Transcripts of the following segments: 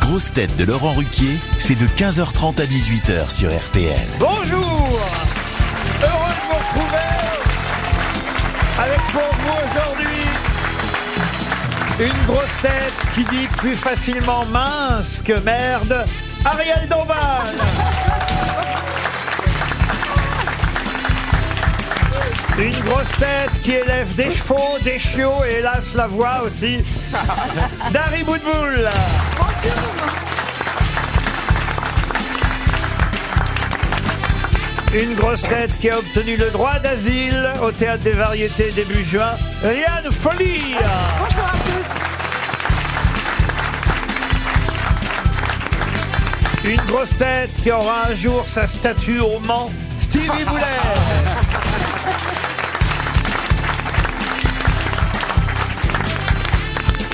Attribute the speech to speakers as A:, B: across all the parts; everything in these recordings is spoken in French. A: grosses têtes de Laurent Ruquier, c'est de 15h30 à 18h sur RTL.
B: Bonjour Heureux de vous retrouver avec pour vous aujourd'hui une grosse tête qui dit plus facilement mince que merde, Ariel Dombal Une grosse tête qui élève des chevaux, des chiots et hélas la voix aussi, Dari Boudboul Une grosse tête qui a obtenu le droit d'asile au Théâtre des Variétés début juin, Liane Folie.
C: Bonjour à tous.
B: Une grosse tête qui aura un jour sa statue au Mans, Stevie Boulet.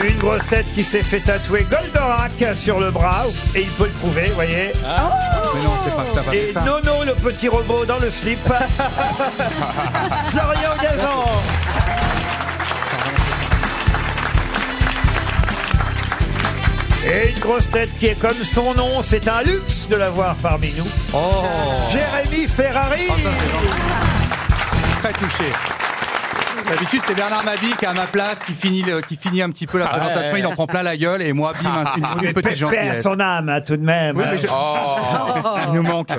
B: Une grosse tête qui s'est fait tatouer Goldorak sur le bras, et il peut le prouver, vous voyez.
C: Ah.
D: Mais non, c'est pas ça, va
B: Et
D: pas.
B: Nono, le petit robot dans le slip. Florian Gazan. Et une grosse tête qui est comme son nom, c'est un luxe de l'avoir parmi nous.
D: Oh,
B: Jérémy Ferrari.
D: ça, c'est gentil. très touché. D'habitude, c'est Bernard Mabi qui est à ma place, qui finit, le- qui finit un petit peu la présentation, il en prend plein la gueule, et moi, bim, une, une petite
B: Père
D: gentillesse.
B: son âme, hein, tout de même.
D: Oh. Il nous manque.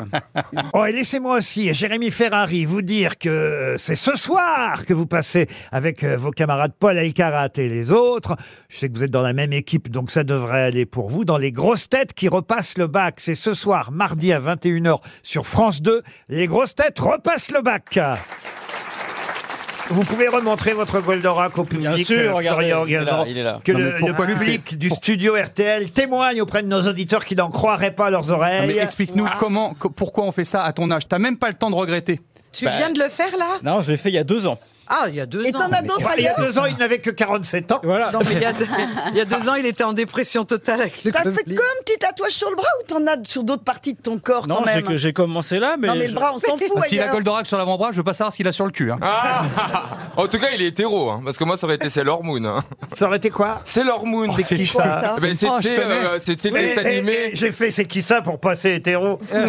B: Oh, et laissez-moi aussi, Jérémy Ferrari, vous dire que euh, c'est ce soir que vous passez avec euh, vos camarades Paul Elkarat et les autres. Je sais que vous êtes dans la même équipe, donc ça devrait aller pour vous. Dans les grosses têtes qui repassent le bac, c'est ce soir, mardi à 21h sur France 2. Les grosses têtes repassent le bac. Vous pouvez remontrer votre Goldorak au public,
E: sûr,
B: euh,
E: regardez,
B: Florian
E: il est là,
B: Gazan,
E: il est là.
B: que
D: Non, mais
B: le,
D: pourquoi
B: le
D: couper
B: public du studio RTL témoigne auprès de nos auditeurs qui n'en croiraient pas leurs
D: Non,
B: oreilles.
D: mais explique-nous comment, co- pourquoi on fait ça à ton âge. T'as même pas le temps de regretter.
C: Tu
E: Bah.
C: viens de le faire là
E: Non, je l'ai fait il y a deux ans.
C: Ah, il y a deux ans. Et t'en as d'autres
B: Il y a deux ans, il n'avait que 47 ans.
E: Voilà.
C: Non, mais il y, a deux, il y a deux ans, il était en dépression totale avec le
F: T'as fait
C: Covid.
F: comme petit tatouage sur le bras ou t'en as sur d'autres parties de ton corps
E: Non,
F: quand
E: j'ai
F: même
E: que- j'ai commencé là, mais.
F: Non mais
E: je-
F: le bras on s'en fout.
D: Ah, S'il a
F: ailleurs.
D: Goldorak sur l'avant-bras, je veux pas savoir s'il a sur le cul. hein.
G: Ah. En tout cas, il est hétéro, hein, parce que moi, ça aurait été Sailor Moon. hein.
B: Ça aurait été quoi
G: Sailor Moon.
D: c'est
B: qui
D: chaud.
B: ça
F: ça
G: Eh ben, C'était
D: Oh, je connais.
G: euh, c'était
B: Mais,
G: des
B: eh,
G: animés.
B: eh, J'ai fait c'est qui ça pour passer hétéro
G: Il connaît,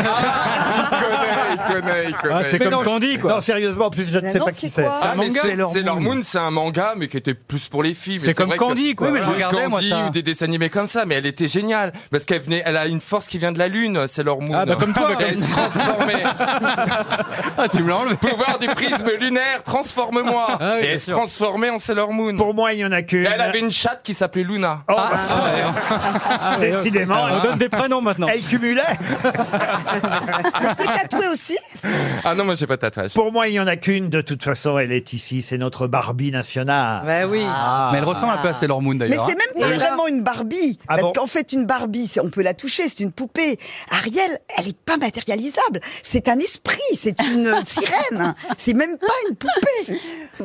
G: il connaît, il connaît.
E: Ah, c'est
B: Mais
E: comme
B: non,
E: Candy, quoi.
B: Non, sérieusement, en plus, je ne
F: Mais
B: sais
F: non,
B: pas qui
F: c'est
B: c'est.
F: quoi
G: Ah, mais
D: manga,
G: c'est-
D: Sailor
G: Sailor
D: Moon.
G: Moon, c'est un manga, mais qui était plus pour les filles. Mais
D: C'est comme
G: vrai que-
D: Candy, quoi.
G: Ouais,
D: Mais je
G: oui,
D: regardais, moi,
G: Candy
D: ça.
G: ou des dessins animés comme ça, mais elle était géniale. Parce qu'elle venait, elle a une force qui vient de la Lune, Sailor Moon.
D: Ah, bah, comme toi.
G: Elle se transformait.
D: Ah, tu me l'as enlevé.
G: Pouvoir du prisme lunaire, transforme-moi.
D: oui,
G: Et
D: bien
G: elle se
D: sûr.
G: transformait en Sailor Moon.
B: Pour moi, il n'y en a qu'une.
G: Et elle avait une Ah, chatte qui s'appelait Luna.
B: Oh, bah, Ah, décidément,
E: On donne des prénoms maintenant.
B: oh, elle cumulait.
F: T'es tatoué aussi
G: Ah non, moi, j'ai pas de tatouage.
B: Pour moi, il n'y en a qu'une. De toute façon, elle est ici. C'est notre Barbie nationale.
C: Bah oui.
D: Ah.
E: Ah.
D: Mais elle ressemble un peu à Sailor Moon
F: Ah, Mais
D: d'ailleurs.
F: c'est
D: hein.
F: même pas vraiment une Barbie.
B: Ah
F: parce
B: bon
F: qu'en fait, une Barbie, c'est- on peut la toucher, c'est une poupée. Ariel, elle est pas matérialisable. C'est un esprit, c'est une sirène. C'est même pas une poupée.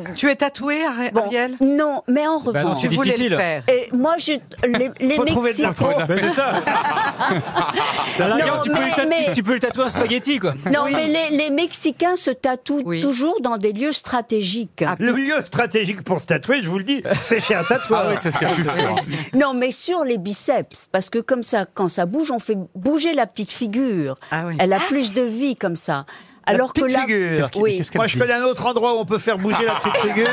C: Tu es tatoué, Ari-
H: Bon,
C: Ariel
H: Non, mais en
E: Bah non,
H: revanche,
E: c'est
C: Tu voulais
E: difficile.
C: le faire.
H: et moi, je, les, les
B: Faut trouver de la
H: Mexicains.
B: peau.
E: Bah, c'est ça. Ah, T'as la
H: Non,
E: gueule, tu, peux
H: mais-
E: le tatouer-
H: mais-
E: tu peux le tatouer en spaghetti, quoi.
H: Non, mais les, les Mexicains se tatouent
C: Oui. Ah,
H: toujours dans des lieux stratégiques.
B: Le lieu stratégique pour se tatouer, je vous le dis, c'est chez un tatoueur.
D: Ah oui, c'est ce qu'elle a pu faire.
H: Non, mais sur les biceps, parce que comme ça, quand ça bouge, on fait bouger la petite figure.
C: Ah oui.
H: Elle a plus de vie comme ça. Alors
B: petite
H: que là,
B: figure. Qu'est-ce
D: qu'il-
H: oui.
D: qu'est-ce qu'elle
B: moi, je
D: dit
B: connais un autre endroit où on peut faire bouger la petite figure.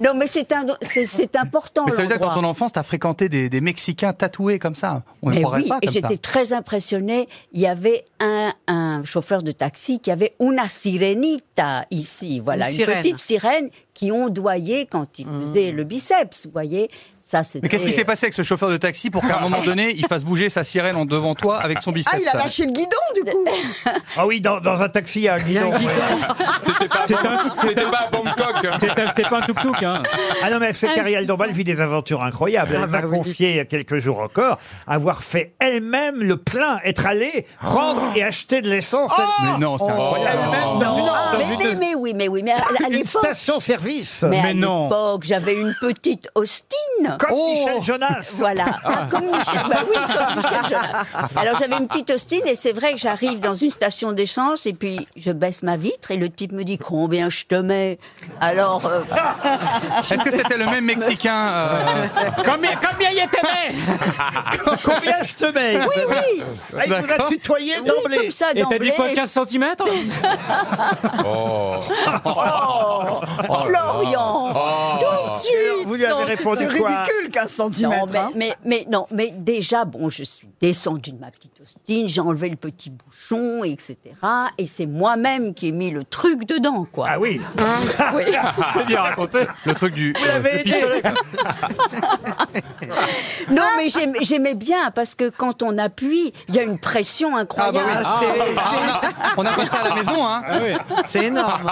H: Non, mais c'est un, c'est, c'est important.
D: Mais ça veut dire que dans
H: l'endroit.
D: ton enfance, t'as fréquenté des, des Mexicains tatoués comme ça. On ne
H: Mais
D: croirait
H: oui,
D: pas
H: et
D: comme ça.
H: j'étais très impressionnée. Il y avait un, un chauffeur de taxi qui avait una sirenita ici, voilà,
C: Une
H: une,
C: sirène.
H: petite sirène qui ondoyait quand il faisait le biceps, vous voyez. Ça, c'était.
D: Mais qu'est-ce qui s'est passé avec ce chauffeur de taxi pour qu'à un moment donné, il fasse bouger sa sirène en devant toi avec son biceps
F: Ah, il a lâché le guidon du coup.
B: Ah oui, dans, dans un taxi, il y a un guidon.
G: C'était pas à Bangkok. hein.
E: C'est un- c'est pas un tuk-tuk, hein.
B: Ah non, mais FC Carriel Dombal vit des aventures incroyables. Elle
C: Ah
B: m'a
C: bah oui.
B: confié il y a quelques jours encore avoir fait elle-même le plein, être allée prendre
G: Ah.
B: et acheter de l'essence. Oh.
D: Mais non, c'est incroyable.
B: elle-même dans une,
H: Oh Ah,
B: dans
H: mais,
B: une-
H: mais- mais oui, mais oui, mais à, à
B: une
H: l'époque.
B: station-service.
H: Mais, à
E: Mais non.
H: l'époque, j'avais une petite Austin. Oh.
B: Comme Michel Jonas.
H: Voilà, Ah, comme Michel, bah oui, comme Michel Jonas. Alors j'avais une petite Austin et c'est vrai que j'arrive dans une station d'essence et puis je baisse ma vitre et le type me dit combien je te mets Alors, euh,
D: Est-ce que c'était le même Mexicain euh,
E: Combien, combien y était
B: Combien je te mets
H: oui, oui,
B: Ah, Il vous a tutoyé
H: oui,
B: d'emblée.
H: comme ça
E: Et t'as
H: d'emblée.
E: dit quoi, 15 cm
G: Oh.
H: Oh,
D: Oh
H: Florian, tout de suite.
B: Vous lui avez
H: non,
B: répondu
F: C'est
B: quoi
F: ridicule, 15 cm.
H: Non, mais, mais, mais non, mais déjà, bon, je suis descendue de ma petite Austin, j'ai enlevé le petit bouchon, etc. Et c'est moi-même qui ai mis le truc dedans, quoi.
B: Ah oui,
H: Oui.
E: C'est bien raconté.
D: Le truc du.
B: vous l'avez aidé.
H: Non, mais j'aime- j'aimais bien parce que quand on appuie, il y a une pression
D: Ah bah oui.
H: incroyable.
D: Ah, on, a, on a passé à la maison, hein.
B: Ah
C: C'est énorme.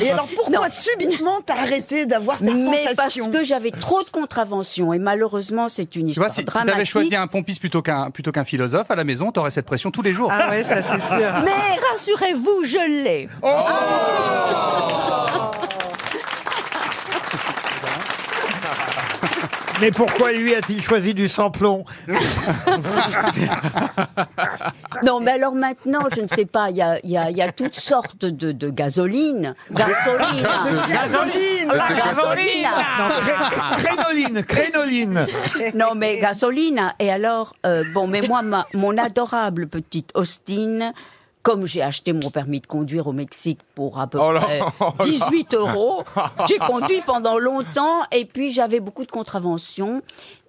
F: Et alors pourquoi subitement t'as arrêté d'avoir cette
H: ah, Mais parce
F: sensation
H: que j'avais trop de contraventions et malheureusement, c'est une
D: Tu vois,
H: histoire
D: si, si
H: dramatique.
D: t'avais choisi un pompiste plutôt qu'un plutôt qu'un philosophe à la maison, t'aurais cette pression tous les jours.
C: Ah ouais, ça c'est sûr.
H: Mais rassurez-vous, je l'ai.
G: Oh
B: Mais pourquoi lui a-t-il choisi du samplon
H: Non, mais alors maintenant, je ne sais pas, il y a, il y a- il y a toutes sortes de, de gasolines. Gasoline.
D: Ah,
F: Gasoline
G: Ah,
H: La gasoline
B: Non, cré- crénoline, crénoline.
H: Non, mais gasoline. Et alors, euh, bon, mais moi, ma- mon adorable petite Austin, comme j'ai acheté mon permis de conduire au Mexique pour à peu
G: Oh là,
H: près
G: oh là.
H: 18 euros, j'ai conduit pendant longtemps et puis j'avais beaucoup de contraventions.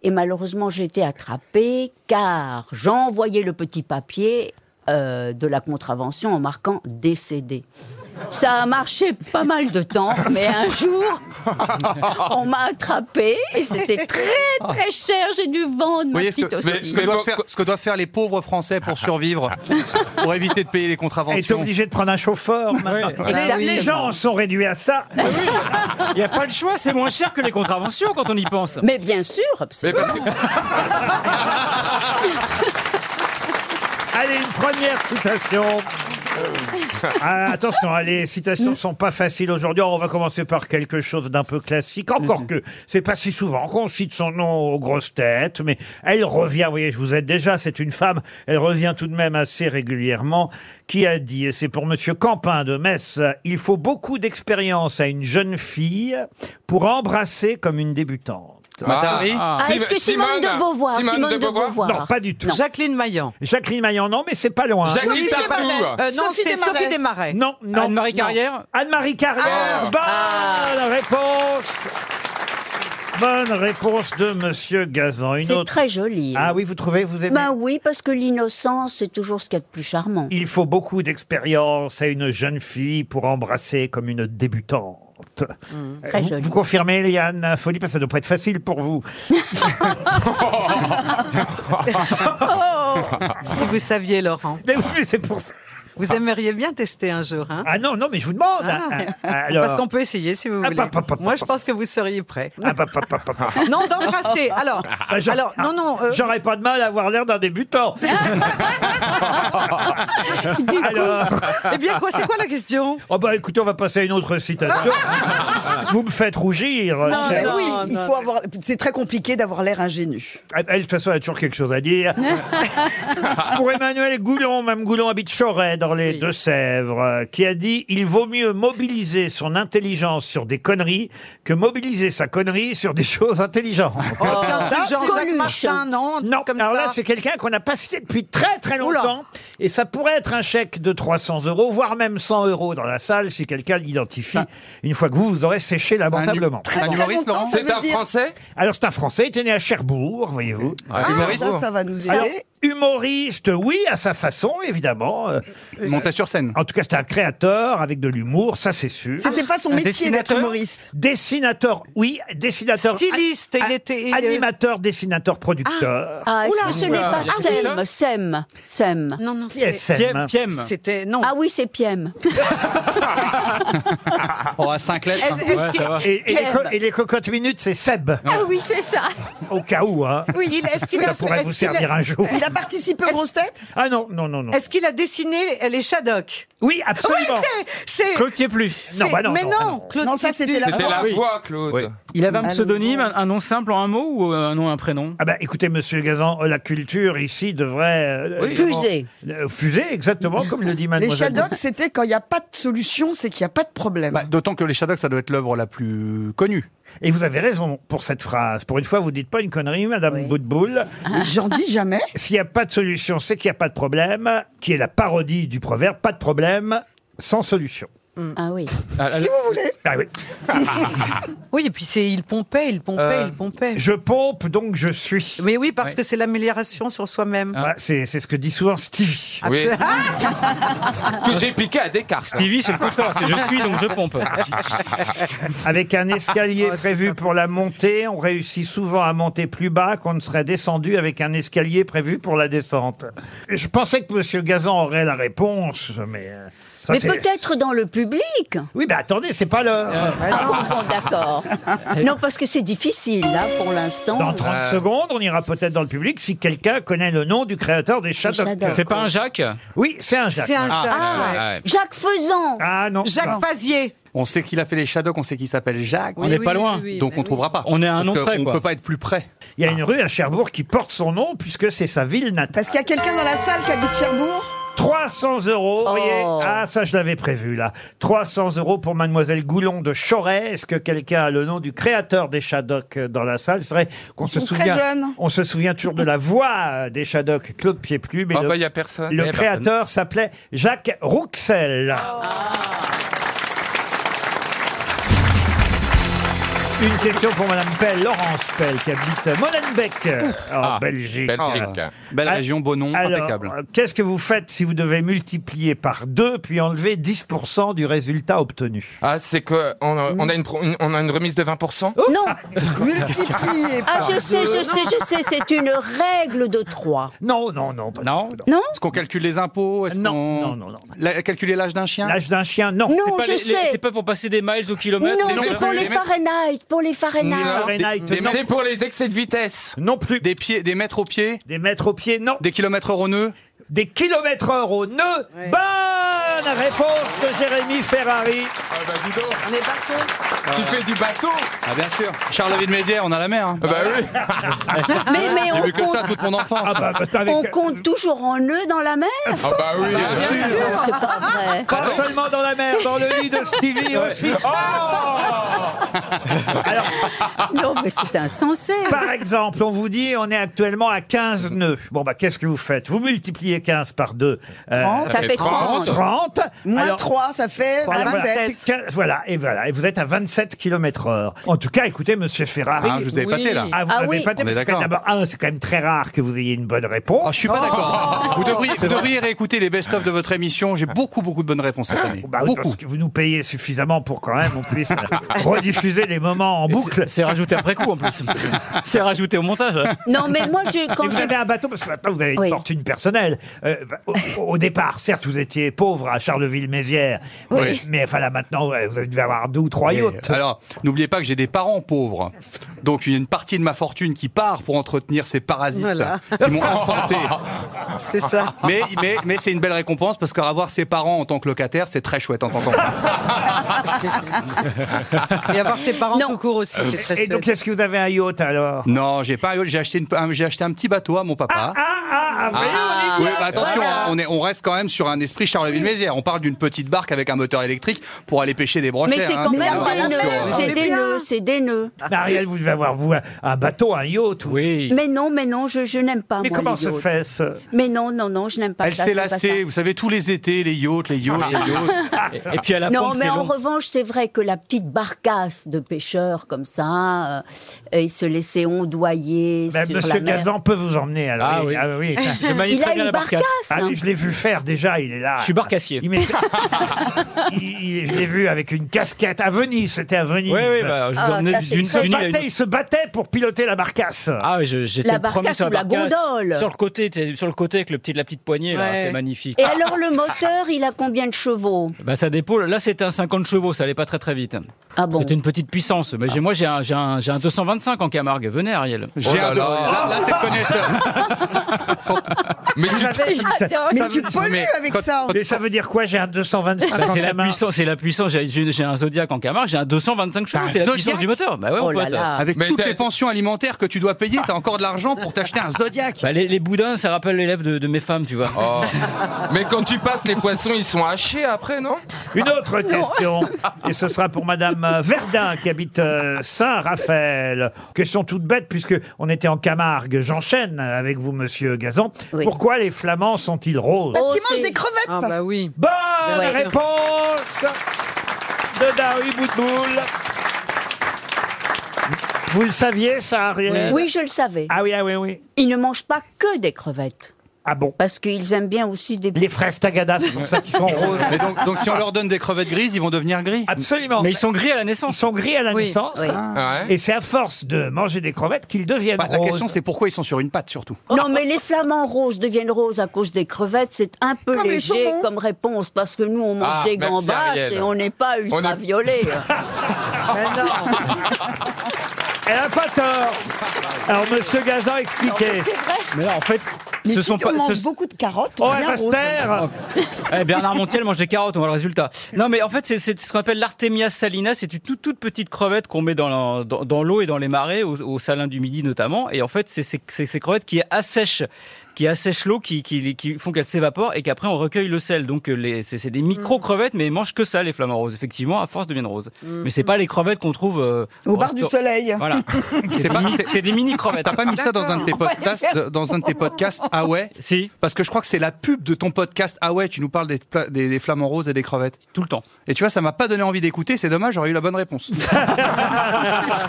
H: Et malheureusement, j'ai été attrapée car j'envoyais le petit papier euh, de la contravention en marquant décédé. Ça a marché pas mal de temps, mais un jour, on m'a attrapé et c'était très très cher. J'ai dû vendre
D: Vous
H: ma
D: voyez ce
H: petite
D: que,
H: hostie.
D: ce, que doivent faire, ce que doivent faire les pauvres Français pour survivre, pour éviter de payer les
B: Elle est
D: contraventions.
B: obligée de prendre un chauffeur maintenant.
H: Exactement.
B: Ah Les gens en sont réduits à ça.
H: Ah
E: Il n'y a pas le choix, c'est moins cher que les contraventions quand on y pense.
H: Mais bien sûr,
G: Mais
H: absolument.
G: parce que-
B: Allez, une première citation. Ah, attention, hein, les citations sont pas faciles aujourd'hui. Alors, On va commencer par quelque chose d'un peu classique. Encore que c'est pas si souvent qu'on cite son nom aux grosses têtes, mais elle revient. Vous voyez, je vous aide déjà. C'est une femme. Elle revient tout de même assez régulièrement. Qui a dit, et c'est pour Monsieur Campin de Metz, il faut beaucoup d'expérience à une jeune fille pour embrasser comme une débutante.
D: Madame
G: Ah.
D: Rie
H: Ah, est-ce que Simone, de Beauvoir
G: Simone de Beauvoir
B: Non, pas du tout.
C: Jacqueline Maillan.
B: Jacqueline Maillan, non, mais c'est pas loin.
G: Jacqueline Tapou.
C: Euh, non,
F: Sophie
C: c'est
F: Desmarais.
C: Sophie Desmarais.
B: Non, non.
E: Anne-Marie
B: non.
E: Carrière
B: Anne-Marie Carrière, bonne
C: Ah.
B: réponse Bonne réponse de Monsieur Gazan. Une
H: C'est
B: autre.
H: très joli.
B: Ah oui, vous trouvez, vous aimez
H: Ben oui, parce que l'innocence, c'est toujours ce qu'il y a de plus charmant.
B: Il faut beaucoup d'expérience à une jeune fille pour embrasser comme une débutante. Euh,
H: Très
B: vous,
H: joli.
B: vous confirmez, Liane Folie, parce que ça doit pas être facile pour vous.
H: Oh.
C: Si vous saviez, Laurent,
B: Mais oui, c'est pour ça.
C: vous aimeriez bien tester un jour. Hein
B: Ah non, non, mais je vous demande.
C: Ah.
B: Ah, ah, alors-
C: Parce qu'on peut essayer si vous
B: Ah,
C: voulez.
B: pa, pa, pa, pa,
C: Moi,
B: pa.
C: je pense que vous seriez prêt.
B: Ah, bah, bah, bah, bah, bah.
C: Non, d'embrasser. Alors,
I: Ah,
B: Bah, j'aurais-
C: alors, non, non. euh,
B: J'aurais pas de mal à avoir l'air d'un débutant. Alors,
C: eh bien, quoi, c'est quoi la question
B: oh bah écoutez, on va passer à une autre citation. Vous me faites rougir.
F: Non, mais
B: cher-
F: oui,
C: Oh, non,
F: il
C: non.
F: faut avoir. C'est très compliqué d'avoir l'air ingénu.
B: Elle, Eh, de toute façon, elle a toujours quelque chose à dire. Pour Emmanuel Goulon, Mme Goulon habite Choret, dans les
C: Oui.
B: Deux-Sèvres, euh, qui a dit « Il vaut mieux mobiliser son intelligence sur des conneries que mobiliser sa connerie sur des choses intelligentes.
C: Oh, c'est un truc
F: Ah,
C: genre
F: Coluche.
C: Jacques Martin, non un truc
B: Non,
C: comme
B: alors
C: ça.
B: là, c'est quelqu'un qu'on n'a pas cité depuis très très longtemps. Et ça pourrait être un chèque de 300 euros, voire même 100 euros dans la salle, si quelqu'un l'identifie, une fois que vous, vous aurez séché lamentablement.
D: C'est un
F: Très
D: humoriste,
F: longtemps,
D: Laurent
F: ça
G: C'est
F: veut
G: un
F: dire-
G: français
B: Alors, c'est un Français, il était né à Cherbourg, voyez-vous.
F: Ah,
D: Humoriste
F: ça, ça va nous
B: Alors,
F: aider.
B: humoriste, oui, à sa façon, évidemment. Euh,
D: montait sur scène.
B: En tout cas, c'est un créateur avec de l'humour, ça c'est sûr.
F: C'était pas son métier d'être
E: dessinateur
F: humoriste.
B: Dessinateur, oui, dessinateur.
C: Styliste,
B: a-
C: il était. il-
B: Animateur, dessinateur, producteur.
H: Ah, est-ce que ce n'est
E: Ah
H: pas
E: oui,
H: Sem, Sem, Sem.
C: Non, non, c'est-
B: PSM.
E: Piem, Piem.
C: c'était. Non.
H: Ah oui, c'est Piem.
D: Oh, à 5 lettres.
C: Est-ce- est-ce
E: Ouais,
C: qu'il-
E: ça va.
B: Et, et les
H: Piem.
B: co- et les cocottes minutes, c'est Seb,
J: Ah oui, c'est ça.
B: au cas où. Hein.
J: Oui,
C: il- est-ce qu'il a-
B: Ça pourrait
C: est-ce
B: vous
C: qu'il a-
B: servir un jour.
F: Il a participé aux grosses têtes
B: Ah non, non, non, non.
C: Est-ce qu'il a dessiné les Shadocks
B: Oui, absolument.
C: C'est.
E: Cloutier plus.
B: Non,
C: c'est-
B: bah non,
C: mais
B: non,
C: non,
B: ah
C: Claude
F: Non, ça,
C: Tissus.
F: c'était la-
G: C'était
F: Ah,
G: la
E: oui.
G: voix, Claude.
E: Il avait un
F: Alors,
E: pseudonyme, un, un nom simple en un mot ou euh, un nom, un prénom
B: Ah bah écoutez, monsieur Gazan, la culture ici devrait... euh,
H: Oui. Fuser.
B: euh, fuser, exactement, comme le dit
F: Les
B: mademoiselle.
F: Shadocks, c'était quand il n'y a pas de solution, c'est qu'il n'y a pas de problème.
D: Bah, D'autant que les Shadocks, ça doit être l'œuvre la plus connue.
B: Et vous avez raison pour cette phrase. Pour une fois, vous dites pas une connerie, madame
H: Oui.
B: Boutboul.
F: J'en dis jamais.
B: S'il n'y a pas de solution, c'est qu'il n'y a pas de problème, qui est la parodie du proverbe, pas de problème sans solution.
H: Ah oui.
F: Si vous voulez.
B: Ah oui.
C: Oui, et puis c'est il pompait, il pompait,
G: Euh,
C: il pompait.
B: Je pompe, donc je suis.
C: Mais oui, parce
D: Ouais.
C: que c'est l'amélioration sur soi-même.
B: Voilà, c'est c'est ce que dit souvent Stevie.
C: Ah,
G: Oui. que j'ai piqué à Descartes.
E: Stevie, c'est le coup de corps, c'est je suis donc je pompe.
B: Avec un escalier
C: Oh, c'est
B: prévu
C: pas
B: pour la montée, on réussit souvent à monter plus bas qu'on ne serait descendu avec un escalier prévu pour la descente. Je pensais que Monsieur Gazan aurait la réponse, mais... euh, ça,
H: Mais
B: c'est-
H: peut-être dans le public.
B: Oui, mais attendez, c'est pas l'heure.
H: Ah bon, bon, d'accord. Non, parce que c'est difficile, là, pour
B: Dans
H: l'instant.
B: 30
G: Euh.
B: secondes, on ira peut-être dans le public si quelqu'un connaît le nom du créateur des Shadocks.
H: Shadocks.
E: C'est pas un Jacques
B: Oui, c'est un Ah, Jacques.
C: C'est un chat. ouais.
H: Ah, Jacques Faisan.
B: Ah non.
C: Jacques Fazier.
D: On sait qu'il a fait les Shadocks, on sait qu'il s'appelle Jacques.
E: On n'est pas loin.
D: Donc
F: bah
D: on trouvera pas.
E: On est à un
D: Parce
E: nom
D: que
E: près,
D: On
E: quoi.
D: peut pas être plus près.
B: Il y a une rue à Cherbourg qui porte son nom puisque c'est sa ville natale.
F: Parce qu'il y a quelqu'un dans la salle qui habite Cherbourg.
B: 300 euros, vous
H: Oh.
B: voyez Ah, ça, je l'avais prévu, là. 300 euros pour Mademoiselle Goulon de Choret. Est-ce que quelqu'un a le nom du créateur des Shadocks euh, dans la salle C'est vrai qu'on se
F: Ils sont très
B: souvient...
F: jeunes.
B: On se souvient toujours de la voix euh, des Shadocks, Claude Pieplu, mais
G: Ah
B: le,
G: bah, il y a personne.
B: le
G: Eh ben,
B: créateur s'appelait Jacques Rouxel. Une question pour Madame Pell, Laurence Pell, qui habite Molenbeek, en Belgique.
G: Belgique.
D: Ah, Belle
B: Ah,
D: région, beau nom,
B: Alors,
D: impeccable.
B: euh, qu'est-ce que vous faites si vous devez multiplier par deux puis enlever 10% du résultat obtenu
G: Ah, c'est que on a, on a une, pro- une- on a une remise de 20%.
H: Non.
F: Multiplié
H: Ah,
F: par
H: je sais,
F: deux.
H: je sais, je sais. C'est une règle de trois.
B: Non, non, non. pas du
D: Non.
B: tout,
H: Non
D: Est-ce qu'on calcule les impôts Est-ce
B: Non,
D: qu'on-
B: non, non, non.
D: La- calculer l'âge d'un chien
B: L'âge d'un chien, non.
H: Non,
E: Pas
H: je
E: les- les-
H: sais.
E: C'est pas pour passer des miles au kilomètre
H: Non,
E: des
H: c'est
E: heures
H: pour les
G: les mecs-
H: Fahrenheit, pour les Fahrenheit.
B: Fahrenheit,
G: Des-
B: non.
G: C'est pour les excès de vitesse.
B: Non plus. Des,
D: Des pieds, des mètres aux pieds
B: mètres au pied, non.
D: Des kilomètres heure au nœud
B: Des kilomètres heure au nœud. Bonne réponse de Jérémy Ferrari.
G: Ah bah dis donc,
C: On est partout.
G: tu fais du bateau.
D: Ah bien sûr. Charleville de Mézières, on a la mer. hein.
G: Ah bah oui.
H: Mais, mais
D: J'ai
H: on
D: vu que ça
H: compte,
D: toute mon enfance.
B: Ah bah, bah, avec-
H: on compte toujours en nœud dans la mer.
G: Ah bah oui.
H: Non, c'est pas vrai.
D: Ah
B: Pas seulement dans la mer, dans le lit de Stevie aussi.
H: Non, mais c'est insensé.
B: Par exemple, on vous dit, on est actuellement à 15 nœuds. Bon, bah, qu'est-ce que vous faites Vous multipliez 15 par euh, 2.
H: Ça fait 30.
B: 30.
F: Moins
B: Alors,
F: 3, ça fait
B: Ah,
F: 27.
B: Voilà, Quin- voilà, et voilà, et vous êtes à 27 km heure. En tout cas, écoutez, monsieur Ferrari.
D: Ah, je vous ai
C: Oui.
D: pâté là.
B: Ah, vous
H: Ah
B: m'avez
H: oui.
B: pas dit,
D: On est
B: parce que
D: d'accord.
B: d'abord, un, c'est quand même très rare que vous ayez une bonne
D: Ah,
B: réponse. Oh.
D: je suis pas d'accord. Vous devriez, vous devriez réécouter les best-of de votre émission. J'ai beaucoup, beaucoup de bonnes réponses cette année.
B: Bah oui,
D: beaucoup.
B: parce que vous nous payez suffisamment pour quand même on puisse rediffuser les moments en
E: Et
B: boucle.
E: c'est- C'est rajouté après coup en plus. C'est rajouté au montage.
H: Non, mais moi, je,
B: Et
H: quand
B: vous
H: j'ai-
B: avez un bateau, parce que maintenant vous avez une
H: Oui.
B: fortune personnelle. Euh, bah, au, au départ, certes, vous étiez pauvre à Charleville-Mézières,
H: Oui.
B: mais enfin là maintenant, ouais, vous devez avoir deux ou trois
D: Et,
B: yachts.
D: Alors, n'oubliez pas que j'ai des parents pauvres. Donc, il y a une partie de ma fortune qui part pour entretenir ces parasites
C: Voilà.
D: qui m'ont enfanté.
C: C'est ça.
D: Mais, mais, mais c'est une belle récompense parce qu'avoir ses parents en tant que locataire, c'est très chouette en tant qu'enfant.
C: Et avoir ses parents
H: Non.
C: tout court aussi, c'est très
B: Et donc,
C: chouette.
B: est-ce que vous avez un yacht alors
D: Ah, Non, j'ai pas. J'ai acheté, une- un- j'ai acheté un petit bateau à mon papa.
B: Ah, ah, ah,
H: Ah.
D: Oui, bah attention, hein, on, est, on reste quand même sur un esprit Charleville-Mézières. On parle d'une petite barque avec un moteur électrique pour aller pêcher des brochets.
H: Mais c'est
D: hein.
H: quand même
D: vraiment
H: des
F: la
D: sur-
H: nœuds.
F: mer,
H: C'est
F: c'est
H: des
F: bien.
H: nœuds, c'est des nœuds.
B: Ah, Marielle, vous devez avoir, vous, un, un bateau, un yacht. ou-
E: Oui.
H: Mais non, mais non, je, je n'aime pas.
B: Mais
H: moi,
B: comment
H: les
B: se
H: yachts.
B: fait ce...
H: Mais non, non, non, je n'aime pas
D: Elle
H: ça.
D: s'est
H: je n'aime pas
D: lassée,
H: ça.
D: vous savez, tous les étés, les yachts, les yachts, les yachts.
E: Et, et puis à la
H: Non,
E: pompe,
H: mais
E: c'est
H: en
E: long.
H: revanche, c'est vrai que la petite barcasse de pêcheurs comme ça, euh, et se laisser ondoyer
B: Ben,
H: sur
B: Monsieur
H: la mer.
B: Gazan peut vous emmener. Alors,
E: Ah oui. Je manie
H: Il
E: très
H: a
E: bien
H: une
E: la barcasse.
H: barcasse.
B: Ah,
H: hein.
B: mais je l'ai vu faire déjà, il est là.
E: Je suis barcassier.
B: Il met- Il- il- je l'ai vu avec une casquette à Venise, c'était à Venise.
E: Oui, oui, bah, je vous
H: Ah,
E: emmenais
H: ça, c'est
E: d'une
H: très
E: d'une
B: Il,
E: île à une
B: battait, il se battait pour piloter la barcasse.
E: Ah oui, je- j'étais
H: La
E: le premier
H: barcasse
E: sur la
H: ou la
E: barcasse.
H: gondole.
E: Sur le côté, t'es- sur le côté avec le petit, la petite poignée, là,
C: Ouais.
E: Eh ben, c'est magnifique.
H: Et alors, le moteur, il a combien de chevaux
E: Bah ça dépôt, là c'était un 50 chevaux, ça allait pas très très vite.
H: Ah bon
E: C'était une petite petite puissance. Mais j'ai- moi, j'ai un, j'ai un- j'ai un 225 en Camargue. Venez, Ariel.
D: Ah. J'ai
G: Oh là
D: un
G: là.
D: là, là, c'est le connaisseur.
G: Mais tu
H: J'adore.
F: Mais tu pollues
G: mais
F: avec
G: quand-
F: ça.
B: Mais ça veut dire quoi J'ai un 225
E: Bah,
B: en
E: c'est la
B: Camargue.
E: puissance, c'est la puissance. J'ai- J'ai j'ai un Zodiac en Camargue, j'ai un 225 chevaux.
D: un
E: C'est la
D: Zodiac
E: puissance du moteur. Bah ouais,
H: Oh
E: mon
H: là
E: pote.
H: là.
D: Avec
G: Mais
D: toutes
G: t'as-
D: les pensions alimentaires que tu dois payer, t'as encore de l'argent pour t'acheter un Zodiac.
E: Bah, les, les boudins, ça rappelle l'élève de, de mes femmes, tu vois.
G: Oh. Mais quand tu passes, les poissons, ils sont hachés après, non
B: Une autre question, et ce sera pour Madame euh, Verdun qui habite euh, Saint-Raphaël. Question toute bête puisque on était en Camargue. J'enchaîne avec vous, Monsieur Gazan.
H: Oui.
B: Pourquoi les Flamands sont-ils roses
F: Parce
H: Oh,
F: qu'ils mangent
H: c'est-
F: des crevettes.
C: Ah bah oui.
B: Bonne
H: Ouais.
B: réponse de Darry Boutboul. Vous le saviez, ça, Ariel
H: Oui, je le savais.
B: Ah oui, ah oui, oui.
H: Ils ne mangent pas que des crevettes.
B: Ah bon
H: Parce qu'ils aiment bien aussi des.
B: Les fraises tagada, Ah, c'est pour ça qu'ils sont roses.
D: Mais donc, donc si on leur donne des crevettes grises, ils vont devenir gris.
B: Absolument.
E: Mais ils sont gris à la
B: Ils
E: naissance.
B: sont gris à la
C: Oui.
B: naissance.
H: Oui.
G: Ouais.
B: Et c'est à force de manger des crevettes qu'ils deviennent
D: Ah Bah, la
B: roses.
D: question, c'est pourquoi ils sont sur une patte surtout.
H: Non, mais les flamants roses deviennent roses à cause des crevettes. C'est un peu
F: Comme les
H: léger
F: saumons.
H: comme réponse parce que nous, on mange
G: Ah,
H: des
G: merci,
H: gambas
G: Ariel.
H: et on n'est pas ultraviolet.
B: Elle a pas tort. Alors, monsieur Gazan, expliquez.
H: C'est vrai.
E: Mais là, en fait,
F: Mais
E: ce
F: si
E: sont
F: on
E: pas. ce-
F: mange beaucoup de carottes,
B: Oh,
F: on
B: elle
F: bien
B: va se
F: rose.
B: taire.
E: Eh, Bernard Montiel mange des carottes, on voit le résultat. Non, mais en fait, c'est- c'est ce qu'on appelle l'artémia salina. C'est une toute, toute petite crevette qu'on met dans la- dans dans l'eau et dans les marais, au, au salin du midi notamment. Et en fait, c'est ces- c'est ces crevettes qui assèchent qui assèchent l'eau, qui, qui, qui font qu'elle s'évapore et qu'après on recueille le sel. Donc euh, les- c'est c'est des micro-crevettes, mais ils mangent que ça, les flamants roses. Effectivement, à force deviennent roses. Mais c'est pas les crevettes qu'on trouve euh,
F: Au bar du
E: restaurant.
F: soleil.
E: Voilà.
D: C'est pas- c'est-
E: C'est des mini-crevettes.
D: T'as pas mis ça dans un de tes podcasts, dans un de tes podcasts. Ah ouais.
E: Si,
D: Parce que je crois que c'est la pub de ton podcast. Ah ouais, tu nous parles des, pla- des, des flamants roses et des crevettes.
E: tout le temps.
D: Et tu vois, ça m'a pas donné envie d'écouter. C'est dommage, j'aurais eu la bonne réponse.
A: RTL,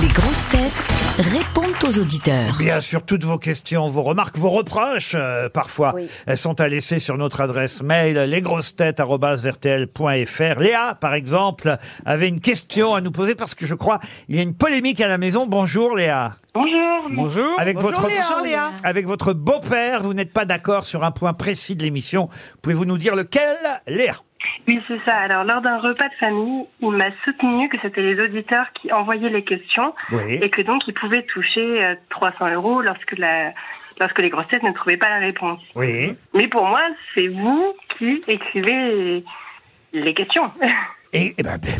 J: Les grosses têtes répondent aux auditeurs.
B: Bien sûr, toutes vos questions, vos remarques, vos reproches, euh, parfois,
H: Oui.
B: elles sont à laisser sur notre adresse mail, lesgrossetêtes.rtl.fr. Léa, par exemple, avait une question à nous poser parce que je crois il y a une polémique à la maison. Bonjour Léa.
E: Bonjour.
B: Avec votre,
F: Léa.
B: avec votre beau-père, vous n'êtes pas d'accord sur un point précis de l'émission. Pouvez-vous nous dire lequel, Léa
K: Oui, c'est ça. Alors, lors d'un repas de famille, il m'a soutenu que c'était les auditeurs qui envoyaient les questions
B: Oui.
K: et que donc ils pouvaient toucher euh, 300 euros lorsque, la, lorsque les grosses têtes ne trouvaient pas la réponse.
B: Oui.
K: Mais pour moi, c'est vous qui écrivez les questions.
B: Et, eh ben, ben,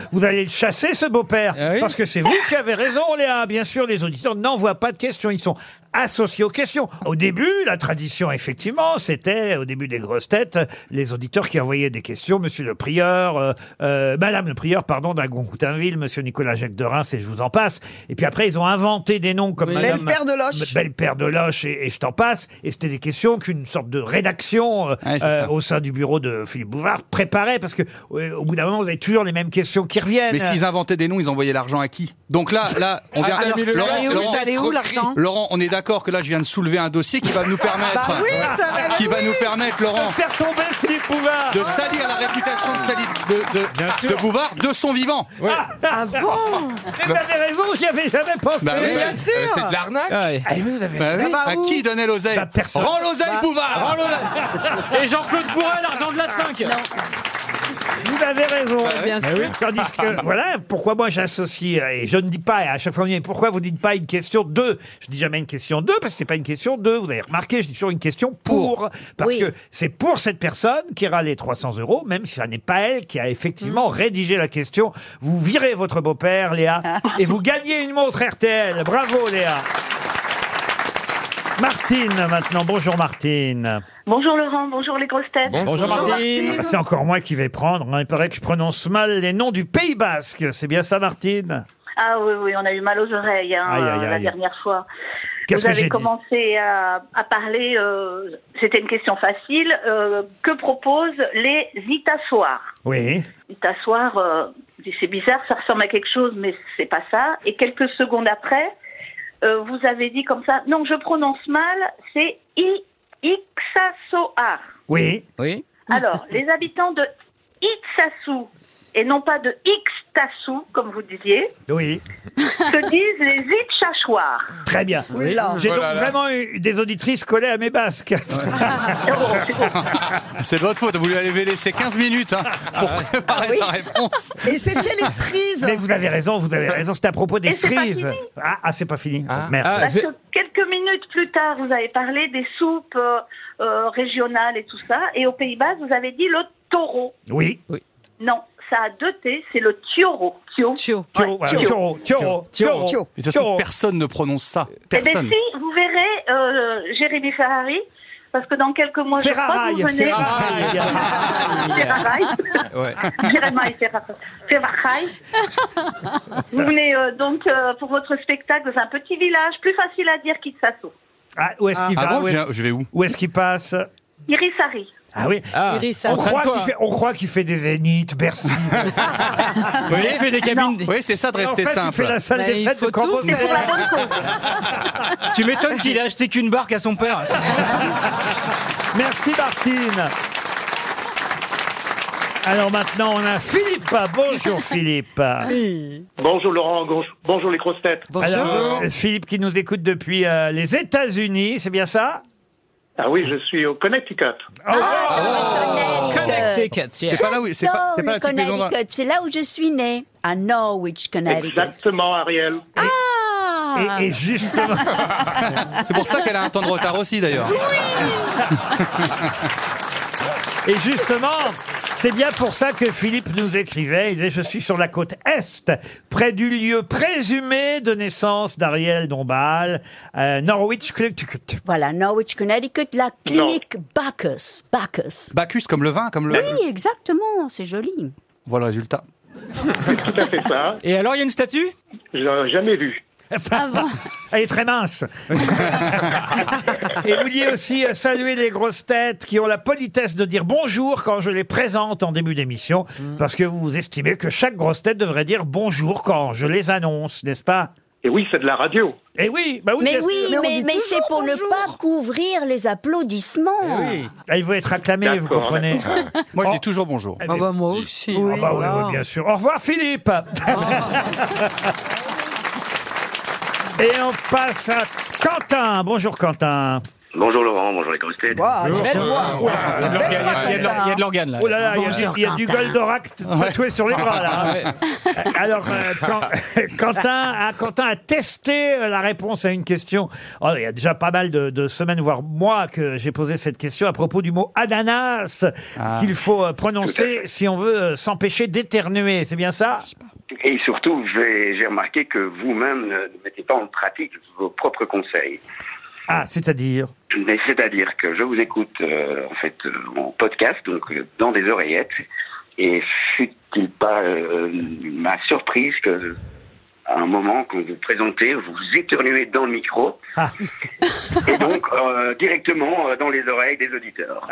B: vous allez le chasser, ce beau-père.
E: Ah oui
B: Parce que c'est vous qui avez raison, Léa. Bien sûr, les auditeurs n'envoient pas de questions. Ils sont associés aux questions. Au début, la tradition, effectivement, c'était, au début des grosses têtes, les auditeurs qui envoyaient des questions, monsieur le prieur, euh, euh, madame le prieur, pardon, d'Agon-Coutainville, monsieur Nicolas Jacques de Reims, et je vous en passe. Et puis après, ils ont inventé des noms comme
F: Belle
B: madame...
F: paire de loches.
B: Belle paire de loches et, et je t'en passe. Et c'était des questions qu'une sorte de rédaction euh,
D: Ouais, c'est
B: euh,
D: ça.
B: au sein du bureau de Philippe Bouvard préparait parce que euh, au bout d'un moment vous avez toujours les mêmes questions qui reviennent.
D: Mais s'ils inventaient des noms, ils envoyaient l'argent à qui Donc là, là, on vient.
G: Alors,
D: Laurent,
G: allez où,
D: Laurent,
G: allez où, l'argent
D: Laurent, on est d'accord que là, je viens de soulever un dossier qui va nous permettre, qui va nous permettre, Laurent,
B: De faire tomber Philippe Bouvard.
D: de salir la réputation de, Sali- de, de-
E: Bien sûr.
D: de Bouvard de son vivant.
F: Ah bon
B: Mais vous avez raison, j'y avais jamais pensé.
D: Bah oui,
G: Euh, C'est de l'arnaque.
E: Ah ouais.
B: Ah oui, vous avez
D: Bah
B: raison.
D: oui.
F: va
D: À
F: où
D: qui donnait l'oseille
B: Bah, personne.
D: Rends l'oseille, Bouvard
E: Et Jean-Claude Bourret, l'argent de la 5.
B: Vous avez raison.
E: Ah
C: bien
B: Mais oui, Tandis que, voilà, pourquoi moi j'associe, euh, et je ne dis pas à chaque fois, mais pourquoi vous dites pas une question de Je dis jamais une question de, parce que c'est pas une question de. Vous avez remarqué, je dis toujours une question pour. Parce
H: Oui.
B: que c'est pour cette personne qui aura les 300 euros, même si ça n'est pas elle qui a effectivement rédigé la question. Vous virez votre beau-père, Léa, et vous gagnez une montre RTL. Bravo, Léa. Martine, maintenant. Bonjour, Martine.
K: Bonjour Laurent, bonjour les grosses têtes.
E: Bonjour Martine.
B: Ah, C'est encore moi qui vais prendre. hein. Il paraît que je prononce mal les noms du Pays Basque. C'est bien ça, Martine
K: Ah oui, oui, on a eu mal aux oreilles hein,
B: Aïe, aïe,
K: la
B: aïe.
K: dernière fois.
B: Qu'est-ce
K: Vous
B: que
K: avez
B: j'ai dit
K: commencé à, à parler, euh, c'était une question facile, euh, que proposent les itassoirs
B: Oui.
K: Itassoirs, euh, c'est bizarre, ça ressemble à quelque chose, mais c'est pas ça. Et quelques secondes après, euh, vous avez dit comme ça, non, je prononce mal, c'est I- Ixassoar.
B: Oui.
E: Oui.
K: Alors, les habitants de Itsassou, et non pas de Ictassou, comme vous disiez,
B: Oui,
K: se disent les Itchachoirs.
B: très bien.
K: Oula.
B: J'ai donc
K: Voilà.
B: vraiment eu des auditrices collées à mes basques.
D: C'est de votre faute, vous lui avez laissé 15 minutes hein, pour préparer sa réponse.
F: Et c'était les cerises.
B: Mais vous avez raison, vous avez raison. C'est à propos des
K: Et c'est pas
B: cerises.
K: fini.
B: Ah, ah, c'est pas fini. Merde.
K: Parce que quelques minutes plus tard, vous avez parlé des soupes euh, euh, régionales et tout ça, et aux Pays-Bas, vous avez dit le taureau.
B: Oui.
K: Non, ça a deux T, c'est le tioro. Tio.
D: Tioro,
K: Ouais,
D: voilà.
K: Tioro.
B: Tioro,
D: Tioro.
B: Tioro.
D: De toute façon, personne ne prononce ça.
K: Eh bien,
D: Personne.
K: si, vous verrez euh, Jérémy Ferrari, parce que dans quelques mois, je crois que
B: Ferraraille,
K: vous venez...
B: Ferraraille.
K: Ferrari. Jérémy Ferrari. Ferrari. Vous venez euh, donc euh, pour votre spectacle dans un petit village, plus facile à dire qu'Itsasso.
B: Ah, où est-ce qu'il
D: Ah
B: va
D: bon,
B: Où est-
D: je viens- je vais où
B: Où est-ce qu'il passe
K: Irisari.
B: Ah oui. on, croit qu'il fait, on croit qu'il fait des zéniths, Bercy.
E: Oui, il fait des cabines.
D: Oui, c'est ça de
B: en
D: rester
B: fait, il
D: simple.
B: fait la salle
C: Mais
B: des
C: il
B: fêtes de
C: faut tout
B: Cambodge.
K: C'est pour la bonne cause.
E: Tu m'étonnes qu'il ait acheté qu'une barque à son père.
B: Merci Martine. Alors maintenant, on a Philippe. Bonjour Philippe.
E: Ah.
L: Bonjour Laurent, gonj- bonjour les grosses têtes.
B: Alors, euh, Philippe qui nous écoute depuis euh, les États-Unis, c'est bien ça
L: Ah oui, je suis au Connecticut.
H: Ah, le Connecticut.
D: C'est pas là où. C'est pas, c'est
H: Non,
D: pas la petite
H: le
D: maison. là.
H: Connecticut, c'est là où je suis née, à Norwich,
L: Ah.
H: Connecticut.
L: Exactement, Ariel.
H: Ah.
B: et, et justement,
D: C'est pour ça qu'elle a un temps de retard aussi, d'ailleurs.
B: et justement, c'est bien pour ça que Philippe nous écrivait. Il disait Je suis sur la côte Est, près du lieu présumé de naissance d'Ariel Dombal, euh, Norwich, Connecticut.
H: Voilà, Norwich, Connecticut, la clinique Bacchus. Bacchus.
D: Bacchus comme le vin, comme le.
H: Oui, exactement, c'est joli.
D: Voilà le résultat.
L: Tout à fait ça.
E: Et alors, il y a une statue
L: Je l'ai jamais vu.
B: Elle est très mince. Et vous vouliez aussi euh, saluer les grosses têtes qui ont la politesse de dire bonjour quand je les présente en début d'émission,
L: Mm.
B: parce que vous estimez que chaque grosse tête devrait dire bonjour quand je les annonce, n'est-ce pas
L: Et oui, c'est de la radio.
B: Eh oui, bah oui.
H: Mais
B: bien sûr.
H: oui,
F: Mais on
H: mais,
F: dit
H: mais
F: toujours
H: c'est pour ne
F: bonjour.
H: pas couvrir les applaudissements.
B: Ah, il veut être acclamé, vous
L: D'accord,
B: comprenez
D: Moi, je
B: Oh.
D: dis toujours bonjour.
C: Ah bah moi aussi.
B: Ah bah oui,
C: voilà.
B: oui, bien sûr. Au revoir Philippe.
F: Ah.
B: Et on passe à Quentin. Bonjour Quentin.
M: Bonjour Laurent, bonjour les grosses têtes.
F: Waouh, Ah, belle voix.
E: Il y a de l'organe, il y a de l'or- il y a de l'organe, là.
B: Oh là là, il y a du-
C: Bonjour,
B: il y, a du
C: Quentin.
B: Goldorak t- tatoué sur les bras là.
E: Ouais.
B: Alors, euh, quand- Quentin, a, Quentin a testé euh, la réponse à une question. Oh, il y a déjà pas mal de, de semaines, voire mois, que j'ai posé cette question à propos du mot ananas
D: Ah.
B: qu'il faut euh, prononcer si on veut euh, s'empêcher d'éternuer. C'est bien ça
M: Et surtout, j'ai j'ai remarqué que vous-même ne ne mettez pas en pratique vos propres conseils.
B: Ah, c'est-à-dire
M: Mais c'est-à-dire que je vous écoute euh, en fait euh, en podcast, donc euh, dans des oreillettes, et fut-il pas euh, ma surprise que à un moment quand vous présentez, vous éternuez dans le micro,
B: Ah.
M: et donc euh, directement euh, dans les oreilles des auditeurs.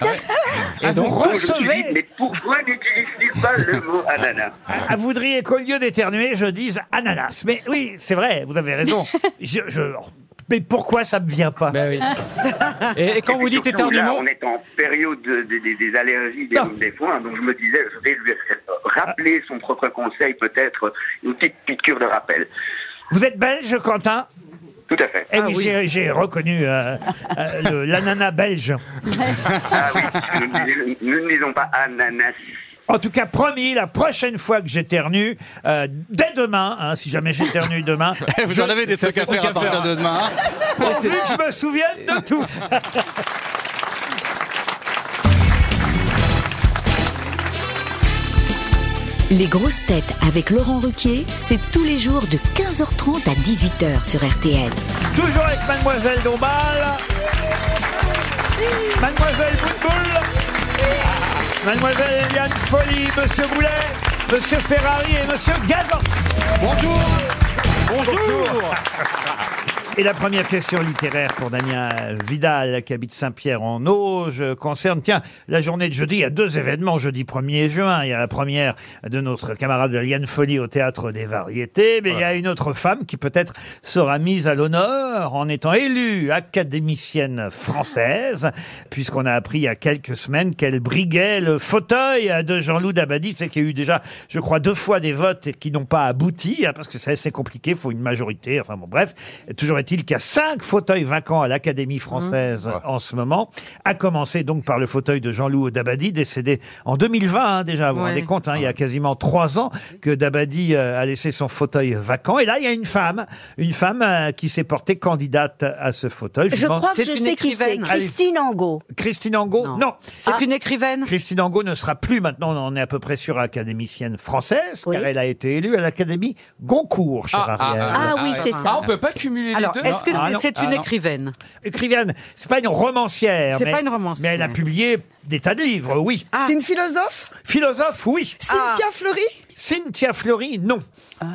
B: Ah, Vous
M: Donc, je me suis dit,
B: recevez
M: mais pourquoi n'utilise-t-il pas le mot ananas
B: Ah, Vous voudriez qu'au lieu d'éternuer, je dise ananas. Mais oui, c'est vrai, vous avez raison. Je, je- Mais pourquoi ça me vient pas
E: Ben oui. Et, et quand
M: Et
E: vous
M: puis
E: dites
M: surtout, là,
E: éternuement,
M: on est en période de- des- des- des allergies, des
B: Non.
M: rhumes, des foins, donc je me disais, je vais lui rappeler son propre conseil, peut-être une petite piqûre de rappel.
B: Vous êtes belge, Quentin
M: Tout à fait.
B: Eh oui, j'ai- j'ai reconnu euh, euh, le- l'ananas belge.
M: Ah oui, nous ne dis- nous ne disons pas ananas.
B: En tout cas, promis, la prochaine fois que j'éternue, euh, dès demain, hein, si jamais j'éternue demain,
D: Eh, Vous en avez des trucs à faire à partir de demain. hein.
B: pourvu que je me souvienne de tout.
J: Les grosses têtes avec Laurent Ruquier, c'est tous les jours de 15h30 à 18h sur RTL.
B: Toujours avec Mademoiselle Dombal. Mademoiselle Boutboul. Mademoiselle Eliane Folly, Monsieur Boulet, Monsieur Ferrari et Monsieur Gazan. Bonjour. Bonjour. Et la première question littéraire pour Damien Vidal, qui habite Saint-Pierre en Auge, concerne, tiens, la journée de jeudi, il y a deux événements, jeudi 1er juin. Il y a la première de notre camarade Liane Folly au Théâtre des Variétés, mais il y a une autre femme qui peut-être sera mise à l'honneur en étant élue académicienne française, puisqu'on a appris il y a quelques semaines qu'elle briguait le fauteuil de Jean-Loup Dabadi. C'est qu'il y a eu déjà, je crois, deux fois des votes qui n'ont pas abouti, hein, parce que c'est assez compliqué, il faut une majorité, enfin bon, bref. Toujours est-il qu'il y a cinq fauteuils vacants à l'Académie française en ce moment, à commencer donc par le fauteuil de Jean-Loup Dabadi, décédé en 2020 hein, déjà, vous vous
N: Ouais.
B: rendez compte, hein, il y a quasiment trois ans que Dabadi euh, a laissé son fauteuil vacant. Et là, il y a une femme, une femme euh, qui s'est portée candidate à ce fauteuil.
H: Je
B: demande-
H: crois que je sais qui c'est. Christine Angot.
B: Christine Angot Non.
H: C'est Ah. une
B: écrivaine Christine Angot ne sera plus maintenant, on en est à peu près sûr, académicienne française, car elle a été élue à l'Académie Goncourt, cher
G: Ah, ah,
B: Ariel.
G: ah, ah, ah, Ah, on peut pas cumuler
C: Alors,
G: les deux. Ah,
C: est-ce que c'est- c'est une écrivaine
B: Écrivaine, c'est pas une romancière.
C: C'est
B: mais-
C: pas une romancière.
B: Mais elle a publié des tas de livres, oui.
F: C'est une philosophe
B: Philosophe, oui.
F: Cynthia Fleury
B: Cynthia Fleury, non.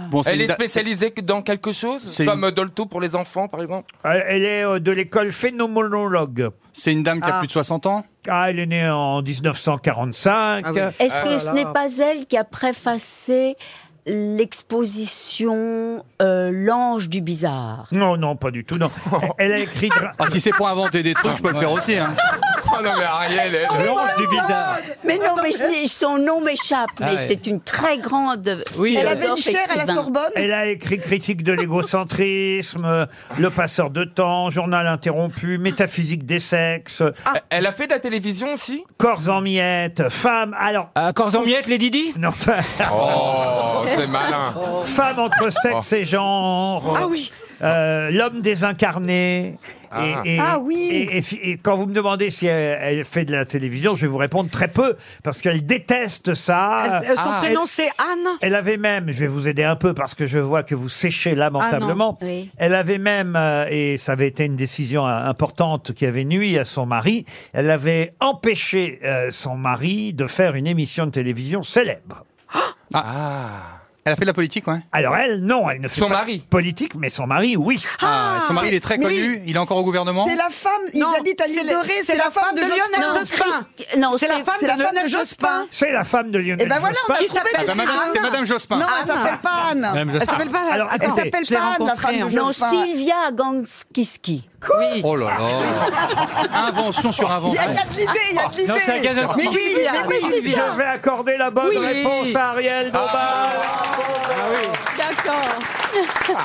B: Bon, c'est
G: Elle
B: une
G: est
B: da-
G: spécialisée dans quelque chose
D: c'est
G: Comme Dolto pour les enfants, par exemple
B: Euh, Elle est euh, de l'école phénoménologue.
D: C'est une dame qui a
G: Ah.
D: plus de 60 ans
B: Ah, elle est née en 1945.
H: Ah Est-ce
B: Ah
H: que ce n'est pas elle qui a préfacé l'exposition euh, L'ange du bizarre
B: Non, non, pas du tout, non. Oh, Elle a écrit...
D: Ah, si c'est pour inventer des trucs, je peux le faire aussi. Hein.
G: Oh non, mais Ariel, elle.
D: L'ange du bizarre.
H: Mais non, mais je n'ai- son nom m'échappe,
B: Ah
H: mais
B: ouais. euh,
H: c'est une très grande.
G: euh,
H: philosophe écrivain.
B: Elle a écrit Critique de l'égocentrisme, euh, Le passeur de temps, Journal interrompu, Métaphysique des sexes,
G: Elle a fait de la télévision aussi Ah,
B: Corps en miettes, Femmes. Alors.
E: corps en miettes, les Didi
B: Non.
G: Oh, c'est malin.
B: Femmes entre sexe et genre.
G: Ah oui.
B: Euh, L'homme désincarné. Et,
G: Ah.
B: et-
G: Ah oui.
B: Et, et si- et quand vous me demandez si elle, elle fait de la télévision, je vais vous répondre très peu parce qu'elle déteste ça.
C: Euh, Son
B: Ah.
C: prénom, c'est Anne
B: Elle avait même, je vais vous aider un peu parce que je vois que vous séchez lamentablement.
C: Ah non, oui.
B: Elle avait même, euh, et ça avait été une décision euh, importante qui avait nui à son mari, elle avait empêché euh, son mari de faire une émission de télévision célèbre.
D: Ah. Elle a fait de la politique, ouais.
B: Alors elle, non, elle ne fait
D: Son
B: pas
D: mari.
B: politique, mais son mari, oui.
D: Ah, son mari, il est très
B: mais
D: connu. Il est encore au gouvernement.
F: C'est la femme, ils habitent à l'île de Ré, c'est la femme de
H: Non,
F: Lionel
H: Christ- Non,
F: Jospin. C'est la femme de Lionel Jospin.
B: C'est la femme de Lionel
F: Eh ben voilà, on a
B: Jospin.
F: trouvé
B: Ah, bah,
F: quelqu'un.
B: madame- c'est madame Jospin.
F: Non,
B: Ah,
F: elle s'appelle pas
B: Madame
F: Anne.
B: Jospin.
F: Elle s'appelle pas
B: Alors,
F: Anne. Elle
B: écoutez,
F: s'appelle
B: je l'ai hein.
F: pas Anne, la femme de
H: hein. Non,
F: Jospin.
H: Sylvia Ganskiski.
D: Oh là là. Invention sur invention.
F: il y a de l'idée. Mais oui, mais oui,
B: Je vais accorder la bonne
F: Oui.
B: réponse à
D: Ah.
B: Ariel Dombal.
F: D'accord.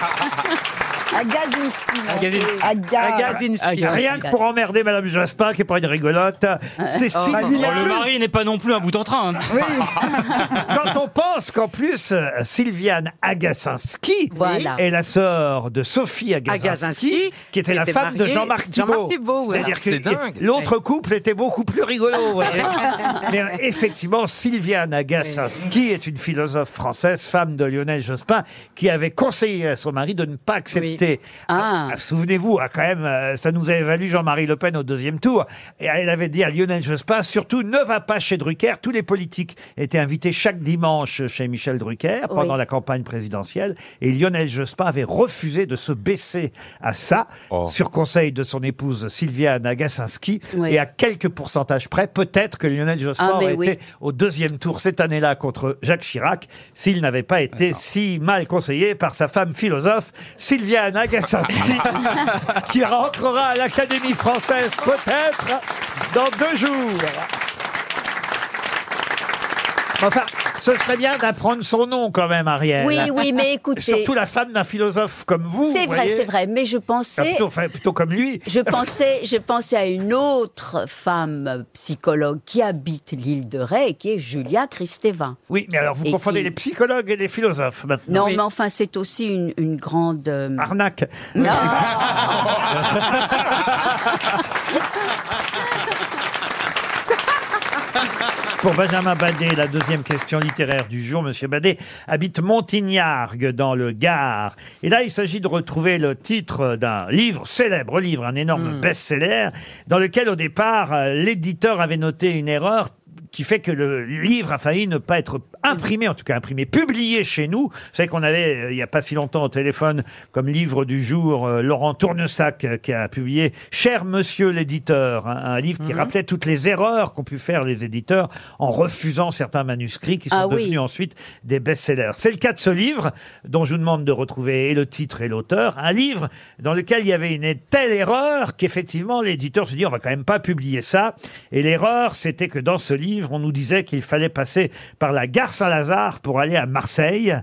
F: Agazinski. mon
B: Agazinski.
F: Dieu. Aga-
B: Rien que pour emmerder Madame Jospin, qui est pas une rigolote. C'est
F: Oh,
B: si.
F: bah,
E: Oh, le mari n'est pas non plus un bout en train. hein.
B: Quand on pense qu'en plus, euh, Sylviane Agacinski
E: Voilà.
B: est la sœur de Sophie Agacinski,
C: Agacinski,
B: qui était
C: qui
B: la
C: était
B: femme de
C: mariée-
B: Jean-Marc Thibault.
C: Jean-Marc Thibault, ouais.
B: C'est-à-dire
G: Ah, C'est
B: que
G: dingue.
B: l'autre couple était beaucoup plus rigolo. vous voyez. Mais euh, effectivement, Sylviane Agacinski est une philosophe française, femme de Lionel Jospin, qui avait conseillé à son mari de ne pas accepter. Ah, Souvenez-vous, ah, quand même, euh, ça nous avait valu Jean-Marie Le Pen au deuxième tour. Et euh, elle avait dit à Lionel Jospin, surtout ne va pas chez Drucker. Tous les politiques étaient invités chaque dimanche chez Michel Drucker pendant
N: Oui.
B: la campagne présidentielle. Et Lionel Jospin avait refusé de se baisser à ça, sur conseil de son épouse Sylviane Agacinski.
N: Oui.
B: Et à quelques pourcentages près, peut-être que Lionel Jospin
N: Ah, mais
B: aurait
N: oui.
B: été au deuxième tour cette année-là contre Jacques Chirac s'il n'avait pas été si mal conseillé par sa femme philosophe Sylviane Agacinski, qui rentrera à l'Académie française peut-être dans deux jours. Enfin, ce serait bien d'apprendre son nom quand même, Ariel.
H: Oui, oui, mais écoutez-
B: Surtout la femme d'un philosophe comme vous.
H: C'est
B: vous
H: vrai,
B: voyez.
H: c'est vrai, mais je
B: Ah,
H: pensais.
B: plutôt, enfin, plutôt comme lui.
H: Je pensais, je pensais à une autre femme psychologue qui habite l'île de Ré, et qui est Julia Kristeva.
B: Oui, mais alors vous
H: Et
B: confondez
H: qui-
B: les psychologues et les philosophes maintenant.
H: Non, mais enfin, c'est aussi une, une grande... euh,
B: Arnaque
D: Bah
B: Pour Benjamin Badet, la deuxième question littéraire du jour, Monsieur Badet habite Montignargues dans le Gard. Et là, il s'agit de retrouver le titre d'un livre, célèbre livre, un énorme best-seller, dans lequel au départ, euh, l'éditeur avait noté une erreur qui fait que le livre a failli ne pas être imprimé, en tout cas imprimé, publié chez nous. Vous savez qu'on avait, euh, il n'y a pas si longtemps, au téléphone, comme livre du jour, euh, Laurent Tournesac, euh, qui a publié Cher Monsieur l'éditeur, hein, un livre qui
N: Mhm.
B: rappelait toutes les erreurs qu'ont pu faire les éditeurs en refusant certains manuscrits qui sont
N: Ah oui.
B: devenus ensuite des best-sellers. C'est le cas de ce livre, dont je vous demande de retrouver et le titre et l'auteur. Un livre dans lequel il y avait une telle erreur qu'effectivement l'éditeur se dit on va quand même pas publier ça. Et l'erreur, c'était que dans ce livre, on nous disait qu'il fallait passer par la gare Saint-Lazare pour aller à Marseille.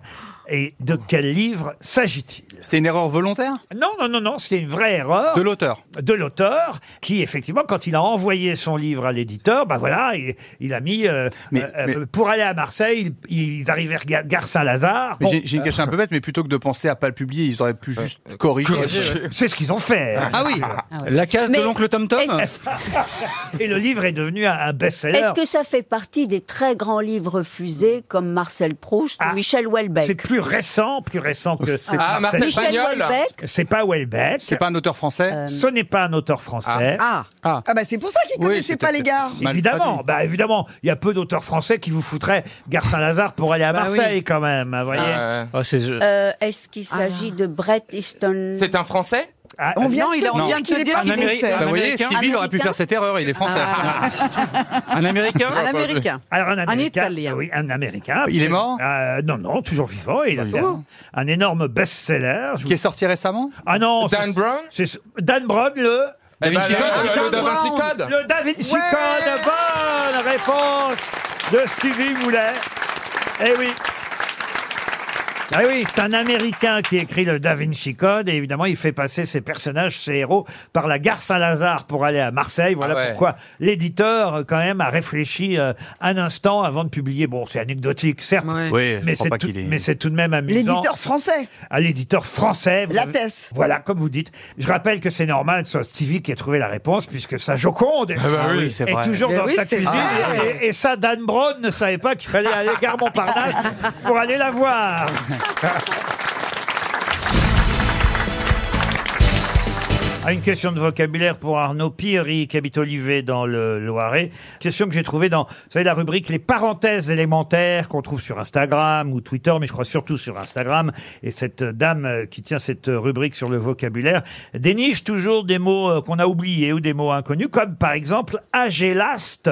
B: Et de quel livre s'agit-il
D: C'était une erreur volontaire
B: Non, non, non, non, c'était une vraie erreur.
D: De l'auteur
B: De l'auteur, qui effectivement, quand il a envoyé son livre à l'éditeur, ben voilà, il, il a mis... euh, euh, euh, Pour aller à Marseille, ils ils arrivaient à Gare Saint-Lazare.
D: Mais
B: Bon.
D: j'ai- J'ai une question un peu bête, mais plutôt que de penser à pas le publier, ils auraient pu juste corriger.
B: corriger, ouais. C'est ce qu'ils ont fait.
D: Ah oui
E: La case de l'oncle Tom Tom
B: Et le livre est devenu un, un best-seller.
H: Est-ce que ça fait partie des très grands livres refusés comme Marcel Proust ou Michel Houellebecq
B: Ah. C'est plus récent, plus récent
D: Oh,
B: que...
H: c'est- Ah, Marcel Michel Pagnol. Houellebecq Euh,
B: C'est pas Welbeck.
D: C'est pas un auteur français
B: Ce n'est pas un auteur français.
F: Ah. Ah bah c'est pour ça qu'ils
B: Oui,
F: connaissaient
B: c'était
F: pas les gars.
B: peut-être mal Évidemment, bah évidemment, il y a peu d'auteurs français qui vous foutraient Gare Saint-Lazare pour aller à
H: Bah oui.
B: Marseille quand même, vous voyez.
E: Ah
H: Euh, Est-ce qu'il s'agit de Brett Easton
G: C'est un Français
B: Ah.
H: On vient de te dire
G: qu'il est pas français.
D: Bah, Vous voyez,
G: Américain.
D: Stevie, il aurait pu
G: Américain.
D: faire cette erreur, il est français.
B: Ah.
E: Un Américain
D: Un Américain.
B: Alors, un Américain. Oui, un Américain.
D: Il est mort
B: Euh, Non, non, toujours vivant. Il a fait
D: vivant.
B: un, un énorme best-seller. Qui
D: est sorti récemment
B: Ah non.
D: Dan
B: Brown Dan Brown, le...
D: Eh ben, le- le- le Da Vinci Code.
B: Le Da Vinci
D: Ouais.
B: Code. Bonne réponse de Stevie Moulet. Eh oui. Ah oui, c'est un Américain qui écrit le Da Vinci Code et évidemment il fait passer ses personnages, ses héros par la gare Saint-Lazare pour aller à Marseille. Voilà
G: Ah ouais.
B: pourquoi l'éditeur euh, quand même a réfléchi euh, un instant avant de publier. Bon, c'est anecdotique certes,
D: Oui, je
B: mais
D: crois
B: c'est
D: pas
B: tout,
D: qu'il est-
B: mais c'est tout de même amusant.
F: L'éditeur français.
B: À l'éditeur français. vous
F: La
B: avez-
F: Tess.
B: Voilà, comme vous dites. Je rappelle que c'est normal que ce soit Stevie qui ait trouvé la réponse puisque sa Joconde est,
D: Ah bah oui, c'est vrai.
B: toujours
D: Mais
B: dans
D: oui,
B: sa
D: c'est
B: cuisine
D: vrai.
B: et, et ça Dan Brown ne savait pas qu'il fallait aller gare Montparnasse pour aller la voir. À Ah, une question de vocabulaire pour Arnaud Pierry, qui habite Olivet dans le Loiret. Question que j'ai trouvée dans, vous savez, la rubrique les parenthèses élémentaires qu'on trouve sur Instagram ou Twitter, mais je crois surtout sur Instagram. Et cette euh, dame euh, qui tient cette euh, rubrique sur le vocabulaire déniche toujours des mots euh, qu'on a oubliés ou des mots inconnus, comme par exemple agélaste.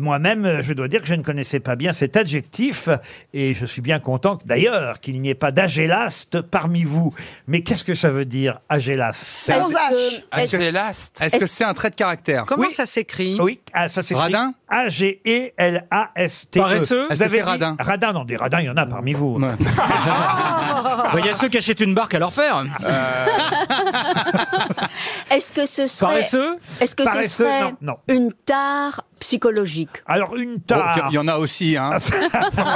B: Moi-même, euh, je dois dire que je ne connaissais pas bien cet adjectif et je suis bien content que, d'ailleurs qu'il n'y ait pas d'agélaste parmi vous. Mais qu'est-ce que ça veut dire agélaste
D: Sans Est-ce
G: que- H. est-ce-
D: Est-ce que c'est un trait de caractère
B: Comment
D: ça s'écrit
B: Ah, Oui, ah, ça s'écrit E
D: Radin
B: A-G-E-L-A-S-T.
E: Paresseux
B: E. Vous
E: Est-ce que
B: avez
E: c'est
B: dit-
E: radin
B: Radin, non, des radins, il y en a parmi vous.
E: Il y a ceux qui achètent une barque à leur père.
B: Euh.
H: Est-ce que ce serait,
E: Paresseux
H: est-ce que ce
E: Paresseux,
H: serait
E: non, non.
H: une tare psychologique
B: Alors, une
D: Bon,
B: tare.
D: Il y- y en a aussi,
B: Ah,
D: hein.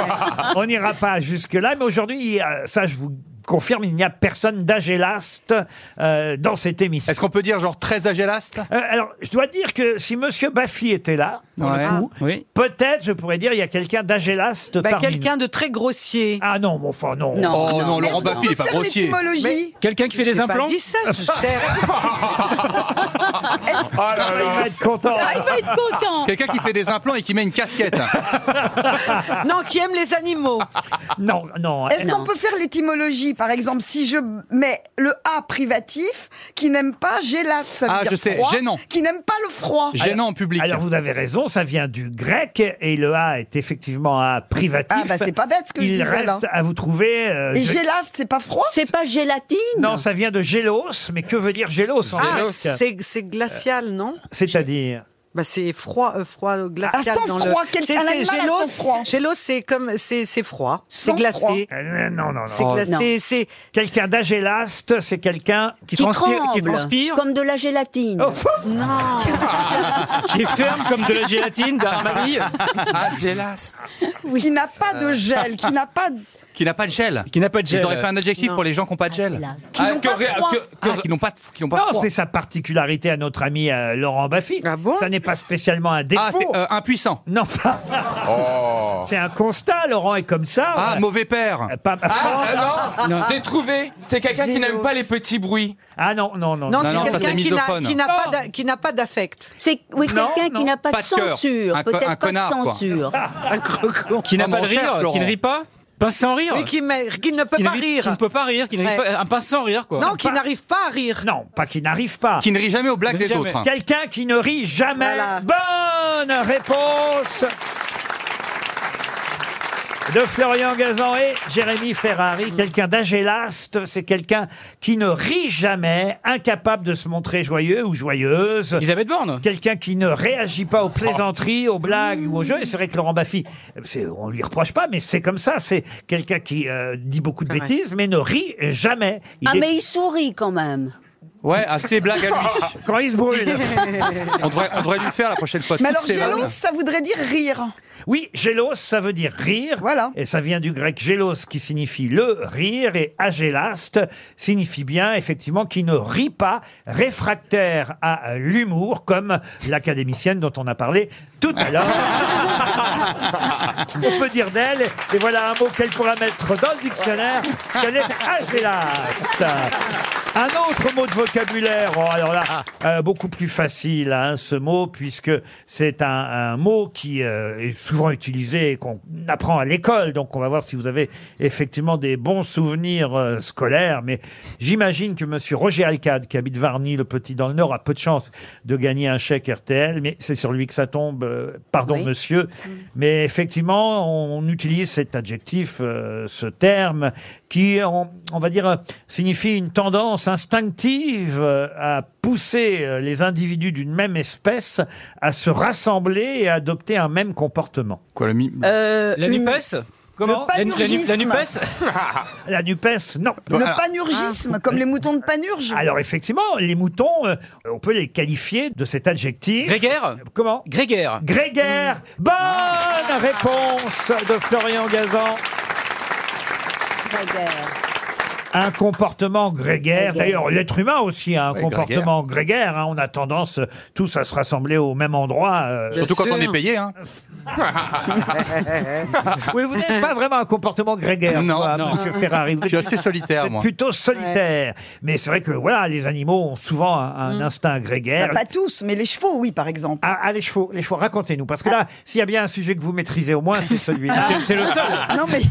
B: On n'ira pas jusque-là, mais aujourd'hui, euh, ça, je vous confirme, il n'y a personne d'agélaste euh, dans cette émission.
D: Est-ce qu'on peut dire genre très agélaste
B: Euh, alors, je dois dire que si Monsieur Baffy était là, pour
D: Ouais.
B: le coup, peut-être je pourrais dire il y a quelqu'un d'agélaste
C: Bah,
B: parmi
C: quelqu'un
B: nous.
C: de très grossier.
B: Ah non, bon, enfin non.
C: Non,
D: Oh non, non, Laurent
C: Baffy, il est pas
D: faire grossier. l'étymologie.
E: Quelqu'un qui fait des implants
C: Dis ça, je cherche.
B: Ah, Il va être content.
C: Ah, il va être content.
D: Quelqu'un qui fait des implants et qui met une casquette.
C: non, qui aime les animaux.
B: Non, non.
F: Est-ce qu'on peut faire l'étymologie Par exemple, si je mets le A privatif, qui n'aime pas gélate, ça veut
D: Ah,
F: dire
D: je sais,
F: froid,
D: gênant.
F: qui n'aime pas le froid.
D: Gênant en public.
B: Alors vous avez raison, ça vient du grec et le A est effectivement un privatif.
F: Ah, bah, c'est pas bête ce que je
B: Il
F: disais,
B: reste
F: là.
B: à vous trouver. euh,
F: Et
B: je-
F: gélaste, c'est pas froid
H: C'est pas gélatine
B: Non, ça vient de gélos, mais que veut dire gélos en
C: Ah,
B: grec
C: c'est c'est glacial, non
B: C'est-à-dire
C: bah c'est froid, euh, froid, euh, glacial
F: Ah, sans
C: dans
F: froid,
C: le.
F: quel-
C: C'est-
F: un
C: c'est
F: animal à
C: gélo-
F: sans froid.
C: gélo, c'est comme c'est c'est froid, c'est
B: Sans
C: glacé.
B: froid. Euh, non, non, non.
C: C'est glacé, c'est
B: Quelqu'un d'agélaste, c'est quelqu'un
H: qui, tremble, comme de la gélatine.
B: Oh.
C: Non.
B: Ah,
E: Qui est ferme comme de la gélatine d'Armani.
D: Ah, Agélaste.
F: Qui n'a pas
D: Euh,
F: de gel, qui n'a pas de...
D: Qui n'a pas de gel.
E: Qui n'a pas de gel.
D: Ils auraient fait un adjectif
F: Non. Ah,
D: pour les gens qui n'ont pas de gel.
F: Qui n'ont pas froid.
D: Ah, qui n'ont pas, de- qui n'ont pas
B: Non,
D: froid.
B: c'est sa particularité à notre ami
C: Ah
B: euh, Laurent Baffy. ça n'est pas spécialement un défaut.
D: Ah, c'est euh, impuissant.
B: Non, enfin,
G: Oh
B: C'est un constat, Laurent est comme ça. Euh,
G: Ah,
B: mauvais père.
G: Ah, euh, non, t'es trouvé. C'est quelqu'un qui n'aime pas les petits bruits.
B: Ah non, non, non.
C: Non, c'est quelqu'un qui n'a- qui n'a pas d'a- qui n'a pas d'affect.
H: Oh. C'est oui,
C: Non,
H: quelqu'un
C: non.
H: qui n'a pas,
C: Pas
H: de
C: de cœur.
H: censure,
C: Un co-
H: peut-être
C: un
H: pas
C: connard,
H: de
C: quoi.
H: censure.
E: Qui n'a
C: Oh,
E: pas
C: mais on
E: de rire,
C: cherche,
E: qui
C: Laurent.
E: ne rit pas Pince sans rire
C: Oui, qui, mais- qui ne peut
E: Qui ne
C: pas
E: rit-
C: rire.
E: qui ne peut pas rire, qui ne rit
C: Ouais.
E: pas- un pince sans rire, quoi.
C: Non, qui n'arrive pas à rire.
B: Non, pas qui n'arrive pas.
D: Qui ne rit jamais aux blagues
B: Ne rit
D: des
B: jamais.
D: autres.
B: Quelqu'un qui ne rit jamais. Bonne réponse de Florian Gazan et Jérémy
C: Mm.
B: Ferrari. Quelqu'un d'agélaste, c'est quelqu'un qui ne rit jamais, incapable de se montrer joyeux ou joyeuse.
E: Elisabeth Borne.
B: Quelqu'un qui ne réagit pas aux
C: Oh.
B: plaisanteries, aux blagues
C: Mm.
B: ou aux jeux. Et c'est vrai que Laurent Baffy, c'est- on lui reproche pas, mais c'est comme ça. C'est quelqu'un qui euh, dit beaucoup de bêtises, mais ne rit jamais. Il
H: Ah,
B: est-
H: mais il sourit quand même.
D: Ouais, assez blague à lui.
B: Quand il se brûle.
D: on, devrait, on devrait lui faire la prochaine fois.
F: Mais
D: toutes
F: alors,
D: ces vannes.
F: gélos, ça voudrait dire rire.
B: Oui, gélos, ça veut dire rire. Voilà. Et ça vient du grec gélos, qui signifie le rire, et agélaste signifie bien, effectivement, qui ne rit pas, réfractaire à euh, l'humour, comme l'académicienne dont on a parlé tout à l'heure. on peut dire d'elle, et voilà un mot qu'elle pourra mettre dans le dictionnaire, qu'elle est agélaste. Un autre mot de vocabulaire, oh, alors là, euh, beaucoup plus facile, hein, ce mot, puisque c'est un, un mot qui euh, est souvent utilisé et qu'on apprend à l'école. Donc, on va voir si vous avez effectivement des bons souvenirs euh, scolaires. Mais j'imagine que Monsieur Roger Alcade, qui habite Varny, le petit dans le Nord, a peu de chance de gagner un chèque RTL. Mais c'est sur lui que ça tombe. euh, pardon,
N: Oui.
B: monsieur.
F: Mm.
B: Mais effectivement, on utilise cet adjectif, euh, ce terme, qui, on, on va dire, euh, signifie une tendance instinctive euh, à pousser euh, les individus d'une même espèce à se rassembler et à adopter un même comportement.
D: Quoi, le
E: La
B: une-
E: NUPES
B: Comment
E: La nu- la nu- La
F: Euh, panurgisme.
E: NUPES
B: La NUPES, non. Ah.
F: Le panurgisme,
D: Ah.
F: comme les moutons de panurge.
B: Alors effectivement, les moutons, euh, on peut les qualifier de cet adjectif.
E: Grégaire
B: Comment
E: Grégaire.
B: Grégaire. Bonne
D: Ah.
B: réponse de Florian Gazan. Un comportement grégaire.
N: Grégaire.
B: D'ailleurs, l'être humain aussi a un
D: Ouais,
B: comportement grégaire. hein. On a tendance euh, tous à se rassembler au même endroit. euh.
D: Surtout quand on est payé. Hein.
B: Oui, vous n'avez pas vraiment un comportement grégaire,
D: Non,
B: quoi,
D: non.
B: monsieur Ferrari. Vous
D: Je suis
B: êtes-
D: assez solitaire,
B: vous êtes
D: moi.
B: plutôt solitaire. Mais c'est vrai que voilà, les animaux ont souvent un, un instinct grégaire.
F: Bah, pas tous, mais les chevaux, oui, par exemple. Ah.
B: Ah, ah, les chevaux, les chevaux, racontez-nous. Parce que là, s'il y a bien un sujet que vous maîtrisez au moins, c'est celui-là.
E: C'est- c'est le seul.
F: Ah. Non, mais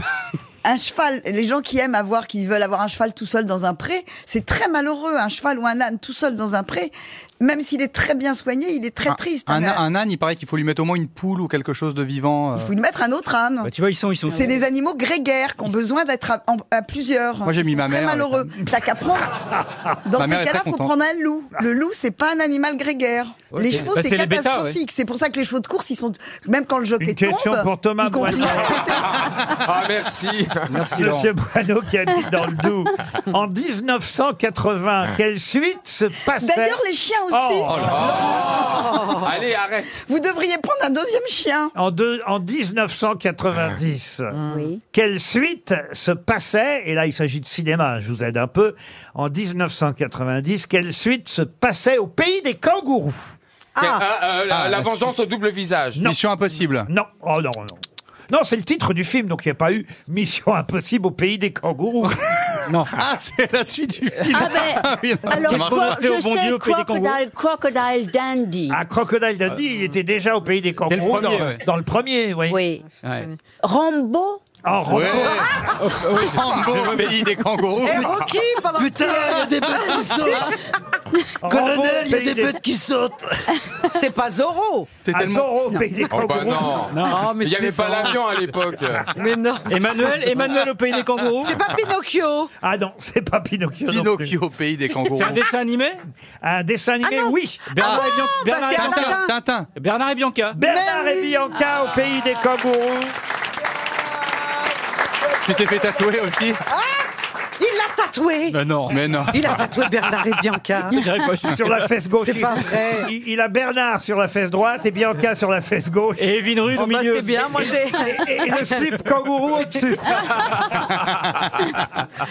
F: un cheval, les gens qui aiment avoir, qui veulent avoir un cheval tout seul dans un pré, c'est très malheureux. Un cheval ou un âne tout seul dans un pré, même s'il est très bien soigné, il est très
D: Un-
F: triste.
D: Un,
F: hein,
D: un âne, il paraît qu'il faut lui mettre au moins une poule ou quelque chose de vivant. euh.
F: Il faut lui mettre un autre âne.
E: Bah, tu vois, ils sont. Ils sont
F: C'est des animaux grégaires qui ont besoin d'être à, en- à plusieurs.
D: Moi, j'ai
F: Ils
D: mis
F: sont
D: ma
F: très
D: mère avec
F: malheureux. T'as qu'à prendre. Dans
D: Ma mère est
F: ces
D: très
F: cas-là, faut
D: contente.
F: prendre un loup. Le loup, c'est pas un animal grégaire.
D: Ok.
F: Les chevaux,
D: Bah,
F: c'est
D: c'est les bêtas,
F: catastrophique. C'est pour ça que les chevaux de course, ils sont même quand le jockey
B: Une question
F: tombe,
B: pour Thomas
F: ils continuent à
B: Boisson.
F: sauter.
G: Ah, merci.
B: Monsieur Boineau qui habite dans le Doubs. En 1980, quelle suite se passait
F: D'ailleurs, les chiens aussi.
B: Ah, Oh là
G: Allez, arrête.
F: Vous devriez prendre un deuxième chien.
B: En, deux- en 1990,
F: Ah.
B: quelle suite se passait, et là il s'agit de cinéma, je vous aide un peu, en 1990, quelle suite se passait au pays des kangourous
G: Ah, euh, la,
D: Ah,
G: la
D: la
G: vengeance au double visage.
D: Mission impossible.
B: Non, oh non, non. Non, c'est le titre du film, donc il n'y a pas eu Mission impossible au pays des kangourous.
E: non.
D: Ah, c'est la suite du film.
H: Ah ben,
D: Oui, non,
H: alors
D: ça marche.
H: je, je sais crocodile, crocodile Dandy.
B: Ah, Crocodile Dundee, il était déjà au pays des
E: Euh, le
B: kangourous
E: premier,
B: dans,
E: ouais.
B: dans le premier, oui.
H: Oui.
E: Ouais.
H: Rambo
B: Oh, Rambo.
D: Ouais. Rambo, au pays des kangourous.
C: Et Rocky, pendant
N: Putain, il y a des bêtes qui sautent Oh, Colonel, il y a des bêtes qui sautent
C: C'est pas Zorro.
B: T'es tellement... Zorro, au pays des
G: Oh bah
B: kangourous.
G: non.
C: Ah, mais
G: Il n'y
C: je
G: avait
C: descends.
G: pas l'avion à l'époque.
C: Mais non.
E: Emmanuel, Emmanuel au pays des kangourous.
C: C'est pas Pinocchio.
B: Ah non, c'est pas Pinocchio. non plus.
D: Pinocchio, au pays des kangourous.
E: C'est un dessin animé
B: Un dessin
C: Ah
B: animé, oui.
E: Bernard
F: Ah,
E: et
F: bah,
E: Bian- Bernard
C: Bah, c'est
E: et Bianca.
C: Aladdin.
D: Tintin.
E: Bernard et Bianca.
B: Bernard
C: Mais
B: et
C: oui.
B: Bianca au pays des kangourous.
E: Ah,
D: Tu t'es fait tatouer aussi
C: Il l'a tatoué.
D: Mais non, mais non.
C: Il a tatoué Bernard et Bianca.
B: Sur la fesse gauche.
C: C'est pas
B: il-
C: vrai.
B: Il, il a Bernard sur la fesse droite et Bianca sur la fesse gauche.
E: Et Evin Rude
C: Oh, au bah, milieu. c'est bien, moi, j'ai-
B: Et, et- et le slip kangourou au-dessus.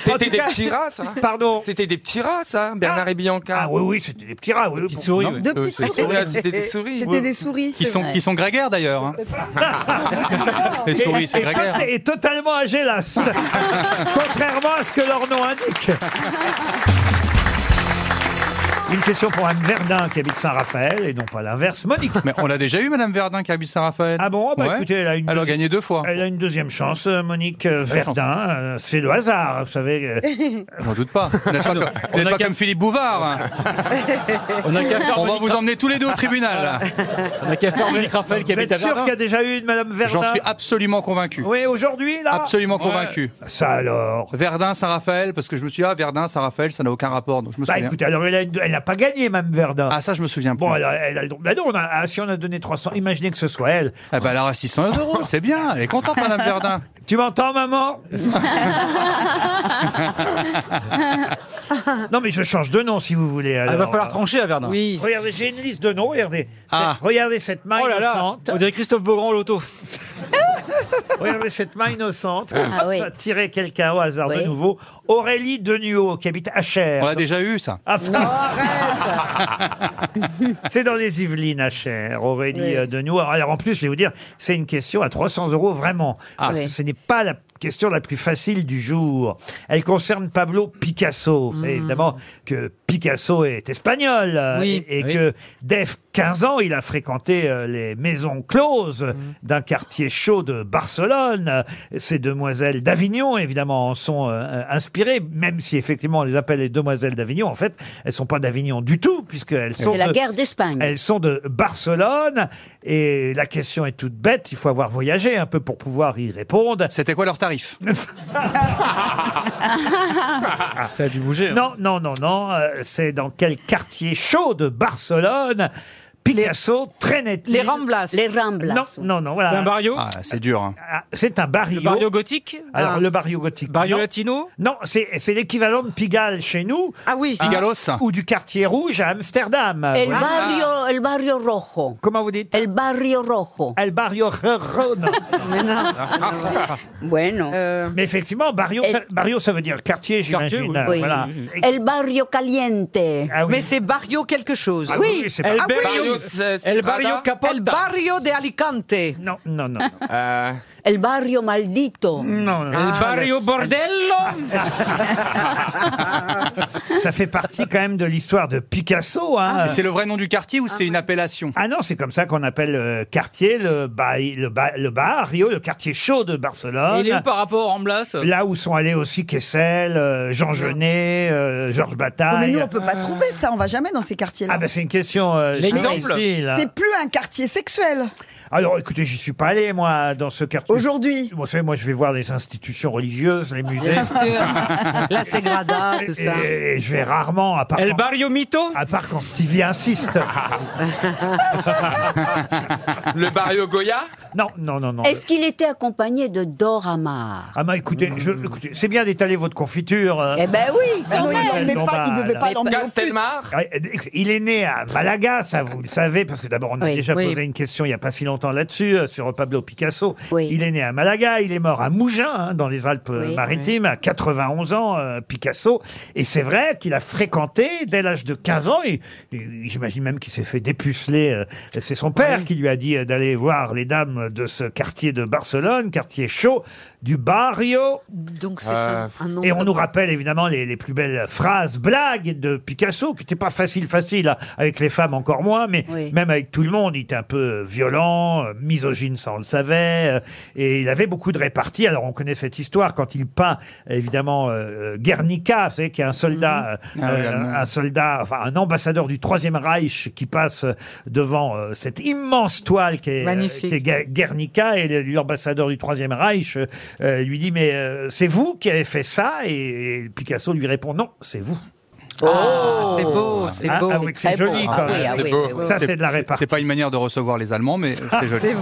G: C'était des
B: cas-
G: petits rats, ça.
B: Pardon.
G: C'était des petits rats, ça, Bernard et Bianca.
B: Ah oui, oui, c'était des petits rats. Oui,
G: petites
D: souris,
G: oui.
D: oui. Deux petites souris.
G: C'était des souris.
F: C'était des souris.
D: Qui
F: c'est
D: sont,
F: vrai.
D: qui sont grégaires d'ailleurs. hein.
E: Ah.
D: Les souris, c'est
B: Oh. et,
D: grégaire.
B: tot- et totalement agélas. Contrairement à ce que leur nom indique. Une question pour Anne Verdun qui habite Saint-Raphaël et non pas l'inverse. Monique.
D: Mais on l'a déjà eu, Madame Verdun, qui habite Saint-Raphaël.
B: Ah bon bah
D: Ouais.
B: écoutez, elle a une
D: Elle a
B: deuxi-
D: gagné deux fois.
B: Elle a une deuxième chance, euh, Monique euh, Verdun. Euh, C'est le hasard, vous savez. euh.
D: J'en doute pas. Vous n'êtes pas comme- vous n'êtes pas comme Philippe Bouvard. hein.
E: On n'a qu'à faire
D: On va
E: Monique-
D: vous emmener tous les deux au tribunal.
E: On n'a qu'à faire Monique Raphaël qui
B: Vous
E: habite à
B: êtes sûr
E: Verdun.
B: qu'il y a déjà eu une Madame Verdun
D: J'en suis absolument convaincu.
B: Oui, aujourd'hui, là
D: Absolument convaincu.
B: Ça alors
D: Verdun, Saint-Raphaël, parce que je me suis dit, ah, Verdun, Saint-Raphaël, ça n'a aucun rapport. Donc je me
B: Bah
D: souviens.
B: écoutez, alors elle a une- elle n'a pas gagné, Mme Verdun.
D: Ah, ça, je me souviens plus.
B: Bon, elle a, elle a le droit- bah non, on a- ah, si on a donné 300, imaginez que ce soit elle.
D: Eh ben, elle aura 600 euros, c'est bien. Elle est contente, Madame Verdun.
B: Tu m'entends, maman Non, mais je change de nom si vous voulez.
E: Ah, Il va
B: alors.
E: falloir trancher à Verdun.
C: Oui.
B: Regardez, j'ai une liste de noms, regardez.
D: Ah.
B: Regardez cette main
E: Oh là là,
B: innocente.
E: on dirait Christophe Beaugrand au loto.
B: Regardez cette main innocente.
H: Ah oui.
B: Tirer quelqu'un au hasard de
H: Oui.
B: nouveau. Aurélie Denuot, qui habite Achères.
D: On l'a déjà eu, ça.
B: Ah, c'est dans les Yvelines, Achères, Aurélie euh, Denuot. Alors en plus, je vais vous dire, c'est une question à 300 euros vraiment. Parce que
H: Ah. Oui.
B: ce n'est pas la question la plus facile du jour. Elle concerne Pablo Picasso. Vous
H: Mm.
B: savez évidemment que Picasso est espagnol euh,
C: Oui.
B: et, et
E: Oui.
B: que dès 15 ans, il a fréquenté euh, les maisons closes
H: Mm.
B: d'un quartier chaud de Barcelone. Ces demoiselles d'Avignon, évidemment, en sont euh, euh, inspirées, même si effectivement on les appelle les demoiselles d'Avignon. En fait, elles sont pas d'Avignon du tout, puisqu'elles sont
H: C'est la
B: de-
H: guerre d'Espagne.
B: elles sont de Barcelone et la question est toute bête, il faut avoir voyagé un peu pour pouvoir y répondre.
D: C'était quoi leur tarif
E: Ça a dû bouger.
B: Ah.
E: hein.
B: Non, non, non, non, euh, c'est dans quel quartier chaud de Barcelone Picasso traînait-il
C: Les Ramblas.
H: Les Ramblas.
B: Non, non, non, voilà.
E: C'est un barrio
D: Ah, c'est dur. hein.
B: Ah, C'est un barrio.
E: Le barrio gothique
B: Alors,
C: Ah.
B: le barrio gothique.
E: Barrio
B: non.
E: latino
B: Non, c'est c'est l'équivalent de Pigalle chez nous,
C: Ah oui.
D: Pigalos.
B: ou du quartier rouge à Amsterdam.
H: El
B: Voilà.
H: barrio, el barrio rojo.
B: Comment vous dites
H: El barrio rojo.
B: El barrio Rerron.
C: Mais non.
H: Bueno.
C: Euh,
B: Mais effectivement, barrio,
H: El-
B: ça- barrio, ça veut dire quartier,
E: Quartier,
B: j'imagine.
E: oui.
B: euh,
H: Oui.
B: Voilà.
H: El barrio caliente.
B: Ah oui.
C: Mais c'est Barrio quelque chose.
B: Ah
H: oui,
B: c'est
E: El
B: pas-
E: barrio,
G: Barrio C-
E: el
G: Strada.
E: barrio
C: El
E: capota.
C: Barrio de Alicante.
B: Non, non, non.
G: Euh,
H: El barrio maldito.
B: Non, non, non.
E: El barrio bordello. Ah,
B: Ça fait partie quand même de l'histoire de Picasso. Hein.
D: Ah, Mais C'est le vrai nom du quartier ou c'est une appellation
B: Ah non, c'est comme ça qu'on appelle le quartier, le, ba- le, ba- le barrio, le quartier chaud de Barcelone.
E: Et Il est où par rapport en Blas
B: Là où sont allés aussi Kessel, euh, Jean Genet, euh, Georges
F: Oh, mais
B: Bataille.
F: nous, on peut pas trouver ça. On va jamais dans ces quartiers-là.
B: ah ben c'est une question euh,
E: L'exemple
B: difficile, hein.
F: C'est plus un quartier sexuel
B: Alors écoutez, j'y suis pas allé moi dans ce quartier.
F: aujourd'hui.
B: Vous savez, moi je vais voir les institutions religieuses, les musées.
C: Bien sûr. La Segrada, tout ça.
B: et, et je vais rarement, à part,
E: El
B: quand,
E: barrio mito
B: à part quand Stevie insiste.
G: le Barrio Goya
B: non, non, non, non.
H: Est-ce qu'il était accompagné de Dora Maar
B: Ah ben écoutez, je- écoutez, c'est bien d'étaler votre confiture. euh.
H: Eh ben oui,
F: Ah
H: quand
F: non, il
H: même.
F: l'emmenait
B: Normal.
F: pas, il devait pas
H: Mais
F: l'emmener au pute.
G: Castelmar
B: Ah, Il est né à Malaga, ça vous le savez, parce que d'abord on a
H: Oui.
B: déjà
C: Oui.
B: posé une question il n'y a pas si longtemps là-dessus, euh, sur Pablo Picasso.
H: Oui.
B: Il est né à Malaga, il est mort à Mougins, hein, dans les Alpes-Maritimes, à 91 ans, euh, Picasso. Et c'est vrai qu'il a fréquenté dès l'âge de 15 ans, et, et j'imagine même qu'il s'est fait dépuceler. euh, C'est son père qui lui a dit euh, d'aller voir les dames de ce quartier de Barcelone, quartier chaud, du barrio
C: Donc c'est
G: Euh,
C: un, un nom.
B: et on
C: de-
B: nous rappelle évidemment les, les plus belles phrases, blagues de Picasso, qui n'était pas facile, facile, hein, avec les femmes encore moins, mais
H: Oui.
B: même avec tout le monde, il était un peu violent, euh, misogyne, ça on le savait, euh, et il avait beaucoup de réparties. Alors on connaît cette histoire quand il peint évidemment euh, Guernica, vous savez qu'il y a un soldat, euh,
D: Ah oui,
B: euh,
D: allemand.
B: un soldat, enfin un ambassadeur du Troisième Reich qui passe devant euh, cette immense toile qui est, euh,
C: Magnifique.
B: qui est Ga- Guernica et le- l'ambassadeur du Troisième Reich euh, euh, lui dit mais euh, c'est vous qui avez fait ça et, et Picasso lui répond non c'est vous.
N: Oh.
C: Ah, c'est beau, c'est
B: Ah,
C: beau.
B: ah oui, que c'est joli quand même. Ça, c'est de la répartie.
D: C'est pas une manière de recevoir les Allemands, mais c'est joli.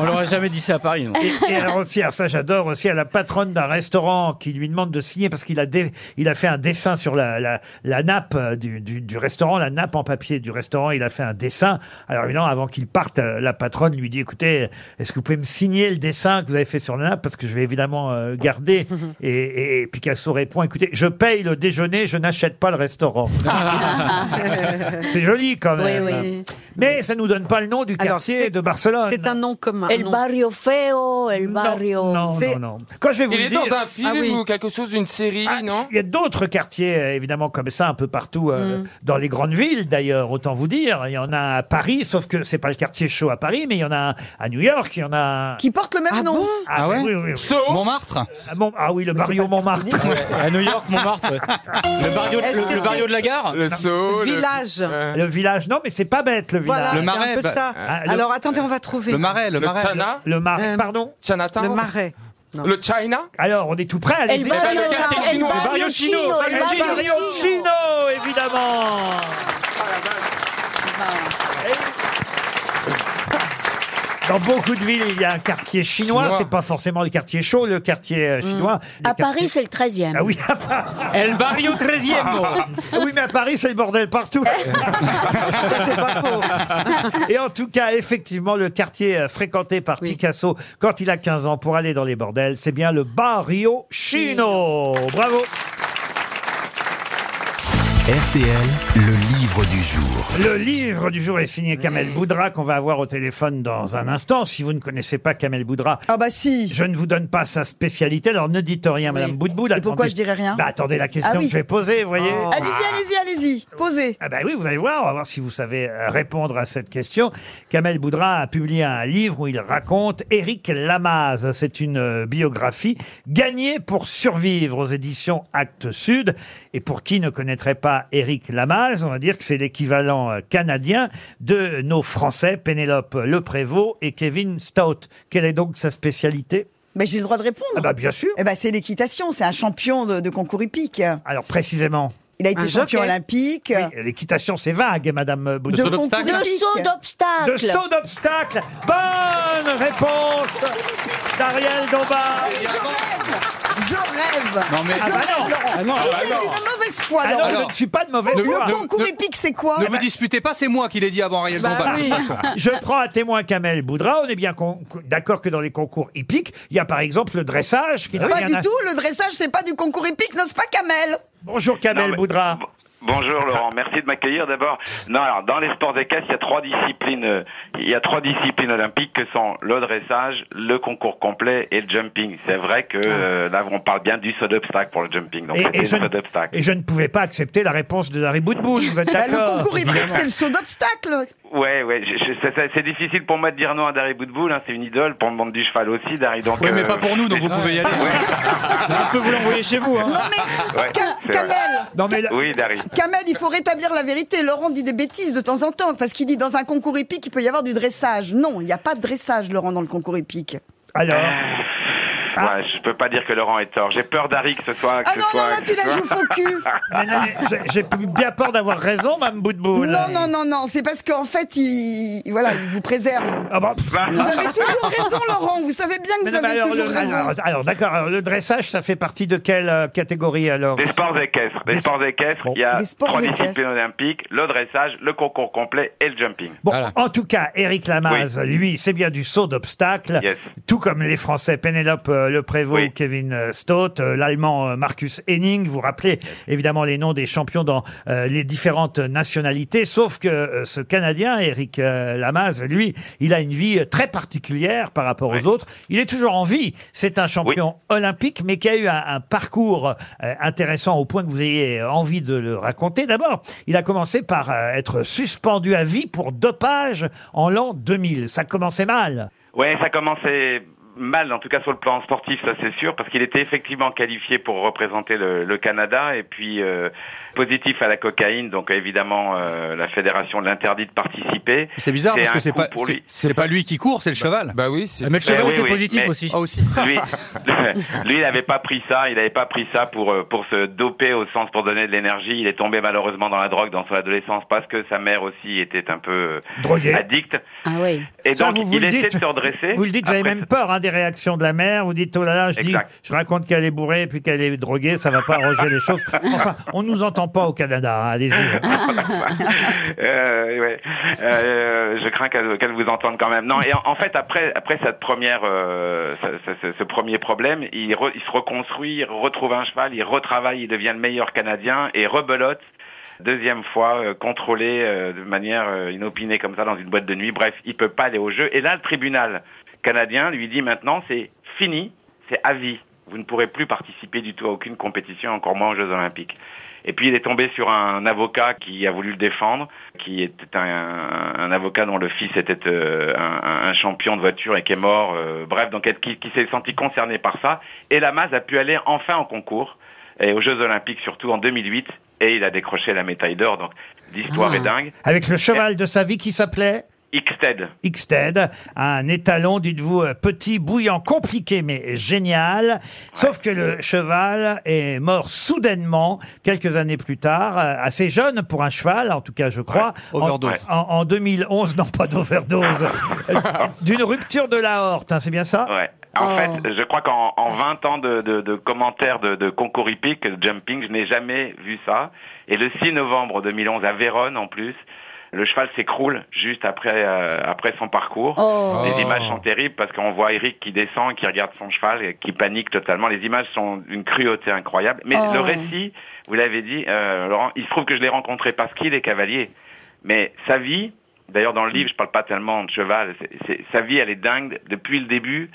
E: On l'aurait jamais dit ça à Paris, non
B: Et, et alors aussi, alors ça j'adore aussi, à la patronne d'un restaurant qui lui demande de signer parce qu'il a, dé- il a fait un dessin sur la, la, la nappe euh, du, du- du restaurant, la nappe en papier du restaurant, il a fait un dessin. Alors évidemment, avant qu'il parte, euh, la patronne lui dit, écoutez, est-ce que vous pouvez me signer le dessin que vous avez fait sur la nappe parce que je vais évidemment euh, garder. Et, et- et Picasso répond, écoutez, je paye le déjeuner, je n'achète pas le restaurant. C'est joli quand même.
H: Oui, oui.
B: Mais ça nous donne pas le nom du quartier de Barcelone.
C: C'est un nom commun.
H: El barrio feo, el barrio.
B: Non, non, non. Quand je vais vous
G: Il
B: le
G: est
B: dire- Ah
G: dans un film ou quelque chose, une série, non Mm.
B: Il y a d'autres quartiers, euh, évidemment, comme ça, un peu partout, euh, dans les grandes villes, d'ailleurs, autant vous dire. Il y en a à Paris, sauf que c'est pas le quartier chaud à Paris, mais il y en a un à New York, il y en a... un-
F: Qui porte le même nom
B: Ah, ouais
D: Montmartre
B: ah, bon, ah oui, le barrio Montmartre.
E: À New York, Montmartre. ouais. Le barrio,
B: Est-ce
E: le,
B: que
E: le barrio
B: c'est-
E: de la gare
G: Le Sceau, le-
C: Village.
B: Le village, non, mais c'est pas bête, le village.
C: Voilà, c'est un
E: bah,
C: peu ça. Alors attendez, on va trouver.
G: Chana
B: Ah, Le marais, pardon
G: Chinatown
C: Le marais. Non.
G: Le China
B: Alors, on est tout près, allez-y.
G: El Barrio- Le quartier El chinois. Barrio
B: Barrio
G: Chino,
B: Chino,
G: El
B: El
G: Barrio
B: Barrio Chino, évidemment Dans beaucoup de villes, il y a un quartier chinois.
H: Chinois.
B: C'est pas forcément le quartier chaud, le quartier euh, chinois.
H: À
B: Le quartier-
H: Paris, c'est le 13e.
B: Ah oui.
E: El barrio 13e.
B: Ah, oui, mais à Paris, c'est le bordel partout. Et en tout cas, effectivement, le quartier euh, fréquenté par Picasso quand il a 15 ans pour aller dans les bordels, c'est bien le Barrio Chino. Bravo.
A: RTL, le livre du jour.
B: Le livre du jour est signé Kamel Boudra, qu'on va avoir au téléphone dans un instant. Si vous ne connaissez pas Kamel Boudra,
F: ah bah si.
B: je ne vous donne pas sa spécialité. Alors ne dites rien, Madame Boudboud.
F: Et pourquoi
B: Attendez-
F: je dirais rien
B: Bah, Attendez la question
F: Ah oui. Oh.
B: que je vais poser, vous voyez.
F: Allez-y, allez-y, allez-y. Posez.
B: Ah bah oui, vous allez voir, on va voir si vous savez euh, répondre à cette question. Kamel Boudra a publié un livre où il raconte Éric Lamaze. C'est une euh, biographie gagnée pour survivre aux éditions Actes Sud. Et pour qui ne connaîtrait pas Éric Lamaze, on va dire que c'est l'équivalent euh, canadien de nos Français Pénélope Leprévost et Kevin Stout. Quelle est donc sa spécialité
F: Mais Ben, j'ai le droit de répondre.
B: Ah bah bien sûr.
F: Eh bah c'est l'équitation, c'est un champion de, de concours hippique.
B: Alors précisément.
F: Il a été champion olympique.
B: L'équitation, c'est vague, Madame
F: De
B: Boudra.
F: concours
H: De
F: hippique.
H: saut d'obstacle.
B: De saut d'obstacle. Bonne réponse d'Ariel Dombal.
F: Je rêve.
D: Non, mais-
B: Ah bah non.
D: Ah non,
F: Vous
D: ah
F: êtes
D: non.
F: d'une mauvaise foi,
B: Ah non,
F: Laurent.
B: je ne suis pas de mauvaise
D: Ne-
B: foi.
D: ne-
F: Le concours épique, c'est quoi
D: Ne vous disputez pas, c'est moi qui l'ai dit avant Ariel
F: Bah
D: Dombal. de toute
F: oui.
D: façon.
B: Je prends à témoin Kamel Boudra. On est bien con- d'accord que dans les concours hippiques, il y a par exemple le dressage qui n'a
F: Pas
B: rien
F: du
B: à-
F: tout, le dressage, c'est pas du concours épique, n'est-ce pas, Kamel
B: Bonjour Kamel
M: Non, mais-
B: Boudra.
M: Bonjour Laurent, merci de m'accueillir d'abord. Non, alors dans les sports équestres, il y a trois disciplines, euh, il y a trois disciplines olympiques que sont le dressage, le concours complet et le jumping. C'est vrai que euh, là on parle bien du saut d'obstacle pour le jumping, donc
B: Et-
M: c'était
B: et
M: le
B: je ne-
M: saut d'obstacle.
B: Et je ne pouvais pas accepter la réponse de Harry Boudboul. Vous êtes
F: Bah, Le
B: d'accord
F: concours épique, c'est le saut d'obstacle.
M: Ouais, ouais, je- je- c'est- c'est- c'est difficile pour moi de dire non à Dari Boudboul, hein, c'est une idole pour le monde du cheval aussi, Dari. Donc,
D: Oui, mais
M: euh,
D: pas pour nous, donc vous pouvez y aller.
E: On peut vous l'envoyer chez vous. Hein.
F: Non mais,
M: Ouais,
F: Ka-
M: c'est vrai.
F: Kamel,
B: Non mais là-
M: Oui, Dari.
F: Kamel, il faut rétablir la vérité. Laurent dit des bêtises de temps en temps, parce qu'il dit dans un concours épique, il peut y avoir du dressage. Non, il n'y a pas de dressage, Laurent, dans le concours épique.
B: alors.
M: Ah, Ouais, je peux pas dire que Laurent est tort. J'ai peur d'Ari que ce soit. Que
F: Ah
M: ce
F: non, non,
M: soit-
F: là,
M: que
F: tu
M: ce
F: la
M: soit-
F: joues faux cul.
B: mais non, mais j'ai- J'ai bien peur d'avoir raison, Mme Boudboul.
F: Non, non, non, non, c'est parce qu'en fait, il, voilà, il vous préserve.
B: Ah bon
F: Vous avez toujours raison, Laurent. Vous savez bien que
B: Mais
F: vous
B: non, mais
F: avez
B: alors,
F: toujours
B: le-
F: raison.
B: alors, alors, d'accord, alors, le dressage, ça fait partie de quelle euh, catégorie alors
M: Des sports équestres. Des sports équestres, il y a
F: Des sports
M: trois
F: équestres.
M: disciplines olympiques, le dressage, le concours complet et le jumping.
B: Bon, en tout cas, Éric Lamaze,
M: Oui.
B: lui, c'est bien du saut d'obstacle,
M: Yes.
B: tout comme les Français Pénélope euh, Leprévost,
M: Oui.
B: Kevin euh, Stott, euh, l'Allemand euh, Marcus Henning. Vous rappelez évidemment les noms des champions dans euh, les différentes nationalités, sauf que euh, ce Canadien, Éric euh, Lamaze, lui, il a une vie euh, très particulière par rapport aux autres. Il est toujours en vie. C'est un champion olympique, mais qui a eu un, un parcours euh, intéressant au point que vous ayez envie de le raconter. D'abord, il a commencé par euh, être suspendu à vie pour dopage en l'an 2000. Ça commençait mal.
M: Ouais, ça commençait
O: mal, en tout cas sur le plan sportif, ça c'est sûr, parce qu'il était effectivement qualifié pour représenter le, le Canada et puis euh, positif à la cocaïne, donc évidemment euh, la fédération l'interdit de participer.
D: C'est bizarre parce
O: un
D: que c'est
O: coup
D: pas
O: pour
D: c'est-
O: lui.
D: c'est pas lui qui court, c'est le cheval.
G: Bah
E: Ah,
G: oui, c'est.
D: Mais le cheval
O: Eh oui,
D: était
O: oui,
D: positif
O: mais-
D: aussi.
O: Lui, euh, lui, il n'avait pas pris ça. Il n'avait pas pris ça pour euh, pour se doper au sens pour donner de l'énergie. Il est tombé malheureusement dans la drogue dans son adolescence parce que sa mère aussi était un peu euh,
B: Droguée.
O: addicte.
H: Ah oui.
O: Et
B: Ça,
O: donc
B: vous- vous
O: il
B: le
O: essaie
B: dites.
O: de se redresser.
B: Vous le dites, vous avez
O: Après,
B: même peur hein, des réactions de la mère. Vous dites, oh là là, je, dis,
O: Exact.
B: je raconte qu'elle est bourrée et puis qu'elle est droguée, ça va pas arranger les choses. Enfin, on nous entend pas au Canada, hein, allez-y.
O: Ah, Euh, ouais. Euh, je crains qu'elle qu'elle vous entende quand même. Non, et en, en fait, après, après cette première, euh, ce, ce- ce- ce premier problème, il, re- il se reconstruit, il retrouve un cheval, il retravaille, il devient le meilleur Canadien et rebelote. Deuxième fois, euh, contrôlé euh, de manière euh, inopinée comme ça dans une boîte de nuit. Bref, il peut pas aller au jeu. Et là, le tribunal canadien lui dit maintenant, c'est fini, c'est à vie. Vous ne pourrez plus participer du tout à aucune compétition, encore moins aux Jeux Olympiques. Et puis il est tombé sur un avocat qui a voulu le défendre, qui était un, un avocat dont le fils était euh, un, un- un champion de voiture et qui est mort. euh, bref, donc elle- qui, qui s'est senti concerné par ça. Et Lamaze a pu aller enfin en concours et aux Jeux Olympiques surtout en 2008 et il a décroché la médaille d'or. Donc
B: Ah.
O: l'histoire est dingue.
B: Avec le cheval de sa vie qui s'appelait
O: Xted.
B: Ixted, un étalon, dites-vous, euh, petit, bouillant, compliqué, mais génial. Sauf que le cheval est mort soudainement, quelques années plus tard, euh, assez jeune pour un cheval, en tout cas, je crois.
D: Ouais,
B: En-
D: overdose.
B: En, en 2011, non pas d'overdose, euh, d'une rupture de l'aorte, hein, c'est bien ça
O: Ouais. En
H: Oh.
O: fait, je crois qu'en en 20 ans de, de- de commentaires de, de concours hippique, de jumping, je n'ai jamais vu ça. Et le 6 novembre 2011, à Vérone en plus, le cheval s'écroule juste après, euh, après son parcours.
H: Oh.
O: Les
H: Oh.
O: images sont terribles parce qu'on voit Eric qui descend, qui regarde son cheval, et qui panique totalement. Les images sont d'une cruauté incroyable. Mais
H: Oh.
O: le récit, vous l'avez dit, euh, Laurent, il se trouve que je l'ai rencontré parce qu'il est cavalier. Mais sa vie, d'ailleurs dans le livre, je parle pas tellement de cheval, c'est- c'est- sa vie, elle est dingue depuis le début.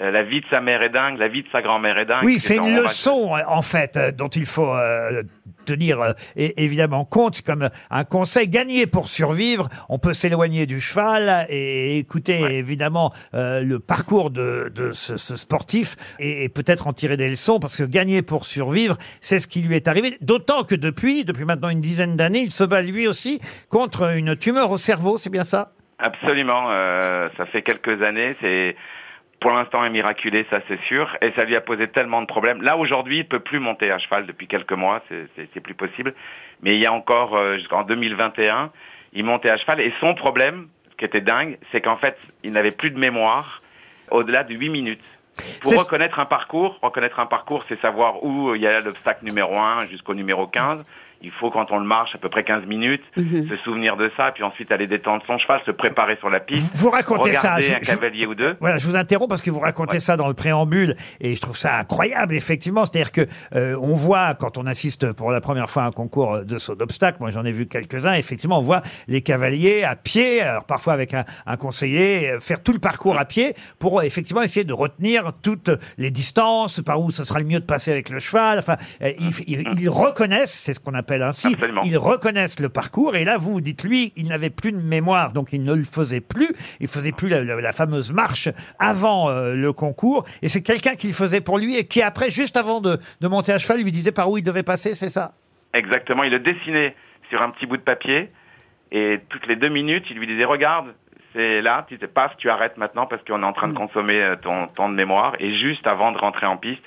O: Euh, la vie de sa mère est dingue, la vie de sa grand-mère est dingue.
B: Oui, c'est
O: Et donc,
B: une
O: on va-
B: leçon, euh, en fait, euh, dont il faut euh, tenir euh, é- évidemment compte. C'est comme euh, un conseil gagné pour survivre. On peut s'éloigner du cheval et écouter évidemment euh, le parcours de, de ce, ce sportif et, et peut-être en tirer des leçons parce que gagner pour survivre, c'est ce qui lui est arrivé. D'autant que depuis, depuis maintenant une dizaine d'années, il se bat lui aussi contre une tumeur au cerveau, c'est bien ça
O: Absolument, euh, ça fait quelques années, c'est pour l'instant est miraculé, ça c'est sûr, et ça lui a posé tellement de problèmes. Là aujourd'hui, il peut plus monter à cheval depuis quelques mois, c'est- c'est c'est plus possible, mais il y a encore euh, jusqu'en 2021, il montait à cheval, et son problème, ce qui était dingue, c'est qu'en fait, il n'avait plus de mémoire au-delà de 8 minutes. Pour
B: C'est-
O: reconnaître un parcours, reconnaître un parcours, c'est savoir où il y a l'obstacle numéro 1 jusqu'au numéro 15. Il faut, quand on le marche, à peu près 15 minutes,
B: Mhm.
O: se souvenir de ça, puis ensuite aller détendre son cheval, se préparer sur la piste.
B: Vous racontez ça,
O: regarder
B: je-
O: un
B: je-
O: cavalier ou deux.
B: Voilà, je vous interromps parce que vous racontez ça dans le préambule et je trouve ça incroyable effectivement. C'est-à-dire que euh, on voit quand on assiste pour la première fois à un concours de saut d'obstacle, moi j'en ai vu quelques-uns. Effectivement, on voit les cavaliers à pied, alors parfois avec un, un conseiller, euh, faire tout le parcours à pied pour euh, effectivement essayer de retenir toutes les distances, par où Ah, ce sera le mieux de passer avec le cheval. Enfin, euh, ils, ils- ils reconnaissent, c'est ce qu'on appelle ainsi, ils reconnaissent le parcours. Et là, vous vous dites lui, il n'avait plus de mémoire, donc il ne le faisait plus. Il faisait plus la, la- la fameuse marche avant euh, le concours. Et c'est quelqu'un qui le faisait pour lui et qui après, juste avant de, de monter à cheval, lui disait par où il devait passer, c'est ça
O: Exactement, il le dessinait sur un petit bout de papier, et toutes les deux minutes, il lui disait, regarde, c'est là, tu sais, paf, tu arrêtes maintenant parce qu'on est en
B: Mm.
O: train de consommer euh, ton temps de mémoire. Et juste avant de rentrer en piste,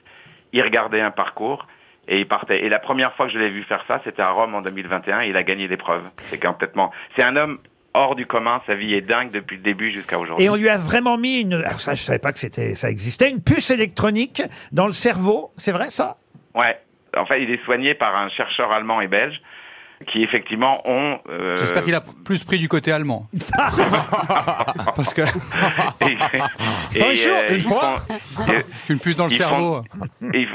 O: il regardait un parcours. Et il partait. Et la première fois que je l'ai vu faire ça, c'était à Rome en 2021. Et il a gagné l'épreuve. C'est complètement. C'est un homme hors du commun. Sa vie est dingue depuis le début jusqu'à aujourd'hui.
B: Et on lui a vraiment mis une. Alors ça, je savais pas que c'était ça existait. Une puce électronique dans le cerveau. C'est vrai ça
O: Ouais. En fait, il est soigné par un chercheur allemand et belge qui effectivement ont. euh,
D: J'espère qu'il a plus pris du côté allemand. Parce que
O: et- et,
D: Un jour,
O: euh,
D: une
O: ils
D: fois.
O: font-
D: Parce qu'une puce dans le
O: ils font-
D: cerveau.
O: ils,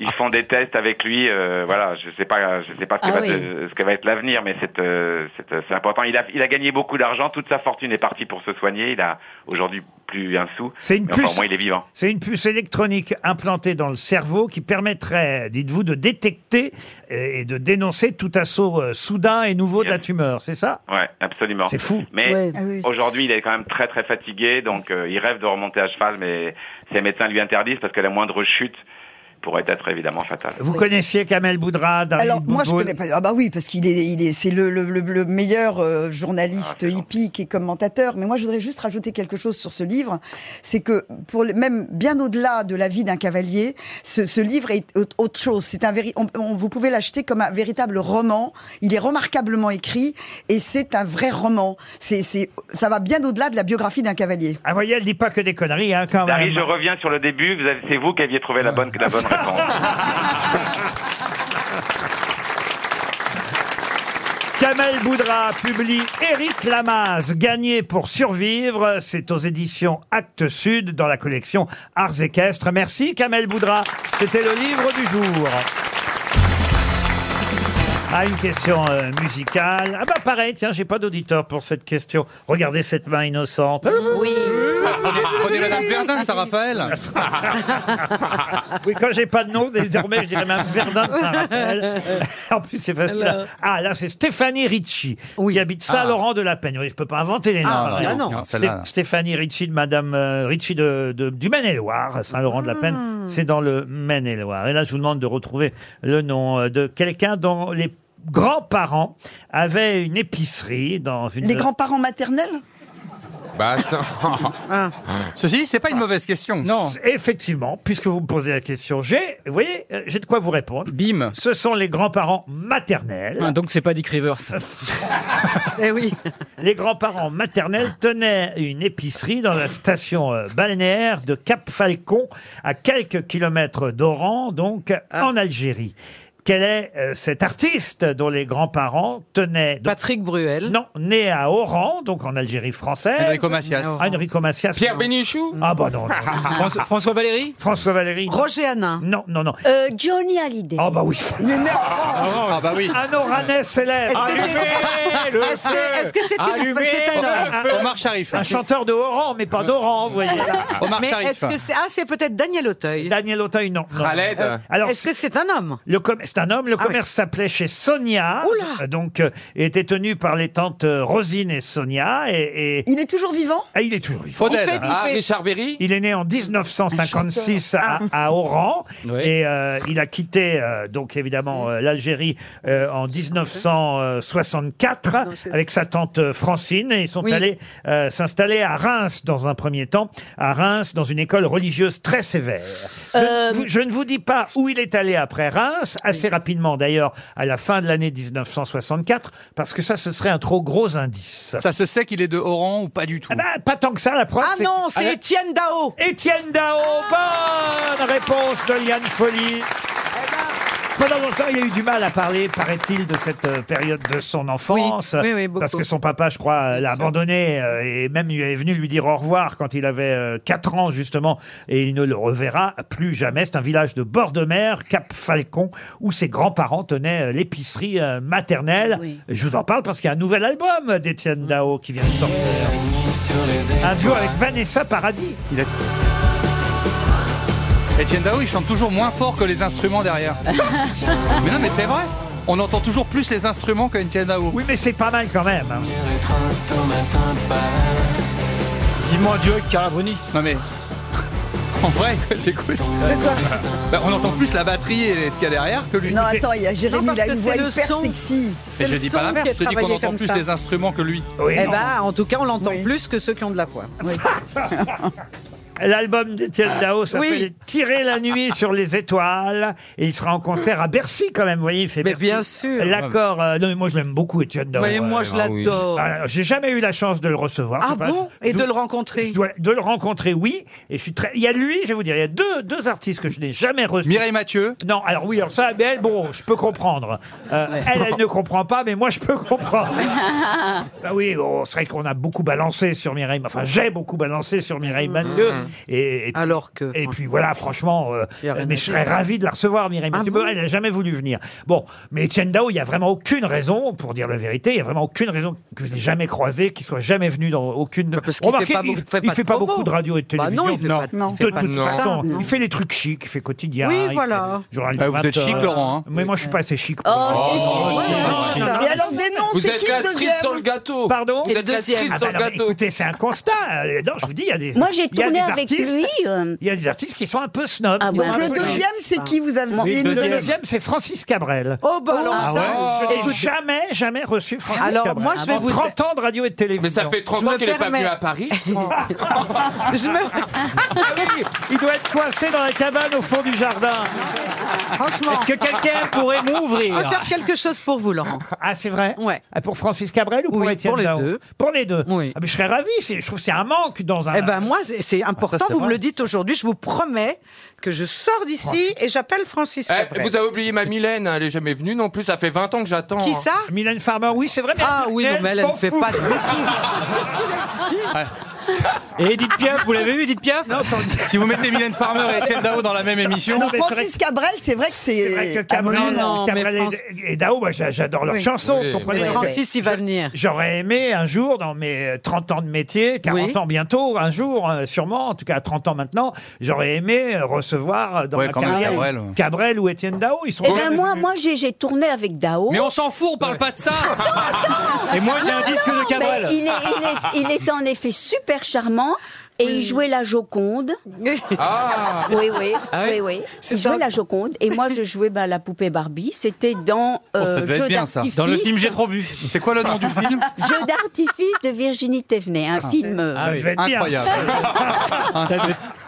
O: ils font des tests avec lui. euh, voilà, je sais pas, je sais pas ce que,
D: Ah
O: va,
D: oui.
O: de- ce que va être l'avenir, mais c'est euh, c'est euh, c'est important. Il a, il a gagné beaucoup d'argent, toute sa fortune est partie pour se soigner. Il a aujourd'hui plus un sou.
B: C'est une
O: mais
B: puce.
O: Enfin, au moins, il est vivant.
B: C'est une puce électronique implantée dans le cerveau qui permettrait, dites-vous, de détecter euh, et et de dénoncer tout assaut euh, soudain et nouveau de la tumeur, c'est ça
O: Ouais, absolument.
B: C'est fou.
O: Mais
B: Ouais. Ah oui.
O: aujourd'hui, il est quand même très très fatigué, donc euh, il rêve de remonter à cheval, mais ses médecins lui interdisent parce que la moindre chute pourrait être évidemment fatale.
B: Vous connaissiez Kamel Boudra, David
F: Alors moi je
B: Boutboul
F: connais pas. Ah bah oui parce qu'il est il est c'est le, le, le- le meilleur euh, journaliste hippique et commentateur. Mais moi je voudrais juste rajouter quelque chose sur ce livre, c'est que pour le- même bien au-delà de la vie d'un cavalier, ce, ce livre est au- autre chose. C'est un véri- on- on- vous pouvez l'acheter comme un véritable roman. Il est remarquablement écrit et c'est un vrai roman. C'est c'est ça va bien au-delà de la biographie d'un cavalier.
B: Ah voyez, elle dit pas que des conneries hein, quand
O: Dari,
B: même.
O: je reviens sur le début. Vous avez- C'est vous qui aviez trouvé la bonne, la bonne réponse.
B: Kamel Boudra publie Éric Lamaze, Gagner pour survivre. C'est aux éditions Actes Sud dans la collection Arts équestres. Merci Kamel Boudra. C'était le livre du jour. Ah, une question euh, musicale. Ah bah pareil, tiens, j'ai pas d'auditeur pour cette question. Regardez cette main innocente.
H: Oui.
D: Prenez Madame Verdun, Saint-Raphaël.
B: Oui, quand j'ai pas de nom, désormais, je dirais même Verdun de Saint-Raphaël. En plus, c'est facile.
N: Alors.
B: Ah, là, c'est Stéphanie Ricci, qui habite Saint-Laurent-de-la-Peine. Oui, je peux pas inventer les noms.
N: Ah,
B: Voyons.
N: ah non.
B: Sté- Stéphanie Ricci de Madame euh, Ricci de, de- du Maine-et-Loire, à Saint-Laurent-de-la-Peine.
N: Hmm.
B: C'est dans le Maine-et-Loire. Et là, je vous demande de retrouver le nom euh, de quelqu'un dont les grands-parents avaient une épicerie dans une...
F: Les grands-parents maternels
D: Bah, Ceci, c'est pas une mauvaise question. Non.
B: Ah. Effectivement, puisque vous me posez la question, j'ai, vous voyez, euh, j'ai de quoi vous répondre. Bim. Ce sont les grands-parents maternels.
E: Ah, donc c'est pas Dick Rivers.
B: eh oui. Les grands-parents maternels tenaient une épicerie dans la station euh, balnéaire de Cap Falcon, à quelques kilomètres d'Oran, donc en Algérie. Quel est euh, cet artiste dont les grands-parents tenaient Patrick Bruel. Non, né à Oran, donc en Algérie française.
D: Enrico Macias.
B: Ah, Enrico Macias.
D: Pierre
B: Bénichou. Ah bah non.
D: François-
B: Valéry. François Valéry. Roger Hanin. Non, non, non.
H: Euh, Johnny Hallyday.
B: Ah bah oui.
D: Ah bah oui.
B: Un Oranais célèbre.
D: Est-ce que c'est-
B: le
D: Est-ce que-
B: feu.
D: est-ce que c'est une-
B: Allumez
D: c'est un homme
B: un-
D: Omar Sharif.
B: Un chanteur de Oran, mais pas d'Oran, vous voyez.
C: Mais est-ce que c'est ah c'est peut-être Daniel Auteuil.
B: Daniel Auteuil non. non.
C: Khaled.
B: Alors,
C: est-ce que c'est un homme
B: Le com- c'est un homme. Le
C: Ah oui.
B: commerce s'appelait chez Sonia. Euh, Donc, euh, et était tenu par les tantes euh, Rosine et Sonia. Et, Ah,
F: Il est toujours vivant
B: Il est toujours vivant.
G: Faudel. Il fait- il Ah, fait- Richard Berry
B: Il est né en 1956
G: Un
B: à,
G: chanteur.
D: Ah.
B: à Oran. Et euh, il a quitté, euh, donc évidemment, euh, l'Algérie euh, en 1964 avec sa tante euh, Francine. Et ils sont
N: Oui.
B: allés euh, s'installer à Reims dans un premier temps. À Reims, dans une école religieuse très sévère. Je- vous- je ne vous dis pas où il est allé après Reims, assez rapidement d'ailleurs, à la fin de l'année 1964, parce que ça, ce serait un trop gros indice.
D: Ça se sait qu'il est de Oran ou pas du tout
B: Ah, pas tant que ça, la preuve.
D: Ah non, c'est
B: Étienne Dao. Étienne Dao, bonne réponse de Liane Folly. Pendant longtemps, il a eu du mal à parler, paraît-il, de cette euh, période de son enfance.
C: Oui, oui, beaucoup.
B: parce que son papa, je crois, euh, l'a abandonné euh, et même lui est venu lui dire au revoir quand il avait 4 ans, justement, et il ne le reverra plus jamais. C'est un village de bord de mer, Cap Falcon, où ses grands-parents tenaient euh, l'épicerie euh, maternelle. Je vous en parle parce qu'il y a un nouvel album d'Étienne Dao qui vient de sortir. Un duo avec Vanessa Paradis.
D: Il a... Etienne Dao, il chante toujours moins fort que les instruments derrière. mais non, mais c'est vrai. On entend toujours plus les instruments que Etienne Dao.
B: Oui, mais c'est pas mal quand même. hein.
D: Dis-moi Dieu avec Carla Bruni. Non mais. En vrai, t'écoutes. Bah, on entend plus la batterie et ce qu'il y a derrière que lui.
F: Non attends, il y a Jérémy,
C: parce
F: il a
C: que
F: une
C: c'est
F: voix
C: le
F: hyper
C: son.
F: sexy.
D: Mais je dis pas la merde, je te dis qu'on entend plus les instruments que lui.
C: eh
I: bah.
C: ben, en tout cas, on l'entend plus que ceux qui ont de la foi.
B: L'album d'Étienne Dao s'appelle
C: Ah, Oui.
B: Tirer la nuit sur les étoiles. Et il sera en concert à Bercy quand même, vous voyez, il fait
C: Mais
B: Bercy.
C: bien sûr.
B: L'accord. euh, non, mais moi je l'aime beaucoup, Étienne Dao.
C: Mais moi, je
B: Ah,
C: l'adore.
B: oui. Ah, J'ai jamais eu la chance de le recevoir.
C: Ah
B: Je sais pas.
C: bon Et de
B: Je-
C: le rencontrer
B: je dois- De le rencontrer, oui. Et je suis très. Il y a lui, je vais vous dire, il y a deux, deux artistes que je n'ai jamais reçus.
D: Mireille Mathieu.
B: Non, alors oui, alors ça, mais elle, bon, je peux comprendre. Euh, elle, elle ne comprend pas, mais moi je peux comprendre.
F: Mm.
B: Bah oui, bon, c'est vrai qu'on a beaucoup balancé sur Mireille. Enfin, j'ai beaucoup balancé sur Mireille Mathieu.
N: Mhm.
B: Et, Alors que. Et puis voilà, franchement, euh,
C: y a rien
B: mais
C: à
B: je serais
C: dire.
B: ravi de la recevoir, Mireille
C: Ah
B: Mathieu.
C: bon
B: Elle n'a jamais voulu venir. Bon, mais Etienne Dao, il n'y a vraiment aucune raison, pour dire la vérité, il n'y a vraiment aucune raison que je n'ai jamais croisé, qu'il soit jamais venu dans aucune. Parce
C: Bah, qu'il fait pas
B: il
C: beaucoup- fait
B: il
C: pas
B: fait
C: de
B: pas
C: promo.
B: beaucoup de radio et de
C: Bah non,
B: télévision.
C: il fait pas- non, il fait
B: De
C: pas
B: toute
C: de
B: façon,
C: promo.
B: il fait les trucs chics, il fait quotidien.
C: Oui,
B: il fait
C: voilà.
B: journal du
D: Ah, vous êtes
B: matin.
D: chic, Laurent, hein.
B: Mais moi, je suis pas assez chic.
F: Oh,
B: pour le moment.
F: si, si,
B: Oh,
F: voilà.
B: si, si.
F: Et alors des noms,
B: Vous
F: c'est
B: êtes
F: qui
B: la
F: le
B: cerise
F: deuxième
B: sur le
G: gâteau.
B: Pardon
G: Vous êtes la cerise
B: Ah
G: sur
B: bah
G: le
B: non, mais
G: gâteau.
B: Écoutez, c'est un constat. Euh, Non, je vous dis, il y a des.
H: Moi, j'ai
B: il y a
H: tourné
B: des
H: avec
B: artistes-
H: lui. euh.
B: Il y a des artistes qui sont un peu snobs.
H: Ah
B: qui
H: ouais.
B: ont un
H: Donc le
B: peu-
H: deuxième,
F: c'est qui vous avez
B: Oui,
F: Et
B: le
F: nous donnez-
B: deuxième, c'est Francis Cabrel.
F: Oh, bah alors
B: Ah
F: ça,
B: ouais.
F: écoute-
B: Et jamais, jamais reçu Francis
F: Alors,
B: Cabrel.
F: moi, je vais
B: En
F: vous-
B: 30 ans de radio et de télévision.
G: Mais ça fait 30 ans qu'il n'est pas venu à Paris.
B: Je me- Ah oui, il doit être coincé dans la cabane au fond du
F: Ah,
B: jardin.
C: Franchement.
B: Est-ce que quelqu'un pourrait m'ouvrir
C: Je peux faire quelque chose pour vous, Laurent.
B: Ah, c'est vrai
C: Ouais.
B: Pour Francis Cabrel ou pour Étienne
C: pour les
B: Dao
C: deux.
B: Pour les deux Oui. mais je serais ravi, c'est- je trouve que c'est un manque dans un... Ah,
C: Eh ben moi, c'est- c'est important,
B: c'est
C: vous me
B: vrai.
C: le dites aujourd'hui, je vous promets que je sors d'ici et j'appelle Francis.
G: Eh,
C: Cabrel.
G: vous avez oublié ma Mylène, hein, elle est jamais venue non plus, ça fait 20 ans que j'attends.
C: Qui
G: hein.
C: ça
B: Mylène Farmer, oui, c'est vrai.
C: Ah oui, non, mais elle, elle ne fait pas
E: Et Edith Piaf, vous l'avez vu, Edith Piaf
D: Si vous mettez Mylène Farmer et Etienne Dao dans la même émission,
F: Non, Francis Cabrel, c'est vrai que
B: C'est vrai que
F: c'est.
B: Cabrel,
F: Ah, non, non, mais
B: Cabrel et-
F: Francis-
B: et, bah. Dao, moi, j'a- j'adore leurs
F: Oui.
B: chansons.
F: Oui.
B: comprenez
F: Mais
B: Je-
F: Francis,
C: il va venir.
B: J'aurais aimé un jour, dans mes euh, 30 ans de métier, 40
C: Oui.
B: ans bientôt, un jour, euh, sûrement, en tout cas à 30 ans maintenant, j'aurais aimé euh, recevoir euh, dans
D: Ouais,
B: ma
D: quand même,
B: carrière
D: Cabrel,
B: Cabrel,
D: ouais.
B: ou Étienne Dao. Ils sont
H: Eh
B: jamais
H: bien, moi,
B: venus.
H: moi j'ai j'ai tourné avec Dao.
D: Mais on s'en fout, on parle pas de ça.
E: Et moi, j'ai un disque de Cabrel.
H: Mais il, est, il, est, il est en effet super charmant et il jouait la Joconde.
G: Ah.
H: Oui, oui,
G: Ah
H: oui,
G: oui
H: oui. Il jouait la Joconde et moi je jouais bah, la poupée Barbie. C'était dans
D: Oh, ça
H: euh,
D: devait
H: Jeu
D: être bien ça.
H: d'artifice-
D: J'ai trop bu. C'est quoi le nom du film
H: Jeu d'artifice de Virginie Thévenet, un film. euh,
D: Ah oui, Incroyable.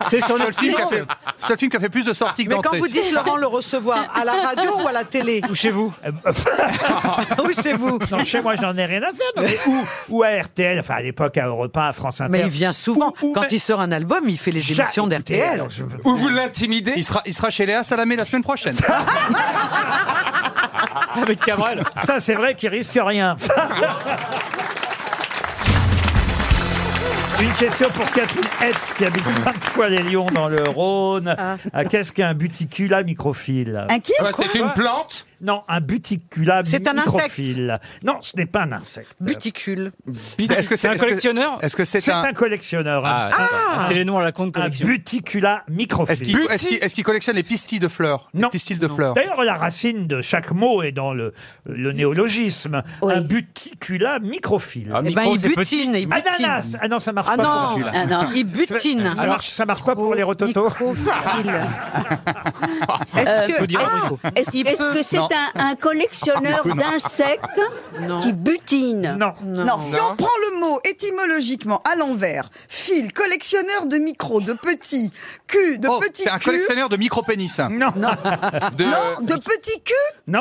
E: C'est sur
D: le film qui a
E: Netflix.
D: fait, c'est le film qui a fait plus de sorties que
C: Mais quand
D: d'entrées.
C: vous dites Laurent le recevoir, à la radio ou à la télé
E: Ou chez vous
C: Ou chez vous
B: Non, chez moi, j'en ai rien à faire. non, mais où- ou, à RTL, enfin à l'époque à Europe 1, à France Inter.
C: Mais il vient souvent. Quand il sort un album, il fait les
B: Ja-
C: émissions
B: écoutez,
C: d'RTL.
B: alors, je-
G: Ou vous l'intimidez
D: Il sera, il sera chez Léa Salamé la semaine prochaine.
E: Avec Cabrel.
B: Ça, c'est vrai qu'il risque rien. Une question pour Catherine Hetz qui habite cinq fois les lions dans le Rhône. Ah, Qu'est-ce qu'un buticula microphile
F: Un qui
G: Ah, C'est une plante
B: Non, un buticula
C: C'est un
B: microphile. Non, ce n'est pas un insecte.
C: Buticule.
D: Est-ce que
E: C'est un
D: est-ce que-
E: collectionneur
D: Est-ce que c'est
B: C'est
D: un,
B: un collectionneur.
E: Ah,
B: hein.
E: d'accord. C'est les noms à la compte
B: un
E: collection.
B: buticula
D: est-ce qu'il
B: microphile.
D: est-ce qu'il- est-ce qu'il collectionne les pistilles de fleurs Les
B: Non.
D: pistilles de fleurs.
B: D'ailleurs, la racine de chaque mot est dans le, le néologisme.
H: Oui.
B: Un buticula microphile.
E: Ah,
C: Eh ben,
E: micro,
C: il
E: c'est petit.
C: butine, il butine.
B: Ananas Ah non, ça marche
C: Ah
B: pas.
C: non.
B: pour-
H: Ah non.
C: Il butine.
B: Ça marche, ça marche pas pour les rototos
F: Microphile.
C: Est-ce
E: Faut
C: que...
E: dire micro.
H: Euh, ah, Est-ce
C: Il
H: est-ce
C: peut-
H: que c'est
D: non.
H: un, un collectionneur d'insectes
C: Non.
H: qui butine
B: Non.
F: Non, si on prend le mot étymologiquement à l'envers, fil, collectionneur de micros, de petits, cul, de
D: Oh,
F: petits
D: c'est un
F: cul.
D: collectionneur de micro-pénis.
B: Non. Non,
G: de...
F: Non, de petits cul.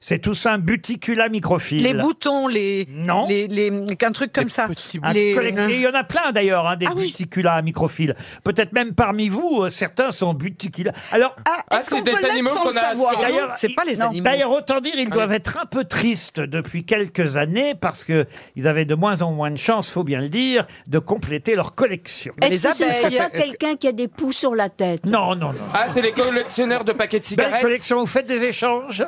B: c'est tout ça un buticula microphile.
C: Les boutons, les...
B: Non.
C: Les, les- Un truc comme ça.
B: Un collect- Et il y en a plein d'ailleurs, hein, des
C: Ah oui.
B: buticula microphiles. Peut-être même parmi vous, euh, certains sont buticula. Alors,
F: Ah,
G: Ah,
F: est-ce
G: c'est
F: qu'on
G: des
F: peut l'être
G: animaux
F: sans
G: qu'on
F: le
G: a
F: savoir
G: assurés.
B: D'ailleurs,
C: C'est pas les
F: Non.
C: animaux.
B: D'ailleurs, autant dire, ils doivent être un peu tristes depuis quelques années parce que ils avaient de moins en moins de chances, faut bien le dire, de compléter leur collection.
C: Les
H: Est-ce que ce ne
C: abeilles.
H: serait pas
C: Est-ce que-
H: quelqu'un qui a des poux sur la tête
B: Non, non, non.
G: Ah, c'est les collectionneurs de paquets de
B: Belle
G: cigarettes
B: collection, vous faites des échanges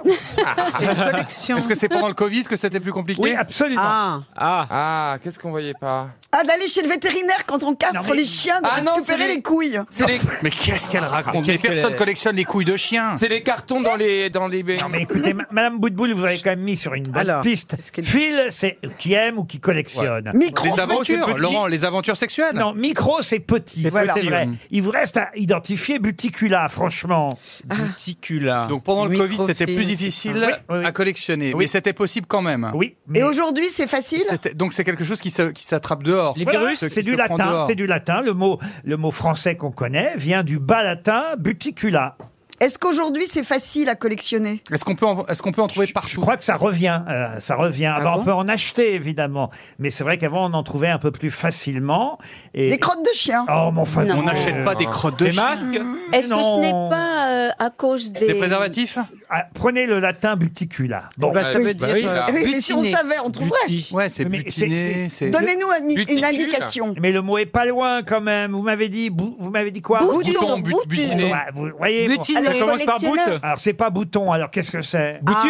C: C'est une collection.
D: Est-ce que c'est pendant le Covid que c'était plus compliqué
B: Oui, absolument.
C: Ah,
E: Ah,
G: Ah, qu'est-ce qu'on voyait pas
F: Ah, d'aller chez le vétérinaire quand on castre
B: Non, mais-
F: les chiens, de
G: Ah non,
F: récupérer
G: c'est les-
F: les couilles.
G: C'est les,
D: Mais qu'est-ce qu'elle raconte Les
E: Qu'est-ce qu'elle
D: personnes
E: est-
D: collectionnent les couilles de chien.
G: c'est les cartons dans les... Dans les...
B: Non mais écoutez, ma- Madame Boutboul, vous avez quand même mis sur une bonne
C: Alors,
B: piste.
C: est-ce qu'elle-
B: Phil, c'est qui aime ou qui collectionne.
F: Micro,
D: Les aventures,
F: voiture.
D: Laurent, les aventures sexuelles.
B: Non, micro, c'est petit. C'est
F: Voilà.
B: c'est
F: petit, Mm.
B: vrai.
D: oui.
B: Il vous reste à identifier Buticula, franchement.
F: Ah.
E: buticula.
D: Donc pendant le Covid, c'était plus
C: Microfilm,
D: difficile
B: c'est ça. Oui, oui, oui.
D: à collectionner. Mais c'était possible quand même.
B: Oui. Mais
F: Et aujourd'hui, c'est facile
D: C'était- Donc c'est quelque chose qui se- qui s'attrape dehors.
E: Les
B: Voilà,
E: virus,
D: Ce qui
B: c'est du
D: se prend
B: latin.
D: dehors.
B: C'est du latin. Le mot, le mot français qu'on connaît vient du bas latin Buticula.
F: Est-ce qu'aujourd'hui, c'est facile à collectionner
D: Est-ce qu'on peut, en- est-ce qu'on peut en trouver partout
B: Je crois que ça revient. euh, ça revient. Ah bah, on peut en acheter évidemment, mais c'est vrai qu'avant on en trouvait un peu plus facilement. Et...
F: Des crottes de chiens.
B: Oh mon fan.
H: Non.
D: On n'achète pas des crottes de
E: Des
D: chien.
E: masques
H: Est-ce que ce
B: Non.
H: n'est pas
P: euh, à cause des...
B: Ah, Prenez le latin buticula.
P: Bah, ça veut dire, euh,
F: Oui, mais si on butiner. savait, on trouverait.
D: Ouais, c'est butiner. c'est-
F: Donnez-nous un- une Buticula. indication.
B: Mais le mot est pas loin quand même. Vous m'avez dit, bou- vous m'avez dit quoi
F: Bouton, Bouton, but- bouton. butiner.
B: Ouais, vous voyez,
F: Butiner. Ça commence par bout
B: Alors c'est pas bouton. Alors qu'est-ce que
G: Ah.
B: c'est
F: Ah.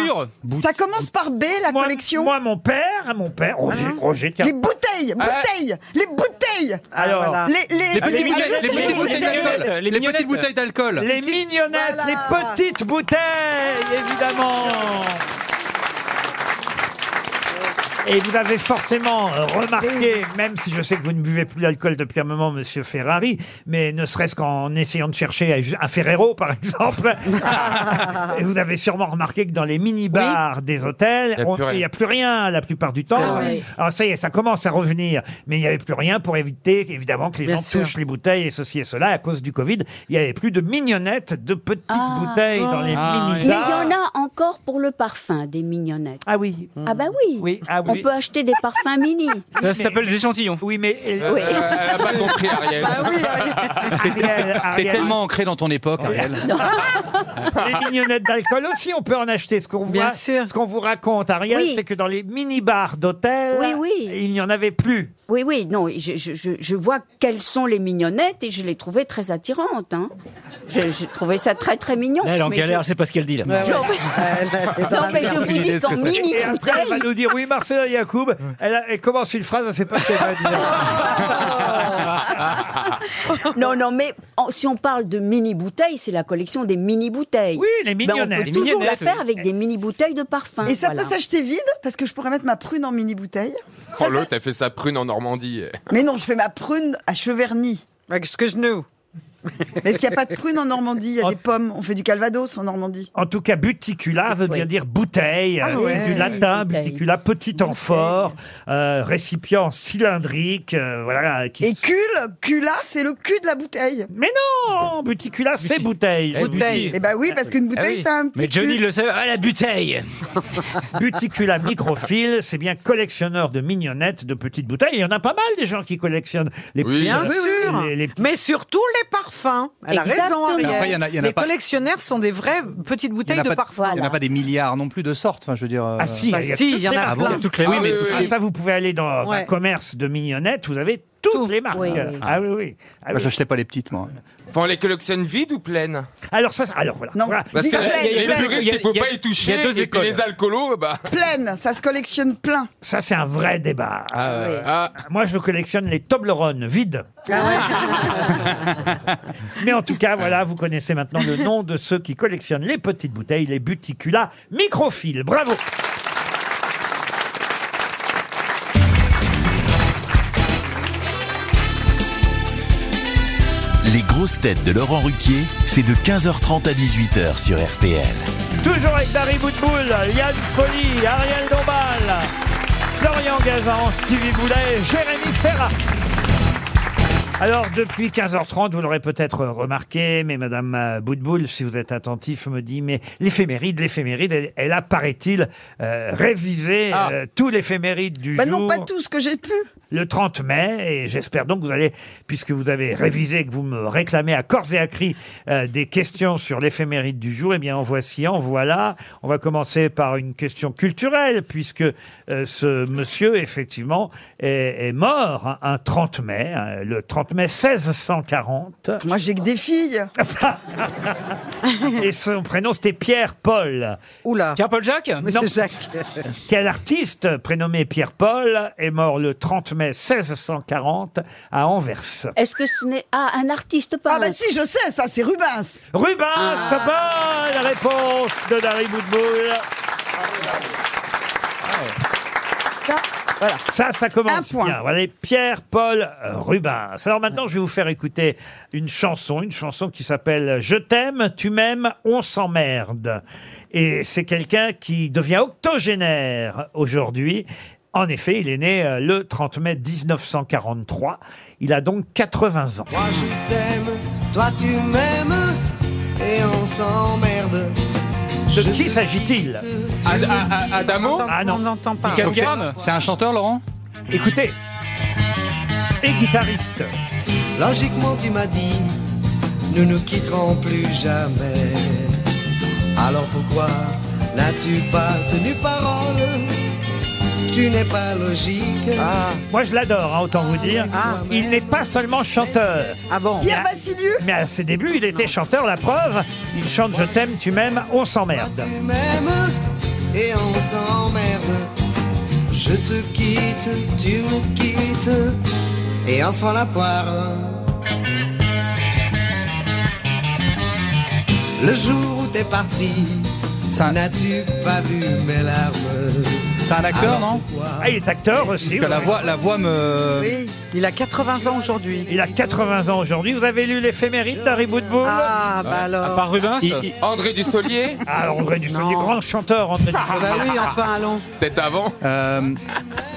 F: Ça commence par B, la collection.
B: Moi, mon père, hein, mon père, Roger, Roger, tiens.
F: Les bouteilles,
G: Ah.
F: bouteilles, les bouteilles.
D: Ah,
B: Alors,
F: Voilà. les, les,
B: Les petites bouteilles,
F: les-
B: les petites bouteilles d'alcool. Les petites bouteilles d'alcool. Les mignonnettes, les petites bouteilles, évidemment. Et vous avez forcément remarqué, même si je sais que vous ne buvez plus d'alcool depuis un moment, Monsieur Ferrari, mais ne serait-ce qu'en essayant de chercher un Ferrero, par exemple, et vous avez sûrement remarqué que dans les mini-bars des hôtels,
G: Il y a
B: on-
G: plus rien.
B: il n'y a plus rien la plupart du temps.
G: Ah oui.
B: Alors ça y est, ça commence à revenir, mais il n'y avait plus rien pour éviter, évidemment, que les
G: Bien
B: gens
G: sûr.
B: touchent les bouteilles et ceci et cela. À cause du Covid, il n'y avait plus de mignonnettes, de petites bouteilles dans les
H: Ah. Mais il y
B: mini-bars.
H: en a encore pour le parfum des mignonnettes.
B: Ah oui.
H: Ah bah oui.
B: oui.
H: On peut acheter des parfums mini.
E: Ça s'appelle des échantillons.
B: Oui, mais. euh,
H: Oui.
G: Elle a pas compris, Ariel.
N: Bah
D: T'es
B: Ariel.
D: tellement ancré dans ton époque, Ariel.
B: euh, les mignonnettes d'alcool aussi, on peut en acheter. Ce qu'on
D: Bien
B: voit, ce qu'on vous raconte, Ariel,
H: Oui.
B: c'est que dans les mini-bars d'hôtels,
H: Oui, oui.
B: il n'y en avait plus.
H: Oui, oui, non, je, je- je- je vois quelles sont les mignonnettes et je les trouvais très attirantes. hein. Je- J'ai trouvé ça très, très mignon.
E: Là, Eh, elle est en
H: Mais
E: galère,
H: je- Bah
E: elle sait pas ce qu'elle dit là.
H: Genre- Non, mais je vous dis qu'en mini
B: Et après, elle va
H: bouteille.
B: nous dire oui, Marcela Yacoub. Elle, a- elle commence une phrase, elle sait pas ce qu'elle va Ah dire.
H: Non, non, mais en- si on parle de mini bouteilles, c'est la collection des mini bouteilles.
B: Oui, les
H: on
B: mignonnettes.
H: peut
B: Les
H: toujours la
B: mignonnettes,
H: faire
B: oui.
H: avec des mini bouteilles de parfum.
F: Et ça
H: voilà.
F: peut s'acheter vide parce que je pourrais mettre ma prune en mini bouteille.
G: Oh, l'autre, t'as fait sa prune en Normandie.
F: Mais non, je fais ma prune à Cheverny.
C: Excuse-nous.
F: Mais est-ce qu'il n'y a pas de prune en Normandie Il y a des pommes. On fait du calvados en Normandie.
B: En tout cas, buticula veut bien dire bouteille,
F: Ah
B: euh,
F: ouais.
B: du latin, buticula, petit amphore, euh, récipient cylindrique, euh, voilà. Qui...
F: Et cul, cula, c'est le cul de la bouteille.
B: Mais non, buticula, c'est bouteille.
F: Bouteille. Eh ben oui, parce qu'une bouteille, c'est un petit.
E: Mais Johnny
F: cul.
E: le savait. Ah, la bouteille
B: Buticula microphile, c'est bien collectionneur de mignonnettes, de petites bouteilles. Il y en a pas mal des gens qui collectionnent les petites-
C: Bien
B: les-
C: sûr.
B: les- les petites-
C: Mais surtout les parfums. Elle a raison,
B: Exactement.
C: Ariel.
D: Après, il y en a- il y en a
C: les
D: pas-
C: collectionneurs sont des vraies petites
D: Il n'y
C: bouteilles
D: en, a
C: de
D: pas-
C: parfums.
D: il y en a pas des milliards non plus de sortes. Enfin, je veux dire. euh,
B: Ah si,
C: Bah si, il y en a
B: toutes les
C: plein.
B: marques.
C: Toutes les- Ah
B: oui, mais
C: oui, oui,
B: ah,
C: oui.
B: ça vous pouvez aller dans un
C: Ouais.
B: commerce de mignonnettes, vous avez toutes les marques.
H: Oui, oui.
B: Ah oui, oui. Ah,
D: bah,
B: oui.
D: J'achetais pas les petites, moi.
G: Enfin, on les collectionne vides ou pleines
B: Alors ça, ça- alors voilà. Voilà.
G: Parce que
F: Vide, pleine,
G: les
F: pleine.
G: puristes,
F: Il y a-
G: il faut
F: il y a-
G: pas y toucher.
B: il y a deux
G: et puis
B: écoles.
G: les alcoolos, bah.
F: Pleine, ça se collectionne plein.
B: Ça, c'est un vrai débat.
F: ouais. Ah Oui.
B: Moi, je collectionne les Toblerone vides.
F: Ah
B: Mais en tout cas, voilà, vous connaissez maintenant le nom de ceux qui collectionnent les petites bouteilles, les buticula microphiles. Bravo
A: Les grosses têtes de Laurent Ruquier, c'est de 15h30 à 18h sur RTL.
B: Toujours avec Barry Boutboul, Yann Folly, Ariel Dombal, Florian Gazan, Stevie Boulet, Jérémy Ferrat. Alors, depuis 15h30, vous l'aurez peut-être remarqué, mais Madame euh, Boutboul, si vous êtes attentif, me dit, mais l'éphéméride, l'éphéméride, elle, elle a, paraît-il, euh, révisé euh, tout l'éphéméride du
F: Bah
B: jour
F: non, pas tout ce que j'ai pu.
B: le 30 mai, et j'espère donc que vous allez, puisque vous avez révisé, que vous me réclamez à corps et à cri euh, des questions sur l'éphéméride du jour, eh bien en voici, en voilà. On va commencer par une question culturelle, puisque euh, ce monsieur, effectivement, est, est mort hein, un 30 mai, hein, le 30 mai 1640.
F: Moi, j'ai que des filles.
B: et son prénom, c'était Pierre-Paul.
C: Oula.
E: Pierre-Paul Jacques
B: Non.
C: Monsieur Jacques.
B: Quel artiste prénommé Pierre-Paul est mort le 30 mai 1640 à Anvers
H: Est-ce que ce n'est ah, un artiste pas
F: Ah bah si, je sais, ça, c'est Rubens.
B: Rubens,
F: Ah.
B: bonne réponse de Dari Boudboul.
F: Ça, voilà.
B: Ça, ça commence bien. Voilà, Pierre-Paul Rubens. Alors maintenant, je vais vous faire écouter une chanson, une chanson qui s'appelle Je t'aime, tu m'aimes, on s'emmerde. Et c'est quelqu'un qui devient octogénaire aujourd'hui. En effet, il est né euh, le 30 mai 1943. Il a donc 80 ans.
N: Moi je t'aime, toi tu m'aimes, et on s'emmerde.
B: De qui s'agit-il
D: Ah,
G: Ad- a- a- Adamo
B: Ah non.
C: On n'entend pas.
B: Donc c'est-
D: C'est un chanteur, Laurent
B: ah. Écoutez. Et guitariste.
N: Logiquement tu m'as dit, nous nous quitterons plus jamais.
Q: Alors pourquoi n'as-tu pas tenu parole Tu n'es pas logique.
B: Moi, je l'adore, hein, autant vous dire. Il n'est pas seulement chanteur. Ah bon
F: Il y a Vassilieu
B: Mais à ses débuts, il était chanteur, la preuve. Il chante Je t'aime, tu m'aimes, on s'emmerde.
Q: Tu m'aimes et on s'emmerde. Je te quitte, tu me quittes et on se fend la poire. Le jour où t'es parti, n'as-tu pas vu mes larmes
D: C'est un acteur, non
B: Ah, il est acteur aussi.
D: Parce que la voix, la voix me.
B: Il a 80 ans aujourd'hui. Il a 80 ans aujourd'hui. Vous avez lu l'éphémérite d'Harry Bootbull
C: Ah, bah alors. À part Rubens
G: Il- il- André Dussolier
B: Ah, André Dussolier, grand chanteur, André Dussolier.
G: bah oui, enfin,
C: allons.
G: Peut-être avant.
D: Euh,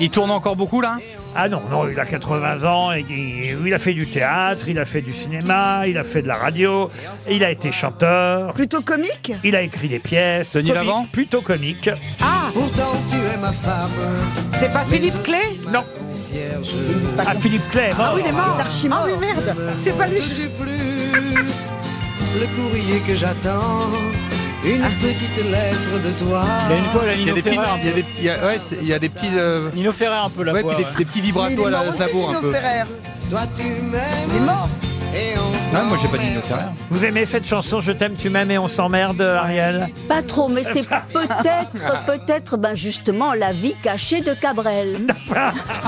D: il tourne encore beaucoup, là
B: Ah non, non, il a 80 ans, et il, il a fait du théâtre, il a fait du cinéma, il a fait de la radio, et il a été chanteur.
F: Plutôt comique
B: Il a écrit des pièces.
D: Denis
B: comiques,
D: Lavant
B: Plutôt comique.
F: Ah
Q: Pourtant tu es ma femme.
F: C'est pas
B: Philippe
F: Clé
B: Non. Ah, Philippe Clay est mort.
F: Ah oui, il est mort. Ah oui, merde. C'est pas lui.
Q: Le courrier que j'attends,
F: Ah.
Q: une petite lettre de toi.
D: Il y a des petits, il y a des, il y a- ouais, c'est- il y a des petits. euh,
E: un peu la
D: ouais,
E: voix,
D: puis des,
E: ouais.
D: des petits vibratos à la Aznavour, un peu.
Q: Toi tu m'aimes. Il est mort. Et on
C: Ah,
D: Non, Ah, moi j'ai pas dit Nino Ferrer.
B: Vous aimez cette chanson Je t'aime, tu m'aimes et on s'emmerde, Ariel
H: Pas trop, mais c'est peut-être, peut-être, ben justement, la vie cachée de Cabrel.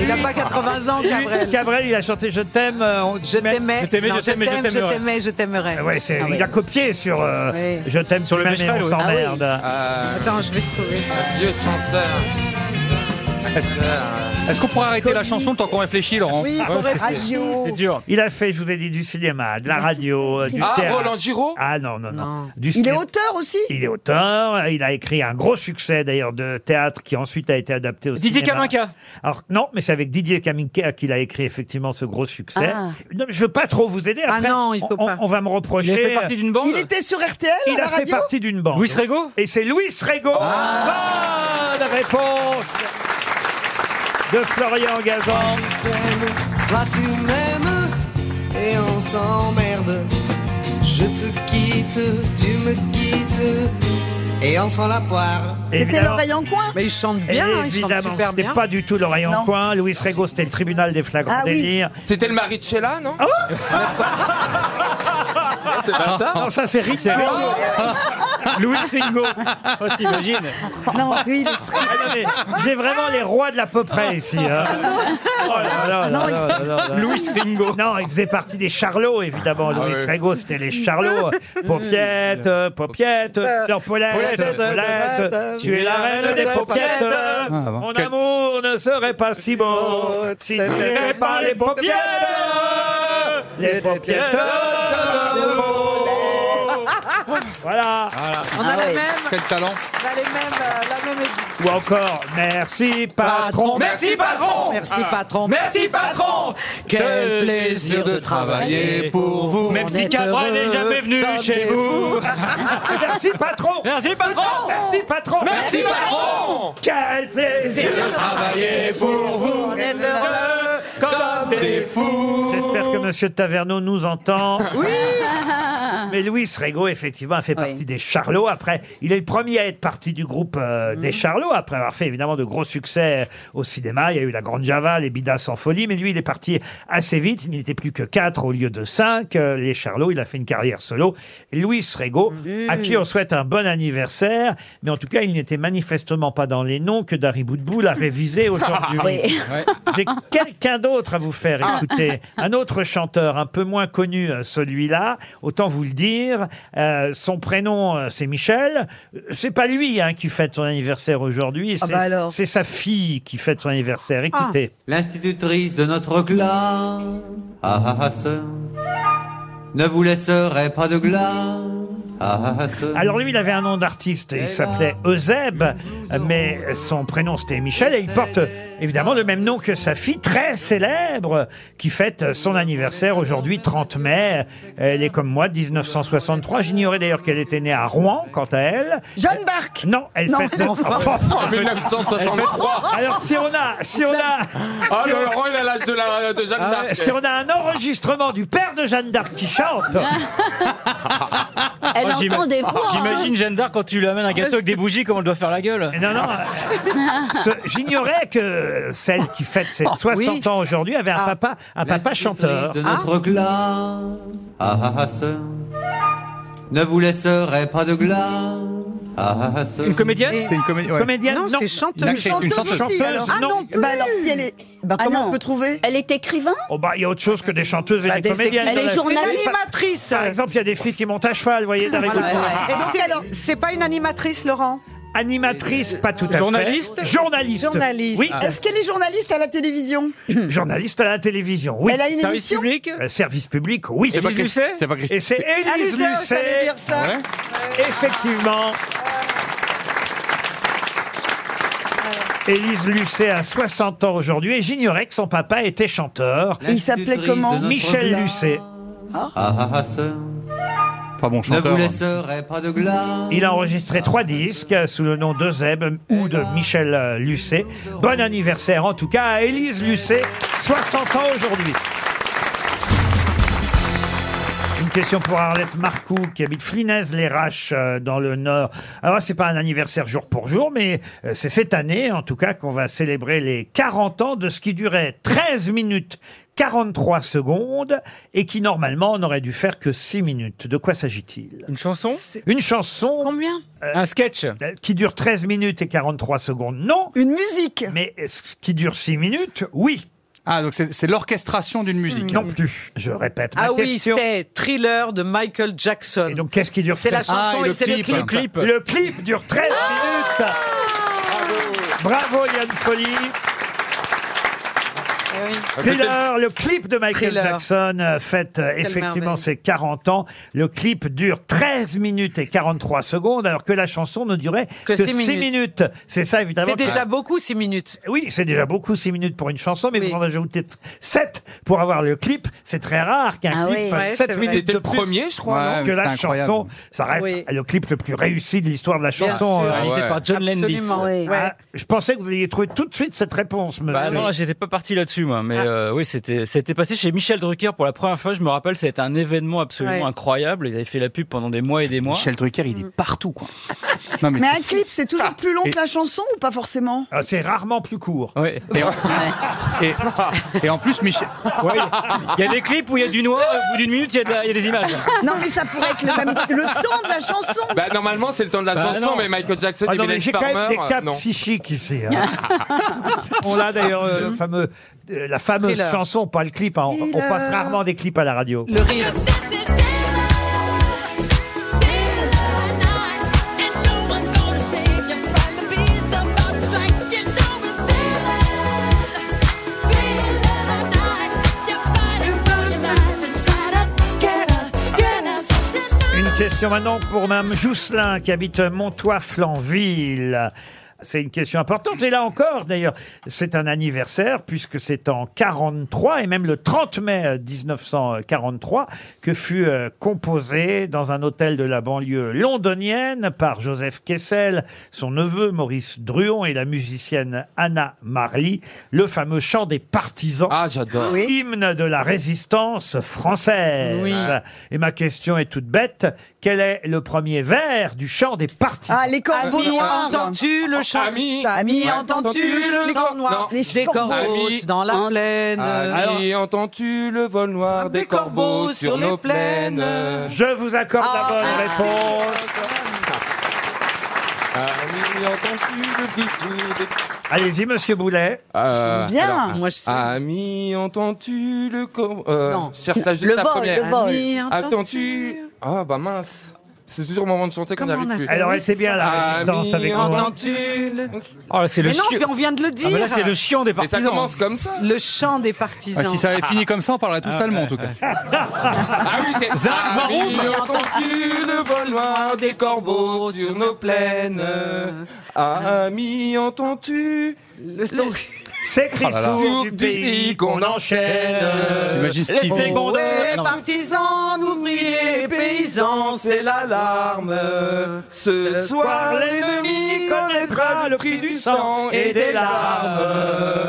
B: il n'a pas 80 ans, Cabrel. Cabrel, il a chanté Je t'aime. Je t'aimais.
C: Je t'aimais, je t'aimais, je t'aimais, je t'aimerais.
B: Ouais, c'est-
I: Ah
B: Il a copié sur euh,
C: Oui.
B: Je t'aime,
C: Sur
B: tu
C: le
B: m'aimes et
C: Meshpal,
B: on
C: oui.
G: Ah
B: s'emmerde.
C: Attends, je vais te trouver.
G: Euh, Vieux chanteur.
D: Est-ce est-ce qu'on pourrait arrêter la chanson tant qu'on réfléchit, Laurent
B: Oui,
D: Ouais,
B: on
D: parce que c'est-
B: réfléchit.
D: C'est dur.
B: Il a fait, je vous ai dit, du cinéma, de la radio, euh, du
G: Ah,
B: théâtre.
G: Roland Giraud
B: Ah non, non, non. Du
F: Il est
B: cinéma.
F: auteur aussi
B: Il est auteur, il a écrit un gros succès d'ailleurs de théâtre qui ensuite a été adapté au
E: Didier
B: cinéma.
E: Kaminka.
B: Alors non, mais c'est avec Didier Kaminka qu'il a écrit effectivement ce gros succès.
E: Ah.
B: Non, mais je veux pas trop vous aider. Après,
C: non, il faut
B: on,
C: pas.
B: on va me reprocher.
E: Il a fait partie d'une bande
F: Il était sur RTL
B: Il
F: à
B: a
F: la
B: fait
F: radio
B: partie d'une bande. Louis
E: Rego
B: Et c'est Louis Rego.
G: Ah.
B: Bonne réponse de Florian Gazan.
Q: Toi tu m'aimes et on s'emmerde. Je te quitte, tu me quittes et on se fend la poire.
F: C'était l'oreille en coin
C: Mais il chante
B: Et
C: bien, hein, il chante
B: évidemment,
C: super
B: c'était
C: bien.
B: pas du tout l'oreille en
C: Non.
B: coin. Louis Rego, c'était le tribunal des flagrants
C: Ah oui.
B: délires.
G: C'était le mari de Sheila, non
B: Ah
G: C'est pas ça
B: Non, Oh, ça c'est Ah, Rico.
H: Ah.
E: Louis Ringo. Oh, t'imagines
F: Non, oui, il est
B: Ah non, mais J'ai vraiment les rois de l'à peu près ici. hein. Oh là là là
F: Non,
B: là là là là.
E: Louis Ringo.
B: Non, il faisait partie des Charlots, évidemment.
D: Ah
B: Louis
G: ouais.
B: Rego, c'était les Charlots. Paupiette, euh, Paupiette, leur Paulette,
D: Paulette,
B: Paulette, tu es la reine des Paupiettes.
C: Ah,
D: bon.
B: Mon
D: Quel-
B: amour ne serait pas si beau si tu n'avais pas les Paupiettes. Les Paupiettes de Paulette. Oh. Voilà.
C: On a les mêmes,
D: Quel talent.
C: on a les mêmes, euh, la même équipe.
B: Ou encore, merci patron.
C: Merci patron Merci patron Merci patron Quel Euh, plaisir de travailler pour vous
E: Même
C: On
E: si
C: est
E: Cabrel
C: heureux
E: n'est jamais venu
C: comme
E: chez
C: des
E: vous.
C: fous.
B: Merci patron.
E: Merci, patron.
B: Merci patron.
E: Merci, patron.
B: Quel plaisir.
E: Travailler
C: pour vous,
E: on est heureux comme des fous.
B: J'espère que Monsieur Taverneau nous entend. Oui. Mais Louis Rego, effectivement, a fait partie des Charlots. Après, il est le premier à être parti du groupe euh, des Charlots, après avoir fait évidemment de gros succès euh, au cinéma. Il y a eu La Grande Java, Les Bidas en folie, mais lui, il est parti assez vite. Il n'était plus que quatre au lieu de cinq. Euh, les Charlots, il a fait une carrière solo. Et Louis Rego, à qui on souhaite un bon anniversaire, mais en tout cas, il n'était manifestement pas dans les noms que Dari Boudboul a révisé aujourd'hui.
H: Oui.
B: J'ai quelqu'un d'autre à vous faire écouter. Un autre chanteur, un peu moins connu, euh, celui-là. Autant vous le dire. Euh, son prénom, euh, c'est Michel. Euh, C'est pas lui hein, qui fête son anniversaire aujourd'hui.
F: Ah
B: C'est
F: bah alors.
B: c'est sa fille qui fête son anniversaire.
F: Ah.
B: Écoutez.
R: L'institutrice de notre classe, ah, ah, ah, sœur, ne vous laisserait pas de glace. Ah, ah, ah, sœur.
B: Alors lui, il avait un nom d'artiste, il s'appelait Euseb, mais son prénom c'était Michel, et il porte évidemment le même nom que sa fille, très célèbre, qui fête son anniversaire aujourd'hui, 30 mai. Elle est comme moi, 1963. J'ignorais d'ailleurs qu'elle était née à Rouen, quant à elle.
F: Jeanne d'Arc
B: Non, elle
F: Non.
B: fête...
F: Enfin.
G: En 1963.
B: Alors si on a... Si on a...
G: Ah,
B: si on-
G: le Laurent, il a l'âge de, la, de Jeanne
B: Ah ouais,
G: d'Arc.
B: si on a un enregistrement du père de Jeanne d'Arc qui chante,
H: Elle
E: Oh, j'ima-
H: entend des voix. hein.
E: J'imagine Jeanne d'Arc quand tu lui amènes un gâteau avec des bougies, comment elle doit faire la gueule. Ah.
B: Non, non. ce- j'ignorais que celle qui fête ses 60 ans aujourd'hui avait un papa, un papa chanteur. Ah.
R: de notre glace. Ah ah ah sœur, ne vous laisserai pas de glace. Ah ah ah sœur.
E: Une comédienne C'est une comé- ouais.
B: Comédienne
F: Non, c'est chanteuse.
R: Une chanteuse,
F: Chanteuse aussi,
B: chanteuse,
F: alors. Ah
B: non.
F: non plus. Bah alors, si elle est... Bah
H: Ah
F: comment
H: non.
F: on peut trouver
H: Elle est écrivain
B: Oh bah, il y a autre chose que des chanteuses et
F: Bah,
B: des,
F: des
B: comédiennes.
H: Elle est
B: Par-
H: journaliste.
I: Animatrice.
B: Par exemple, il y a des filles qui montent à cheval, vous voyez, dans les
I: Voilà,
B: groupes.
I: ouais. Et donc, alors, c'est pas une animatrice, Laurent
B: Ah. Animatrice, pas tout à
I: Journaliste
B: fait. Journaliste.
I: Journaliste.
B: Oui.
F: Est-ce qu'elle est journaliste à la télévision
B: Journaliste à la télévision, oui.
F: Elle a une Service émission
E: public
B: Euh, Service public, oui.
E: C'est pas Élise Christi- Lucet
G: c'est pas Christi-
B: Et c'est
I: Ah,
B: Élise
I: Lucet, j'allais
B: Lucet.
I: dire ça. Ouais.
B: Effectivement. Élise Lucet a 60 ans aujourd'hui et j'ignorais que son papa était chanteur.
F: Il s'appelait comment
B: Michel Lucet.
R: Ah ah ah sœur,
D: Pas bon
R: ne
B: hein.
D: chanteur.
R: vous laisserai pas de glace.
B: Il a enregistré trois disques sous le nom d'Euseb ou de Michel euh, Lucet. Bon anniversaire en tout cas à Élise Lucet, 60 ans aujourd'hui. Une question pour Arlette Marcoux qui habite Flinaise-les-Raches euh, dans le Nord. Alors c'est pas un anniversaire jour pour jour, mais euh, c'est cette année en tout cas qu'on va célébrer les 40 ans de ce qui durait 13 minutes 43 secondes et qui normalement n'aurait dû faire que 6 minutes. De quoi s'agit-il
E: Une chanson
B: Une chanson
I: Combien
E: Un sketch
B: euh, qui dure 13 minutes et 43 secondes, non.
F: Une musique
B: Mais ce qui dure 6 minutes, oui.
D: Ah, donc c'est c'est l'orchestration d'une musique.
B: Non plus. Je répète ma
I: Ah oui,
B: question.
I: c'est Thriller de Michael Jackson.
B: donc qu'est-ce qui dure
I: C'est la
B: 13
I: chanson
D: Ah, et
I: et
D: le
I: c'est le Ah
D: clip.
I: clip.
D: Le clip.
B: Le clip dure 13 minutes. Bravo Yann Folie.
I: Eh oui.
B: Ah, Thriller, le clip de Michael
I: Thriller.
B: Jackson euh, fête euh,
I: Quelle
B: effectivement
I: merveille.
B: ses 40 ans. Le clip dure 13 minutes et 43 secondes, alors que la chanson ne durait que,
I: Que
B: 6
I: six
B: minutes. C'est ça évidemment. Ah.
I: C'est
B: que-
I: déjà beaucoup, 6 minutes.
B: Oui, c'est déjà beaucoup, 6 minutes pour une chanson, mais
I: Oui.
B: vous en ajoutez 7 pour avoir le clip. C'est très rare qu'un
H: Ah
B: clip
H: oui.
B: fasse
I: Ouais,
B: 7
I: c'est vrai.
B: minutes
G: C'était
B: de
G: le
B: plus
G: premier, je crois,
D: Ouais,
G: non
B: que
D: mais
B: la
D: c'est incroyable.
B: chanson. Ça reste
I: Oui.
B: le clip le plus réussi de l'histoire de la
I: Bien
B: chanson.
I: sûr.
B: euh,
E: Réalisé
G: ouais.
E: par John Landis.
I: Absolument.
H: Oui.
I: Ouais.
B: ah, je pensais que vous alliez trouver tout de suite cette réponse, monsieur.
E: Bah non, j'étais pas parti là-dessus, moi.
H: Ah.
E: Mais euh, oui, c'était, c'était passé chez Michel Drucker pour la première fois. Je me rappelle, ça a été un événement absolument
I: Ouais.
E: incroyable. Il avait fait la pub pendant des mois et des mois. Mm.
D: Michel Drucker, il est partout, quoi. Non, mais
F: Mais un clip, c'est toujours plus long
D: Et-
F: que la chanson ou pas forcément
B: Ah, c'est rarement plus court.
E: Ouais.
D: Et, et- et en plus, Michel.
E: Ouais, Il y a des clips où il y a du noir, au bout d'une minute, il y, a de la- il y a des images.
F: Non, mais ça pourrait être le, même, le temps de la chanson.
G: Bah, normalement, c'est le temps de la
E: Bah,
G: chanson,
E: non.
G: mais Michael Jackson
B: Ah
G: et
B: non, mais
G: Mylène
B: j'ai quand même
G: Farmer,
B: des cas
G: non.
B: psychiques ici. hein. on a d'ailleurs euh, le fameux, euh, la fameuse
I: Thriller.
B: chanson, pas le clip. hein. On, on passe
F: Thriller.
B: rarement des clips à la radio.
I: Le rire.
B: Une question maintenant pour Mme Jousselin qui habite Montois-Flanville. C'est une question importante. Et là encore, d'ailleurs, c'est un anniversaire puisque c'est en 43 et même le 30 mai euh, 1943 que fut euh, composé dans un hôtel de la banlieue londonienne par Joseph Kessel, son neveu Maurice Druon et la musicienne Anna Marley, le fameux chant des partisans
G: Ah, j'adore.
F: Oui.
B: hymne de la résistance française. Et ma question est toute bête. Quel est le premier vers du chant des partisans
F: Ah, les corbeaux
I: Ami,
F: noirs.
I: entends-tu
D: Ah,
I: le chant
G: Ami.
I: Ami,
G: Ouais.
I: entends-tu
G: Les
I: le
G: cor-
I: chant noir
G: non.
I: Les
F: Les
I: corbeaux
G: corbeaux
I: dans
D: ah.
I: la
H: en-
I: plaine.
G: Alors, entends-tu le vol noir des, corbeaux sur nos plaines
B: Je vous accorde
I: Ah,
B: la bonne
I: merci.
B: réponse.
G: Ami, entends-tu le bruit sourd des...
B: Allez-y, monsieur Boulet.
G: Euh,
F: Bien.
G: alors,
I: Moi, je sais.
G: Ami, entends-tu le corbeau euh,
I: Non.
G: Cherche la juste
H: Le
G: la
H: vol,
G: première.
H: le vol.
I: Ami,
G: Attends-tu Ah bah mince. C'est toujours mon moment de chanter quand
I: Comment
G: j'arrive
I: on a
G: plus.
I: fait
B: Alors, restez bien à la
G: Ah,
B: résistance
G: oui,
B: avec nous. hein.
I: Entends-tu le...
E: Oh, là, c'est le
I: Mais non,
E: chiant.
I: mais on vient de le
E: Ah,
I: dire.
E: mais là, c'est le chiant des
G: Et ça
E: partisans.
G: commence comme ça.
I: Le chant des
D: Ah,
I: partisans.
D: si ça avait fini comme ça, on parlerait tout allemand, en tout cas.
G: Ah oui, c'est
E: Zach
G: Ami,
E: Baroum.
G: entends-tu le vol noir des corbeaux sur nos plaines Ami, entends-tu
I: Le-
B: C'est
D: Oh là là.
B: Chrisou du pays qu'on enchaîne.
D: J'imagine
B: Les
D: Stevie.
B: secondaires.
C: Non.
N: Partisans, ouvriers, paysans, c'est l'alarme. Ce soir, l'ennemi connaîtra le prix du sang et des larmes.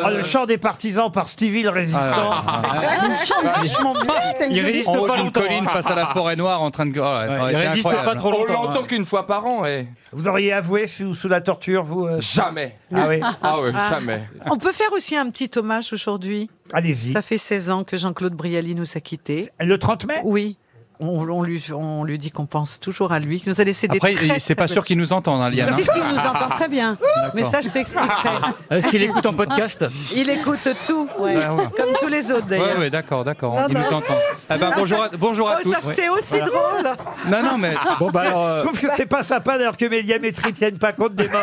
B: Oh, le chant des partisans par Stevie le résistant.
N: Il chante vachement bien.
B: T'as une
D: Il
B: jolie
D: résiste
B: voix.
D: pas
B: En haut d'une
D: longtemps,
B: colline
D: hein.
B: face à la forêt
D: noire en train de.
G: il
D: c'est
G: résiste
D: incroyable.
G: pas trop longtemps.
D: On l'entend
G: qu'une fois par an. eh.
B: Vous auriez avoué sous, sous la torture, vous euh,
G: Jamais.
B: Ah oui
G: Ah ouais, jamais.
I: On peut faire aussi un petit hommage aujourd'hui.
B: Allez-y.
I: Ça fait 16 ans que Jean-Claude Brialy nous a quittés.
B: Le 30 mai
I: Oui. On, on lui, on lui dit qu'on pense toujours à lui, qu'il nous a laissé des
D: Après,
I: très,
D: il- c'est
I: très
D: pas
I: belles-
D: sûr qu'il nous entende, hein, Liam.
I: Si, si,
D: hein.
I: il nous entend très bien. Mais ça, je t'expliquerai.
D: Est-ce qu'il écoute en podcast
I: Il écoute tout, ouais.
D: Ouais, ouais.
I: comme tous les autres
D: Oui,
I: d'ailleurs.
D: ouais, d'accord, d'accord.
I: Non,
D: Il
I: non.
D: nous entend. Eh ben,
I: Ah,
D: bonjour à,
I: ça-
D: bonjour à
I: oh,
D: tous.
I: ça, c'est aussi
D: Voilà.
I: drôle.
D: Non, non, mais. Bon, bah alors. euh,
B: Je trouve que c'est pas sympa d'ailleurs que mes diamétries tiennent pas compte des morts.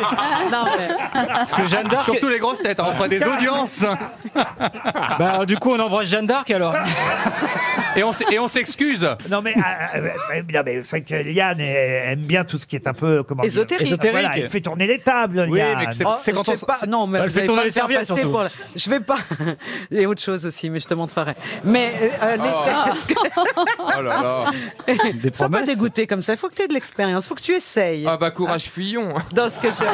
I: Non, mais...
D: Parce que Jeanne d'Arc.
E: Surtout les
D: grosses
G: hein,
D: têtes, on fera des audiences.
E: Bah, alors, du coup, on embrasse Jeanne d'Arc alors.
D: Et on, s- et on s'excuse.
B: Non mais, ah, ah, ah, non, mais c'est que Liane elle aime bien tout ce qui est un peu comment dire,
I: Ésotérique.
B: Voilà, elle fait tourner les tables.
I: Oui,
B: Liane.
I: mais que c'est- Oh, c'est quand c'est on s- pas- non, mais Elle vous fait allez tourner pas les me faire serviettes, passer surtout. pour la- Je vais pas. Il y a autre chose aussi, mais je te montrerai. Mais euh, euh, les
N: Oh.
I: tasques-
G: Oh là là.
I: Des Sois pas dégoûté comme ça. Il faut que tu aies de l'expérience. Il faut que tu essayes.
G: Ah bah courage Fillon.
I: Dans ce que j'ai.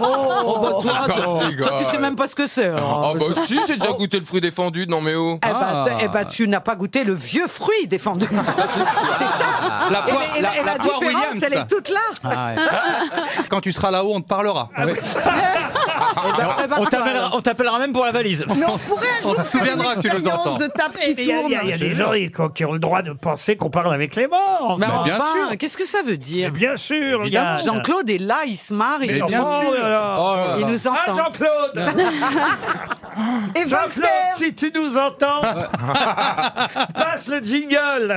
I: Oh, bah, toi,
G: Ah,
I: toi,
G: je rigole.
I: toi, tu sais même pas ce que c'est.
G: Ah
I: alors.
G: bah si, j'ai déjà goûté le fruit défendu. Non mais oh.
I: Eh ben, t- eh ben, tu n'as pas goûté le vieux fruit défendu.
G: c'est sûr.
I: ça.
D: La
I: Ah. Et
D: poire-
I: et
D: la-
I: et
D: la poire
I: différence,
D: Williams.
I: elle est toute là. Ah
D: Ah ouais. Quand tu seras là-haut, on te parlera. Ah Oui.
N: Eh ben,
I: bah,
E: on t'appellera, on t'appellera même pour la valise.
F: Mais on pourrait un
D: On
F: jour
D: se
F: faire une
D: souviendra que tu nous
F: expérience
D: entends.
F: de tape qui
B: Il Eh, y a, il y a- il y a des gens
F: tourne.
B: ils- qui, ont le droit de penser qu'on parle avec les morts.
I: Mais
B: enfin.
I: enfin, qu'est-ce que ça veut dire
B: Mais bien sûr,
I: Évidemment.
B: Liane.
I: Jean-Claude est là, il se marre, il,
B: Mais bien
I: Oh
B: sûr.
I: là là.
B: Oh là là.
I: il nous entend.
B: Ah, Jean-Claude
I: Et
B: Jean-Claude, si tu nous entends, passe le jingle.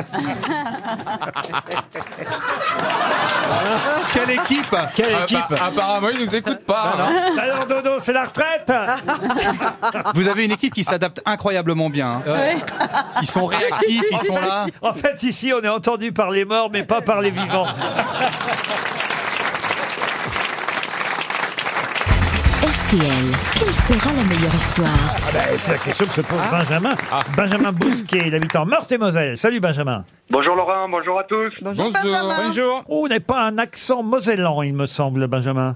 I: ben,
D: Quelle équipe
G: Ah bah, apparemment, ils nous écoutent
B: Bah
D: Ah,
G: pas. hein.
B: Alors Dodo, c'est la retraite.
D: Vous avez une équipe qui s'adapte incroyablement bien. hein. Ils sont
B: Ah,
D: réactifs, ils sont là.
B: En fait, ici, on est entendu par les morts, mais pas par les vivants.
J: RTL, quelle sera la meilleure histoire
B: Ah ben, c'est la question que se pose
D: Ah.
B: Benjamin. Benjamin Bousquet, il habite en Meurthe-et-Moselle. Salut Benjamin.
L: Bonjour Laurent, bonjour à tous.
B: Oh, on n'a pas un accent mosellan, il me semble, Benjamin.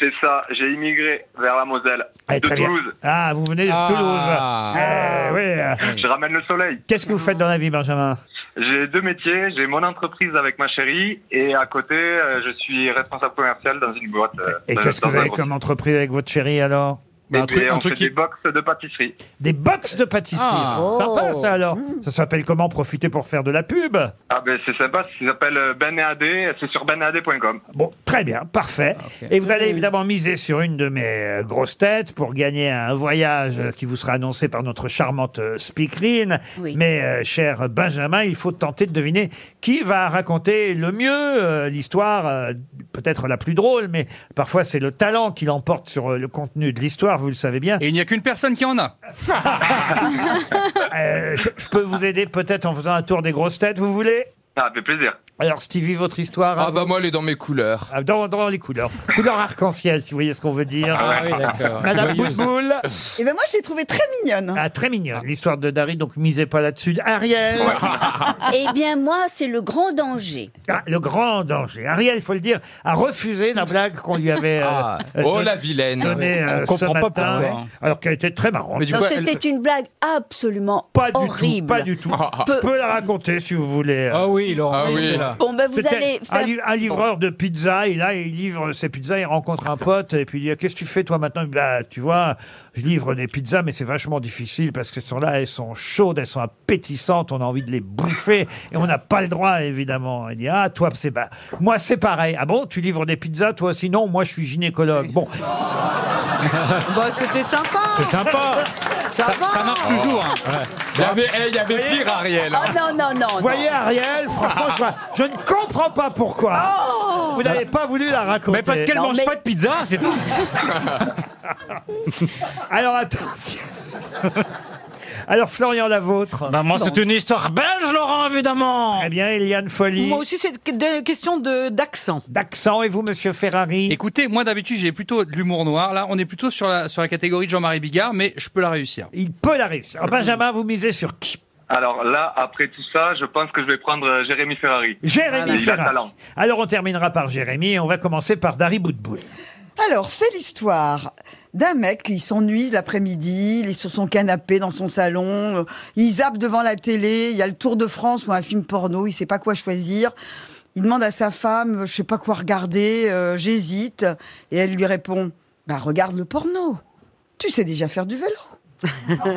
L: C'est ça, j'ai immigré vers la Moselle,
B: Eh,
L: de
B: très bien.
L: Toulouse. Euh,
B: Ah, vous venez de
D: Ah.
B: Toulouse. Eh, oui.
L: Je ramène le soleil.
B: Qu'est-ce que vous faites dans la vie, Benjamin
L: J'ai deux métiers, j'ai mon entreprise avec ma chérie et à côté, euh, je suis responsable commercial dans une boîte. euh,
B: Et
L: dans-
B: qu'est-ce que
L: dans
B: vous avez
L: un-
B: comme entreprise avec votre chérie alors
L: Eh
D: Bah, Un truc-
L: bien,
D: un
L: on
D: truc
L: fait
D: qui-
L: des box de pâtisserie.
B: Des box de pâtisserie.
L: Ah.
B: Sympa
L: Oh.
B: ça alors. Ça s'appelle comment profiter pour faire de la pub
L: Ah ben c'est sympa, ça s'appelle euh, Ben et AD, c'est sur benad.com.
B: Bon, très bien, parfait. Et vous allez évidemment miser sur une de mes euh, grosses têtes pour gagner un voyage euh, qui vous sera annoncé par notre charmante euh, speakerine. Mais euh, cher Benjamin, il faut tenter de deviner qui va raconter le mieux euh, l'histoire, euh, peut-être la plus drôle, mais parfois c'est le talent qui l'emporte sur euh, le contenu de l'histoire, vous le savez bien.
D: Et il n'y a qu'une personne qui en a.
B: Euh, je, je peux vous aider peut-être en faisant un tour des grosses têtes, vous voulez
L: Ah, avec plaisir.
B: Alors Stevie, votre histoire hein
G: Ah bah moi, elle est dans mes couleurs.
B: Ah, Dans, dans les couleurs. Couleur arc-en-ciel, si vous voyez ce qu'on veut dire.
G: Ah oui, d'accord.
B: Madame
G: Joyeuse.
B: Boutboul.
H: Eh
F: Et ben moi, je l'ai trouvé très mignonne.
B: Ah, très mignonne. L'histoire de Dari, donc misez pas là-dessus. Ariel.
H: Eh bien, moi, c'est le grand danger.
B: Ah, le grand danger. Ariel, il faut le dire, a refusé la blague qu'on lui avait. euh, euh,
G: Oh
B: don-
G: la vilaine.
B: donnée, euh, ce matin,
G: pourquoi.
B: Alors qu'elle était très marrante.
H: Non, C'était une blague absolument
B: Pas du tout,
H: horrible. Ah,
B: pas du tout. Je peux la raconter si vous voulez.
E: Ah oui, Laurent.
G: Ah
E: il
G: oui.
E: était là.
H: Bon, ben, vous
B: C'était
H: allez
B: un,
H: faire-
B: li- un livreur de pizza, et là, il livre ses pizzas, il rencontre un pote, et puis il dit Ah, Qu'est-ce que tu fais toi maintenant Il dit, Bah, tu vois, je livre des pizzas, mais c'est vachement difficile parce qu'elles sont là, elles sont chaudes, elles sont appétissantes, on a envie de les bouffer, et on n'a pas le droit, évidemment. Il dit Ah, toi, c'est bah, moi, c'est pareil. Ah bon, tu livres des pizzas, toi aussi Non, moi, je suis gynécologue. Bon,
I: Bah, c'était sympa.
B: c'est sympa.
I: Ça, va.
D: marche toujours.
G: Il y avait, eh, il y avait pire, Ariel.
H: Oh non, non, non.
B: Vous voyez,
H: non.
B: Ariel, franchement, je, je ne comprends pas pourquoi.
H: Oh
B: Vous n'avez pas voulu la raconter.
E: Mais parce qu'elle
H: Non,
E: mange
H: mais-
E: pas de pizza, c'est tout.
B: Alors attention. Alors, Florian, la vôtre
S: moi, c'est une histoire belge, Laurent, évidemment.
B: Très bien, Eliane Folly.
I: Moi aussi, c'est que- des questions de- d'accent.
B: D'accent, et vous, monsieur Ferrari
D: Écoutez, moi d'habitude j'ai plutôt de l'humour noir. Là, on est plutôt sur la, sur la catégorie de Jean-Marie Bigard, mais je peux la réussir.
B: Il peut la réussir. Alors, Oh, Benjamin, vous misez sur qui
L: Alors là, après tout ça, je pense que je vais prendre euh, Jérémy Ferrari.
B: Jérémy
L: Ah, Il a
B: Ferrari.
L: talent.
B: Alors, on terminera par Jérémy et on va commencer par Dari Boudboul.
F: Alors, c'est l'histoire d'un mec qui s'ennuie l'après-midi, il est sur son canapé dans son salon, euh, il zappe devant la télé, il y a le Tour de France ou un film porno, il sait pas quoi choisir. Il demande à sa femme, euh, je sais pas quoi regarder, euh, j'hésite, et elle lui répond, bah regarde le porno, tu sais déjà faire du vélo.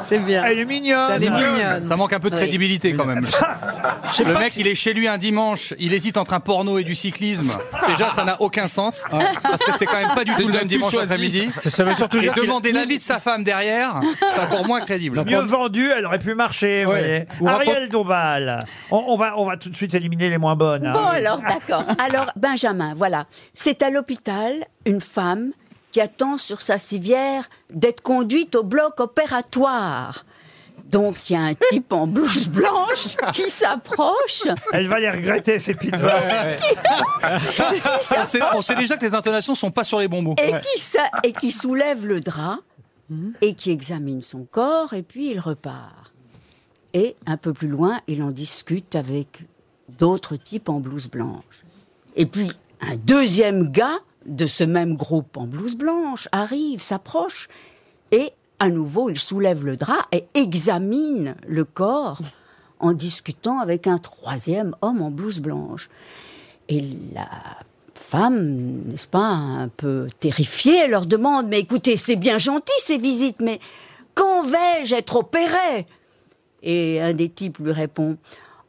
I: C'est bien.
B: Elle est mignonne.
I: Elle est mignonne.
D: Ça manque un peu de
I: Oui.
D: crédibilité quand même.
I: sais
D: Le
I: pas
D: mec, il est chez lui un dimanche, il hésite entre un porno et du cyclisme. Déjà, ça n'a aucun sens parce que c'est quand même pas du tout le même dimanche après-midi.
S: Ça- ça veut surtout
D: et
S: dire qu'il-
D: demander l'avis de sa femme derrière, c'est encore moins crédible.
B: Mieux vendu, elle aurait pu marcher. vous
D: Ouais.
B: voyez.
D: Ou
B: Ariel
D: rapport-
B: Dombal. On, on va, on va tout de suite éliminer les moins bonnes. hein.
H: Bon, alors, d'accord. Alors, Benjamin, voilà. C'est à l'hôpital une femme qui attend sur sa civière d'être conduite au bloc opératoire. Donc, il y a un type en blouse blanche qui s'approche.
B: Elle va les regretter, ces petites
D: Ouais, on, sait, on sait déjà que les intonations sont pas sur les bons mots.
H: et qui, sa- et qui soulève le drap et qui examine son corps et puis il repart. Et un peu plus loin, il en discute avec d'autres types en blouse blanche. Et puis un deuxième gars de ce même groupe en blouse blanche arrive, s'approche et à nouveau il soulève le drap et examine le corps en discutant avec un troisième homme en blouse blanche. Et la femme, n'est-ce pas, un peu terrifiée, leur demande Mais écoutez, c'est bien gentil ces visites, mais quand vais-je être opérée Et un des types lui répond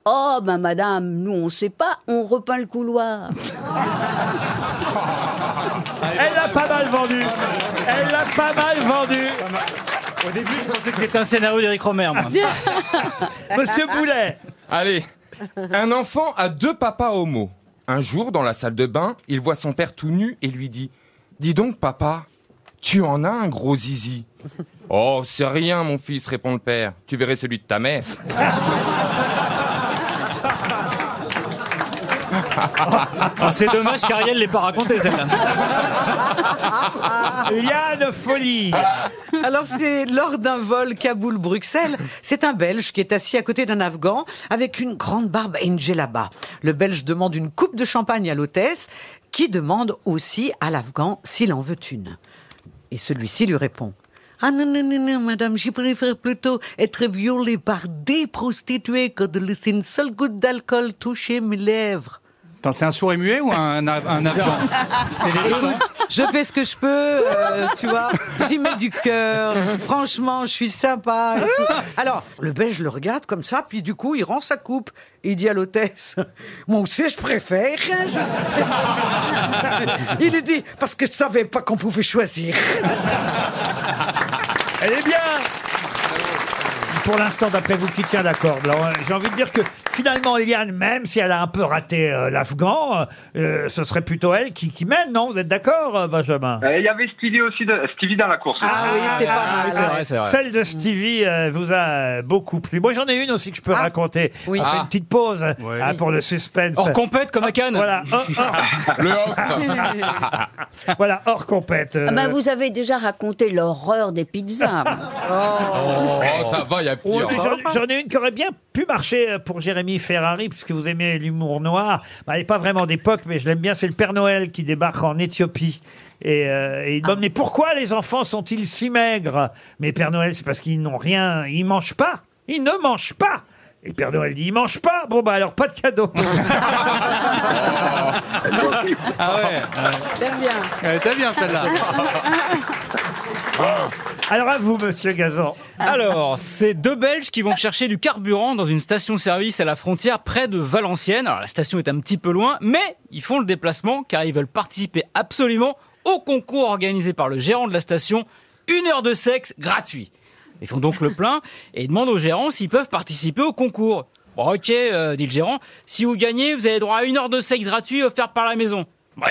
H: Oh, ben madame, nous on sait pas, on repeint le couloir.
B: Elle a pas mal vendu. Elle l'a pas mal vendu.
S: Au début, je pensais que c'était un scénario d'Eric Romer, moi.
B: Monsieur Boulet.
G: Allez. Un enfant a deux papas homo. Un jour, dans la salle de bain, il voit son père tout nu et lui dit Dis donc, papa, tu en as un gros zizi. Oh, c'est rien, mon fils, répond le père. Tu verrais celui de ta mère.
S: Ah, c'est dommage qu'Ariel l'ait pas raconté, celle-là.
B: Liane Folie.
I: Alors, c'est lors d'un vol Kaboul-Bruxelles. C'est un Belge qui est assis à côté d'un Afghan avec une grande barbe et une djellaba. Le Belge demande une coupe de champagne à l'hôtesse qui demande aussi à l'Afghan s'il en veut une. Et celui-ci lui répond. Ah non, non, non, non, madame, je préfère plutôt être violée par des prostituées que de laisser une seule goutte d'alcool toucher mes lèvres.
D: Attends, c'est un sourd et muet ou un, un, un afghan
G: hein.
D: C'est les deux, non
I: Écoute, je fais ce que je peux, euh, tu vois. J'y mets du cœur. Franchement, je suis sympa. et tout. Alors, le Belge le regarde comme ça, puis du coup, il rend sa coupe. Il dit à l'hôtesse Moi aussi, je préfère. Je- Il lui dit Parce que je savais pas qu'on pouvait choisir.
B: Elle est bien pour l'instant, d'après vous, qui tient la corde là, on- J'ai envie de dire que finalement, Eliane, même si elle a un peu raté euh, l'Afghan, euh, ce serait plutôt elle qui, qui mène, non Vous êtes d'accord, euh, Benjamin
L: Euh, Il y avait Stevie aussi, de- Stevie dans la course. Ah oui, c'est pas
B: Ah, Celle de Stevie euh, vous a euh, beaucoup plu. Moi, j'en ai une aussi que je peux raconter.
I: Oui.
B: On fait
I: Ah.
B: une petite pause euh, ah, pour le suspense.
S: Hors compète, comme à Cannes.
B: Voilà. oh, Hors-
S: Le
B: off. voilà, hors compète. euh,
H: Ah ben, vous avez déjà raconté l'horreur des pizzas.
G: Oh, ça va, il y a
B: Ah Ouais,
G: pire.
B: mais j'en- J'en ai une qui aurait bien pu marcher euh, pour Jérémy Ferrari, puisque vous aimez l'humour noir. Bah, elle n'est pas vraiment d'époque, mais je l'aime bien. C'est le Père Noël qui débarque en Éthiopie. Et, euh, et il demande, mais pourquoi les enfants sont-ils si maigres Mais Père Noël, c'est parce qu'ils n'ont rien, ils mangent pas. Ils ne mangent pas. Et Père Noël dit, ils mangent pas. Bon, bah alors, pas de cadeau.
D: Ah ouais.
I: J'aime bien.
D: Elle était bien celle-là.
B: Alors à vous, monsieur Gazan.
S: Alors, c'est deux Belges qui vont chercher du carburant dans une station-service à la frontière près de Valenciennes. Alors, la station est un petit peu loin, mais ils font le déplacement car ils veulent participer absolument au concours organisé par le gérant de la station. Une heure de sexe gratuit. Ils font donc le plein et demandent au gérant s'ils peuvent participer au concours. Bon, ok, euh, dit le gérant, si vous gagnez, vous avez droit à une heure de sexe gratuit offerte par la maison.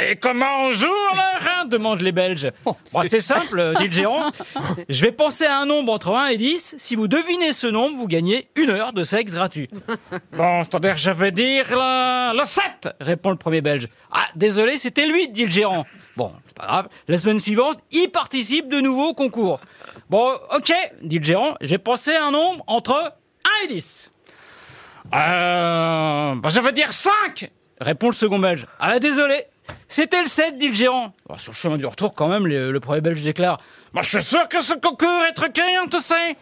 E: Et comment on joue le Rhin demandent les Belges.
B: Oh, Ah,
E: Bah, c'est
B: euh,
E: simple, dit le gérant. Je vais penser à un nombre entre 1 et 10. Si vous devinez ce nombre, vous gagnez une heure de sexe gratuit. Bon, attendez, je vais dire le, le 7, répond le premier Belge. Ah, désolé, c'était lui, dit le gérant. Bon, c'est pas grave. La semaine suivante, il participe de nouveau au concours. Bon, ok, dit le gérant, j'ai pensé à un nombre entre 1 et 10. Euh, bah, je vais dire 5, répond le second Belge. Ah, désolé, c'était le 7, dit le gérant. Bon, sur le chemin du retour, quand même, le, le premier Belge déclare Moi, je suis sûr que ce concours est truqué, on te sait.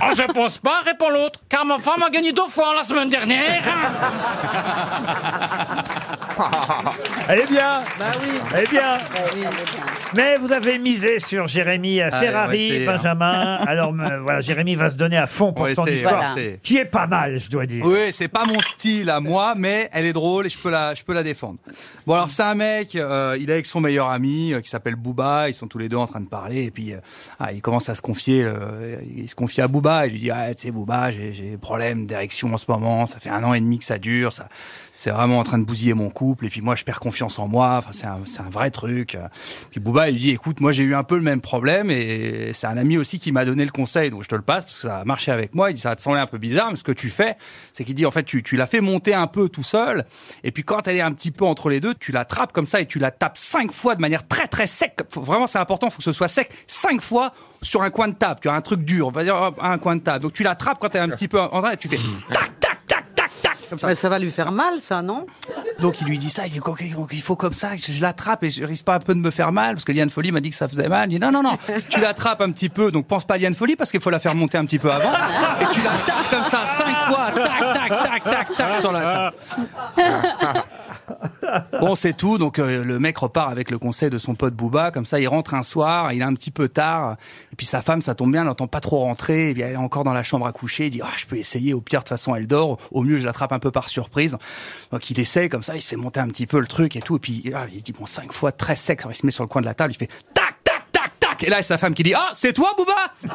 E: Ah, je pense pas, répond l'autre, car ma femme a gagné deux fois la semaine dernière.
B: Elle est bien
D: Bah
B: Elle est Eh bien
N: oui.
B: Mais vous avez misé sur Jérémy
N: Ah, on va
B: Ferrari,
N: essayer, hein.
B: Benjamin. Alors me- voilà, Jérémy va se donner à fond
D: On
B: pour
D: va
B: son
D: essayer, on va
B: histoire,
D: essayer.
B: qui est pas mal, je dois dire.
D: Oui, c'est pas mon style à moi, mais elle est drôle et je peux la, je peux la défendre. Bon, alors c'est un mec, euh, il est avec son meilleur ami euh, qui s'appelle Booba, ils sont tous les deux en train de parler et puis euh, ah, il commence à se confier, euh, il se confie à Booba, il lui dit ah, tu sais Booba, j'ai j'ai des problèmes d'érection en ce moment, ça fait un an et demi que ça dure, ça c'est vraiment en train de bousiller mon couple et puis moi je perds confiance en moi, enfin c'est un, c'est un vrai truc. Puis Booba il lui dit écoute, moi j'ai eu un peu le même problème et c'est un ami aussi qui m'a donné le conseil donc je te le passe parce que ça a marché avec moi, il dit ça va te sembler un peu bizarre mais ce que tu fais, c'est qu'il dit en fait tu, tu la fais monter un peu tout seul et puis quand elle est un petit peu entre les deux, tu l'attrapes comme ça et tu la tapes cinq fois de manière très très sec. Faut- vraiment c'est important, faut que ce soit sec cinq fois sur un coin de table, tu as un truc dur, on va dire hop, un coin de table. Donc tu l'attrapes quand elle est un petit peu en train et tu fais
I: Mais ça va lui faire mal, ça, non
D: donc il lui dit ça, il dit Ok, donc, il faut comme ça, je je l'attrape et je risque pas un peu de me faire mal parce que Liane Folie m'a dit que ça faisait mal. Il dit non non non, tu l'attrapes un petit peu, donc pense pas à Liane Folie parce qu'il faut la faire monter un petit peu avant et tu la tapes comme ça cinq fois, tac tac tac tac tac sur la table. Bon, c'est tout. Donc, euh, le mec repart avec le conseil de son pote Booba. Comme ça, il rentre un soir, il est un petit peu tard. Et puis, sa femme, ça tombe bien, elle n'entend pas trop rentrer. Et puis, elle est encore dans la chambre à coucher. Il dit, ah, je peux essayer. Au pire, de toute façon, elle dort. Au mieux, je l'attrape un peu par surprise. Donc, il essaie. Comme ça, il se fait monter un petit peu le truc et tout. Et puis, ah, il dit, bon, cinq fois, très sec. Alors, Il se met sur le coin de la table. Il fait, tac, tac, tac, tac. Et là, c'est sa femme qui dit, ah, c'est toi, Booba?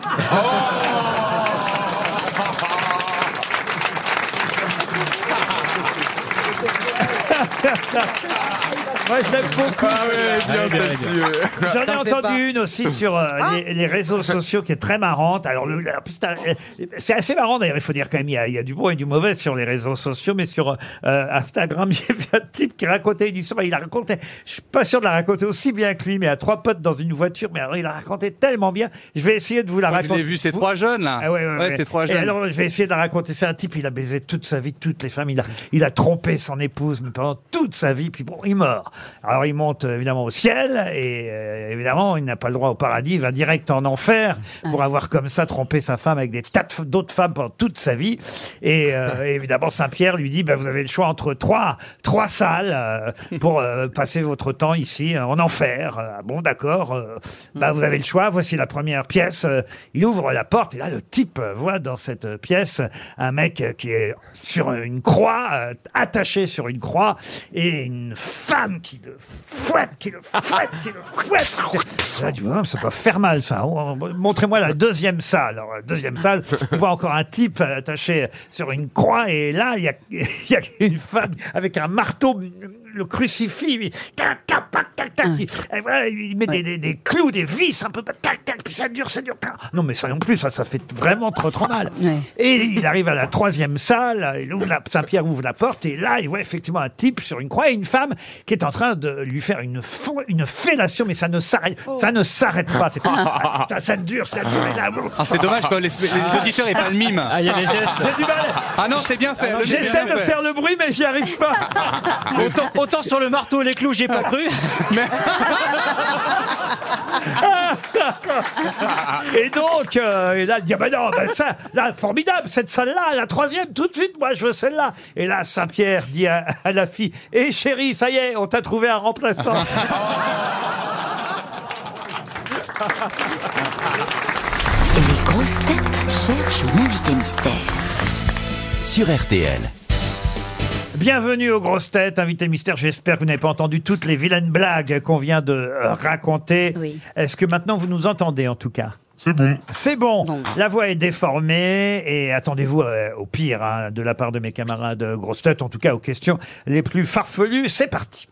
B: Moi, je l'aime beaucoup.
N: Ah bien, bien, bien.
B: J'en ai
N: T'en fais pas.
B: entendu une aussi sur euh,
D: Ah.
B: les, les réseaux sociaux qui est très marrante. Alors, le- la- c'est un- euh, c'est assez marrant d'ailleurs. Il faut dire quand même, il y, a, il y a du bon et du mauvais sur les réseaux sociaux, mais sur euh, euh, Instagram, j'ai vu un type qui racontait une histoire. Il la racontait. Je suis pas sûr de la raconter aussi bien que lui, mais à trois potes dans une voiture. Mais alors, il la racontait tellement bien. Je vais essayer de vous la
D: Moi, je
B: raconter.
D: l'ai vu, ces
B: Vous-
D: trois jeunes, là.
B: bah, Ah ouais, ouais,
D: Ouais,
B: ouais.
D: ces trois
B: Et
D: jeunes.
B: alors, je vais essayer de la raconter. C'est un type, il a baisé toute sa vie, toutes les femmes. Il a, il a trompé son épouse mais pendant toute sa vie. Puis bon, il meurt. Alors, il monte euh, évidemment au ciel. Et euh, évidemment, il n'a pas le droit au paradis. Il va direct en enfer pour avoir comme ça trompé sa femme avec des tas de f- d'autres femmes pendant toute sa vie. Et euh, évidemment, Saint-Pierre lui dit, bah, vous avez le choix entre trois, trois salles euh, pour euh, passer votre temps ici euh, en enfer. Euh, ah bon, d'accord. euh, bah, vous avez le choix. Voici la première pièce. Euh, il ouvre la porte et là, le type euh, voit dans cette euh, pièce un mec euh, qui est sur une croix, euh, attaché sur une croix, et une femme qui le fouette, qui le fouette, qui le fouette. Là, du moment, oh, ça peut faire mal, ça. Oh, oh, Montrez-moi la deuxième salle. Alors, la deuxième salle, on voit encore un type euh, attaché sur une croix, et là, il y a, il y a une femme avec un marteau, le crucifix. Tac, tac, tac, tac, tac. Et Eh, voilà, il met des, des- des clous, des vis, un peu, tac, tac, puis ça dure, ça dure. Tac. Non, mais ça non plus, ça, ça fait vraiment trop, trop mal. Et il arrive à la troisième salle, il ouvre la- Saint-Pierre ouvre la porte, et là, il voit effectivement un type sur une croix et une femme qui est en train de lui faire une, fon- une fellation, mais ça ne s'arrête, ça ne s'arrête pas. C'est pas- ça, ça dure, ça dure. et là, oh.
D: Ah, c'est dommage que les, les auditeurs aient pas le mime.
B: Ah, il y a des gestes. J'ai du mal.
D: Ah non, c'est bien fait. le mime est
B: J'essaie
D: bien
B: de
D: fait.
B: faire le bruit, mais j'y arrive pas.
E: autant, autant sur le marteau et les clous, j'ai pas cru.
B: Ah, et donc, euh, et là, il dit, ah ben non, ben ça, là, formidable, cette salle-là, la troisième, tout de suite, moi, je veux celle-là. Et là, Saint-Pierre dit à, à la fille, hé chérie, ça y est, on t'a trouvé un remplaçant.
G: Ah.
J: Les grosses têtes cherchent l'invité mystère.
A: Sur RTL.
B: Bienvenue aux grosses têtes, invité mystère. J'espère que vous n'avez pas entendu toutes les vilaines blagues qu'on vient de euh, raconter. Est-ce que maintenant vous nous entendez en tout cas C'est bon. C'est bon. La voix est déformée et attendez-vous euh, au pire hein, de la part de mes camarades euh, grosses têtes, en tout cas aux questions les plus farfelues. C'est parti.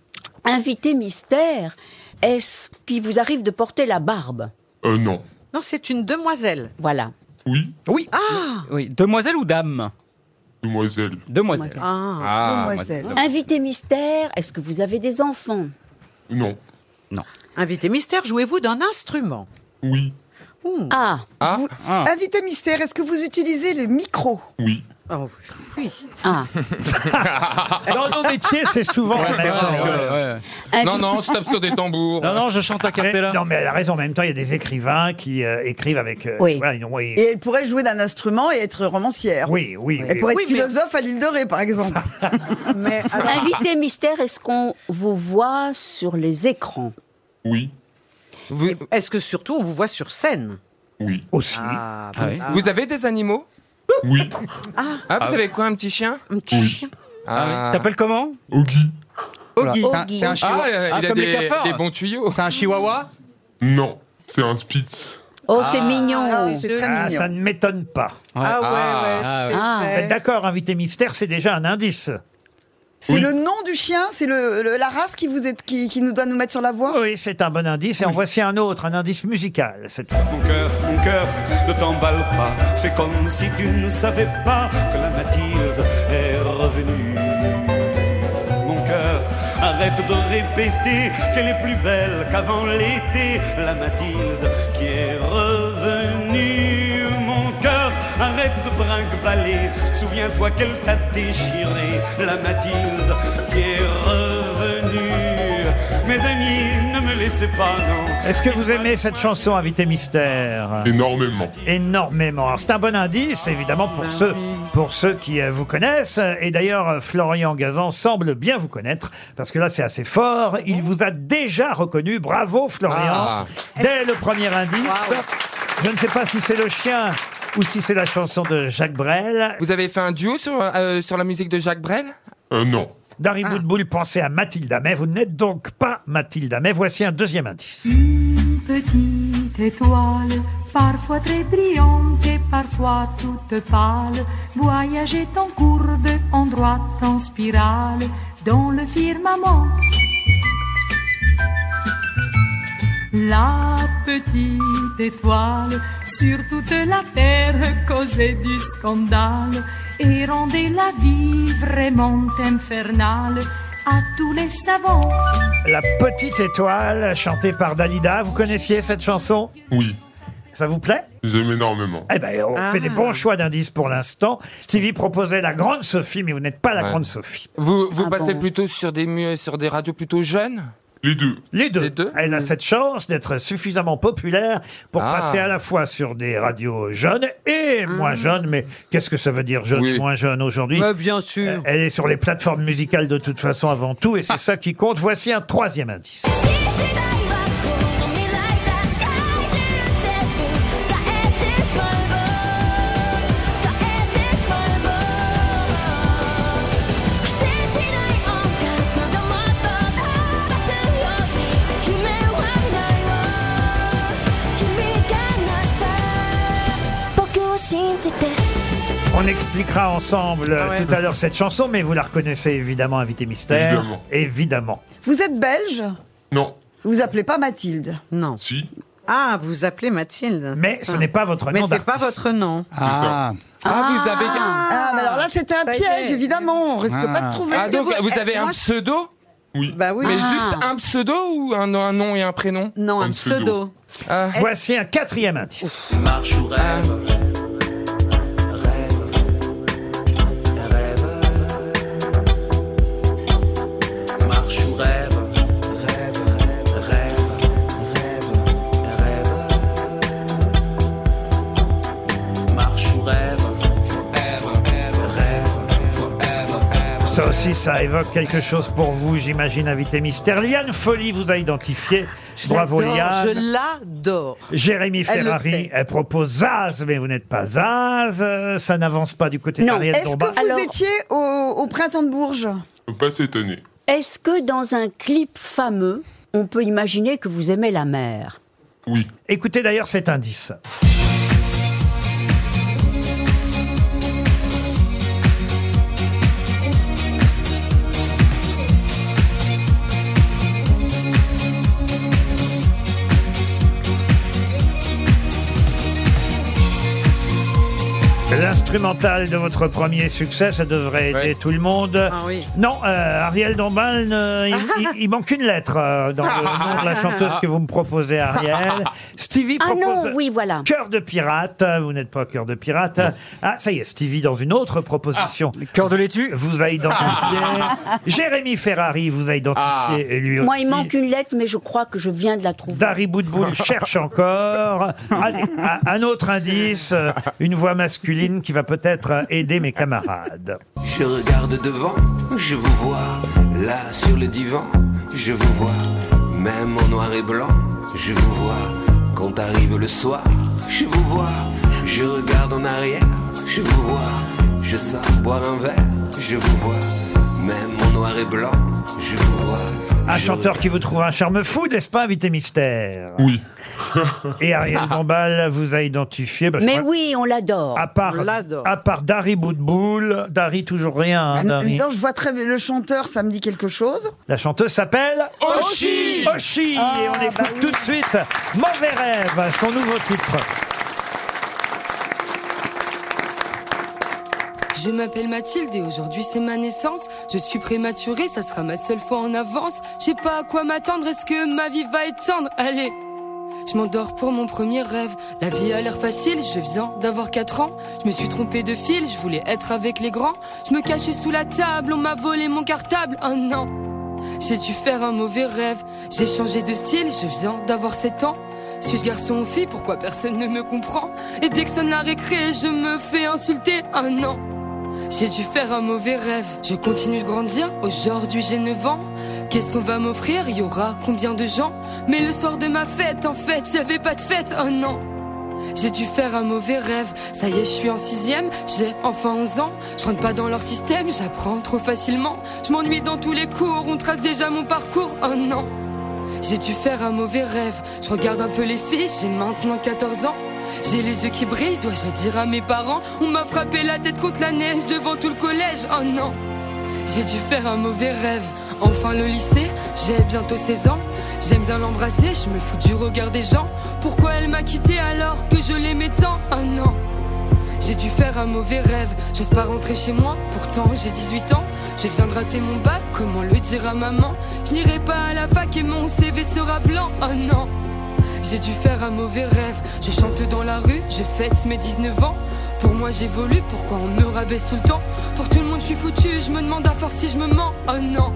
H: Invité mystère, est-ce qu'il vous arrive de porter la barbe
G: Euh, non.
H: Non, c'est une demoiselle. Voilà.
G: Oui.
H: Oui. Ah
E: Oui, demoiselle ou dame
G: Demoiselle.
E: Demoiselle.
G: Ah, demoiselle.
H: Invité mystère, est-ce que vous avez des enfants
G: Non.
E: Non.
I: Invité mystère, jouez-vous d'un instrument
G: Oui.
H: Ah.
F: Vous- Invité mystère, est-ce que vous utilisez le micro
G: Oui.
F: Oui.
H: Ah.
B: Dans nos métiers, c'est souvent.
G: Ouais,
B: la
G: c'est
B: même
G: vrai,
B: chose.
G: ouais, ouais. Non, non, je tape sur des tambours.
B: Non, non, je chante à capella. Non, mais elle a raison. En même temps, il y a des écrivains qui euh, écrivent avec. euh,
F: Oui.
B: voilà, ils ont- ils-
F: Et elle pourrait jouer d'un instrument et être romancière.
B: Oui, oui,
F: Elle
B: oui.
F: pourrait
B: Oui,
F: être
B: mais-
F: philosophe à l'île de Ré, par exemple. Eh,
I: mais,
H: Invité mystère, est-ce qu'on vous voit sur les écrans
G: Oui.
I: Est-ce que surtout on vous voit sur scène
G: Oui.
B: Aussi.
I: Ah,
G: Ah
I: bah,
G: ouais.
I: ça.
G: Vous avez des animaux Oui.
I: Ah,
G: Ah,
I: Ah
G: vous
I: ouais.
G: avez quoi, un petit chien
I: Un petit chien.
E: Ah oui. T'appelles comment
G: Ogi.
E: Oggy.
G: C'est un- c'est un chihuahua.
E: Ah,
G: il a
E: comme les
G: des,
E: cafards.
G: des bons tuyaux.
E: C'est un chihuahua
G: Non, c'est un spitz.
H: Oh, c'est mignon.
B: Ah, Ça ne m'étonne pas.
H: Ah ouais, ouais, Ah, c'est ah, vrai.
B: Vous êtes D'accord, invité mystère, c'est déjà un indice.
F: C'est le nom du chien, c'est le, le- la race qui vous est, qui, qui nous doit nous mettre sur la voie.
B: Oui, c'est un bon indice. Et en voici un autre, un indice musical cette fois.
T: Mon cœur, mon cœur, ne t'emballe pas. C'est comme si tu ne savais pas que la Mathilde est revenue. Mon cœur, arrête de répéter qu'elle est plus belle qu'avant l'été. La Mathilde qui est revenue. Mon cœur, arrête de brinque-baller. Souviens-toi qu'elle t'a déchiré. La Mathilde qui est revenue. Mes amis, ne me laissez pas, non.
B: Est-ce que vous aimez cette chanson, Invité Mystère
G: Énormément.
B: Énormément. Alors, C'est un bon indice, évidemment, pour ceux, pour ceux qui euh, vous connaissent. Et d'ailleurs, euh, Florian Gazan semble bien vous connaître, parce que là, c'est assez fort. Il vous a déjà reconnu. Bravo, Florian.
G: Ah.
B: Dès le premier indice. Je ne sais pas si c'est le chien ou si c'est la chanson de Jacques Brel.
G: Vous avez fait un duo sur, euh, sur la musique de Jacques Brel Non.
B: Dari Boudboul, pensez à Mathilda Mais. Vous n'êtes donc pas Mathilda Mais. Voici un deuxième indice.
U: Petite étoile, parfois très brillante et parfois toute pâle, voyageait en courbe, en droite, en spirale, dans le firmament. La petite étoile sur toute la terre causait du scandale et rendait la vie vraiment infernale à tous les savants.
B: La petite étoile, chantée par Dalida. Vous connaissiez cette chanson
G: Oui.
B: Ça vous plaît
G: J'aime énormément.
B: Eh ben, on fait
I: Ah.
B: des bons choix d'indices pour l'instant. Stevie proposait la grande Sophie, mais vous n'êtes pas la
G: Ouais.
B: grande Sophie.
G: Vous, vous
B: Ah
G: passez
B: bon.
G: plutôt sur des, mu- sur des radios plutôt jeunes
B: Les deux. Les deux. Elle a cette chance d'être suffisamment populaire pour
G: Ah.
B: passer à la fois sur des radios jeunes et
I: Mm.
B: moins jeunes. Mais qu'est-ce que ça veut dire jeune et moins jeune aujourd'hui
I: Bien sûr.
B: Euh, Elle est sur les plateformes musicales de toute façon avant tout
G: Ah.
B: et c'est ça qui compte. Voici un troisième indice. On expliquera
I: Ah
B: ensemble euh, tout à l'heure cette chanson, mais vous la reconnaissez évidemment, Invité Mystère.
G: Évidemment.
B: Évidemment.
F: Vous êtes belge
G: Non.
F: Vous vous appelez pas Mathilde
I: Non.
G: Si.
I: Ah, vous appelez Mathilde.
B: Mais
I: c'est
B: ce
I: ça.
B: n'est pas votre
I: Ah. Mais
B: nom
I: c'est pas
B: d'artiste.
I: votre nom. bah
G: Ah. Ah, vous avez.
F: Ah, mais alors là, c'était un
I: Ça y est.
F: piège, évidemment. On risque
G: Ah.
F: pas de trouver. Eh,
G: Ah, donc vous avez un pseudo Oui.
I: Bah oui.
G: Mais
F: Ah.
G: juste un pseudo ou un, un nom et un prénom
I: Non,
G: un
I: pseudo.
G: Ah.
B: Voici un quatrième indice.
T: Marche ou rêve Rêve Rêve Marche ou rêve Rêve Rêve Rêve Rêve Marche ou rêve Forever Rêve Forever
B: Ça aussi, ça évoque quelque chose pour vous, j'imagine, invité mystère. Liane Folly vous a identifié. Bravo,
I: J'adore,
B: Liane.
I: Je l'adore.
B: Jérémy
I: Elle le
B: Ferrari,
I: sait.
B: elle, propose Zaz, mais vous n'êtes pas Zaz. Euh, Ça n'avance pas du côté d'Ariel
F: Est-ce que
B: Dombas.
F: vous étiez au, au printemps de Bourges
G: Pas s'étonner.
H: Est-ce que dans un clip fameux, on peut imaginer que vous aimez la mer
G: Oui.
B: Écoutez d'ailleurs cet indice. l'instrumental de votre premier succès, ça devrait aider tout le monde. Non, euh, Ariel Dombal, euh, il, il- il manque une lettre euh, dans le nom de la chanteuse que vous me proposez, Ariel. Stevie
H: Ah
B: propose
H: non, oui, voilà.
B: Cœur de pirate. Vous n'êtes pas cœur de pirate. Ah, ça y est, Stevie, dans une autre proposition.
E: Ah, cœur de laitue
B: Vous a identifié. Jérémy Ferrari vous a identifié, et lui
H: Ah. Moi,
B: aussi.
H: il manque une lettre, mais je crois que je viens de la trouver.
B: Dari Boudboul cherche encore. Allez,
H: Ah.
B: un- un autre indice, euh, une voix masculine qui va peut-être euh, aider mes camarades.
K: Je regarde devant, je vous vois. Là sur le divan, je vous vois. Même en noir et blanc, je vous vois. Quand arrive le soir, je vous vois. Je regarde en arrière, je vous vois. Je sors boire un verre, je vous vois. Même en noir et blanc, je vous vois.
B: Un Ah, chanteur qui vous trouve un charme fou, n'est-ce pas, invité mystère Oui. Et Ariel Dombal vous a identifié. bah, je
H: Mais
B: crois-
H: oui, on l'adore.
B: À part, à part Dari Boudboul, Dari toujours rien.
F: Ah,
B: hein, Dari.
F: Non, je vois très bien le chanteur, ça me dit quelque chose.
B: La chanteuse s'appelle
F: Oshi
B: Oshi Et on écoute tout de suite Mauvais rêve, son nouveau titre.
V: Je m'appelle Mathilde et aujourd'hui c'est ma naissance. Je suis prématurée, ça sera ma seule fois en avance. Je sais pas à quoi m'attendre, est-ce que ma vie va être tendre Allez je m'endors pour mon premier rêve. La vie a l'air facile, je viens d'avoir 4 ans. Je me suis trompée de fil, je voulais être avec les grands. Je me cachais sous la table, on m'a volé mon cartable. Oh non, j'ai dû faire un mauvais rêve. J'ai changé de style, je viens d'avoir 7 ans. Suis-je garçon ou fille, pourquoi personne ne me comprend Et dès que ça n'a récré, je me fais insulter. Oh non, j'ai dû faire un mauvais rêve. Je continue de grandir, aujourd'hui j'ai 9 ans. Qu'est-ce qu'on va m'offrir Y aura combien de gens Mais le soir de ma fête, en fait, j'avais pas de fête, oh non. J'ai dû faire un mauvais rêve. Ça y est, je suis en sixième, j'ai enfin 11 ans. Je rentre pas dans leur système, j'apprends trop facilement. Je m'ennuie dans tous les cours, on trace déjà mon parcours, oh non. J'ai dû faire un mauvais rêve. Je regarde un peu les filles, j'ai maintenant 14 ans. J'ai les yeux qui brillent, dois-je le dire à mes parents On m'a frappé la tête contre la neige devant tout le collège, oh non J'ai dû faire un mauvais rêve. Enfin le lycée, j'ai bientôt 16 ans. J'aime bien l'embrasser, je me fous du regard des gens. Pourquoi elle m'a quitté alors que je l'aimais tant, oh non j'ai dû faire un mauvais rêve, j'ose pas rentrer chez moi, pourtant j'ai 18 ans, je viens de rater mon bac, comment le dire à maman Je n'irai pas à la fac et mon CV sera blanc, oh non J'ai dû faire un mauvais rêve, je chante dans la rue, je fête mes 19 ans Pour moi j'évolue, pourquoi on me rabaisse tout le temps Pour tout le monde je suis foutu, je me demande à force si je me mens, oh non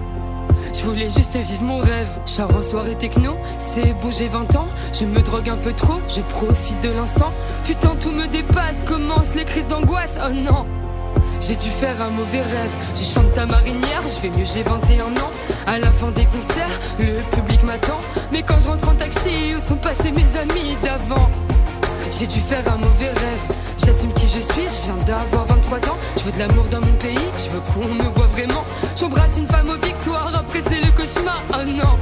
V: je voulais juste vivre mon rêve. Char en soirée techno, c'est bon, j'ai 20 ans. Je me drogue un peu trop, je profite de l'instant. Putain, tout me dépasse, commencent les crises d'angoisse, oh non. J'ai dû faire un mauvais rêve. Je chante ta marinière, je vais mieux, j'ai 21 ans. À la fin des concerts, le public m'attend. Mais quand je rentre en taxi, où sont passés mes amis d'avant J'ai dû faire un mauvais rêve. J'assume qui je suis, je viens d'avoir 23 ans. Je veux de l'amour dans mon pays, je veux qu'on me voit vraiment. J'embrasse une femme aux victoires, après c'est le cauchemar. Oh non!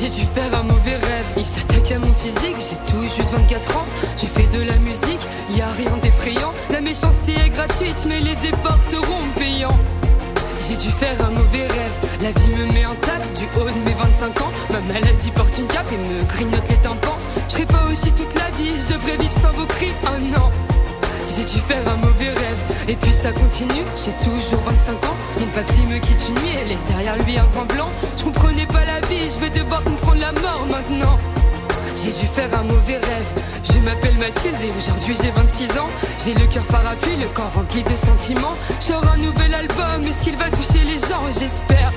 V: J'ai dû faire un mauvais rêve. Il s'attaque à mon physique, j'ai tout juste 24 ans. J'ai fait de la musique, y a rien d'effrayant. La méchanceté est gratuite, mais les efforts seront payants. J'ai dû faire un mauvais rêve. La vie me met en tape du haut de mes 25 ans. Ma maladie porte une cape et me grignote les tympans. Je serai pas aussi toute la vie, je devrais vivre sans vos cris. Oh non! J'ai dû faire un mauvais rêve Et puis ça continue, j'ai toujours 25 ans Mon papy me quitte une nuit et laisse derrière lui un grand blanc Je comprenais pas la vie, je vais devoir comprendre la mort maintenant J'ai dû faire un mauvais rêve Je m'appelle Mathilde et aujourd'hui j'ai 26 ans J'ai le cœur parapluie, le corps rempli de sentiments J'aurai un nouvel album, est-ce qu'il va toucher les gens J'espère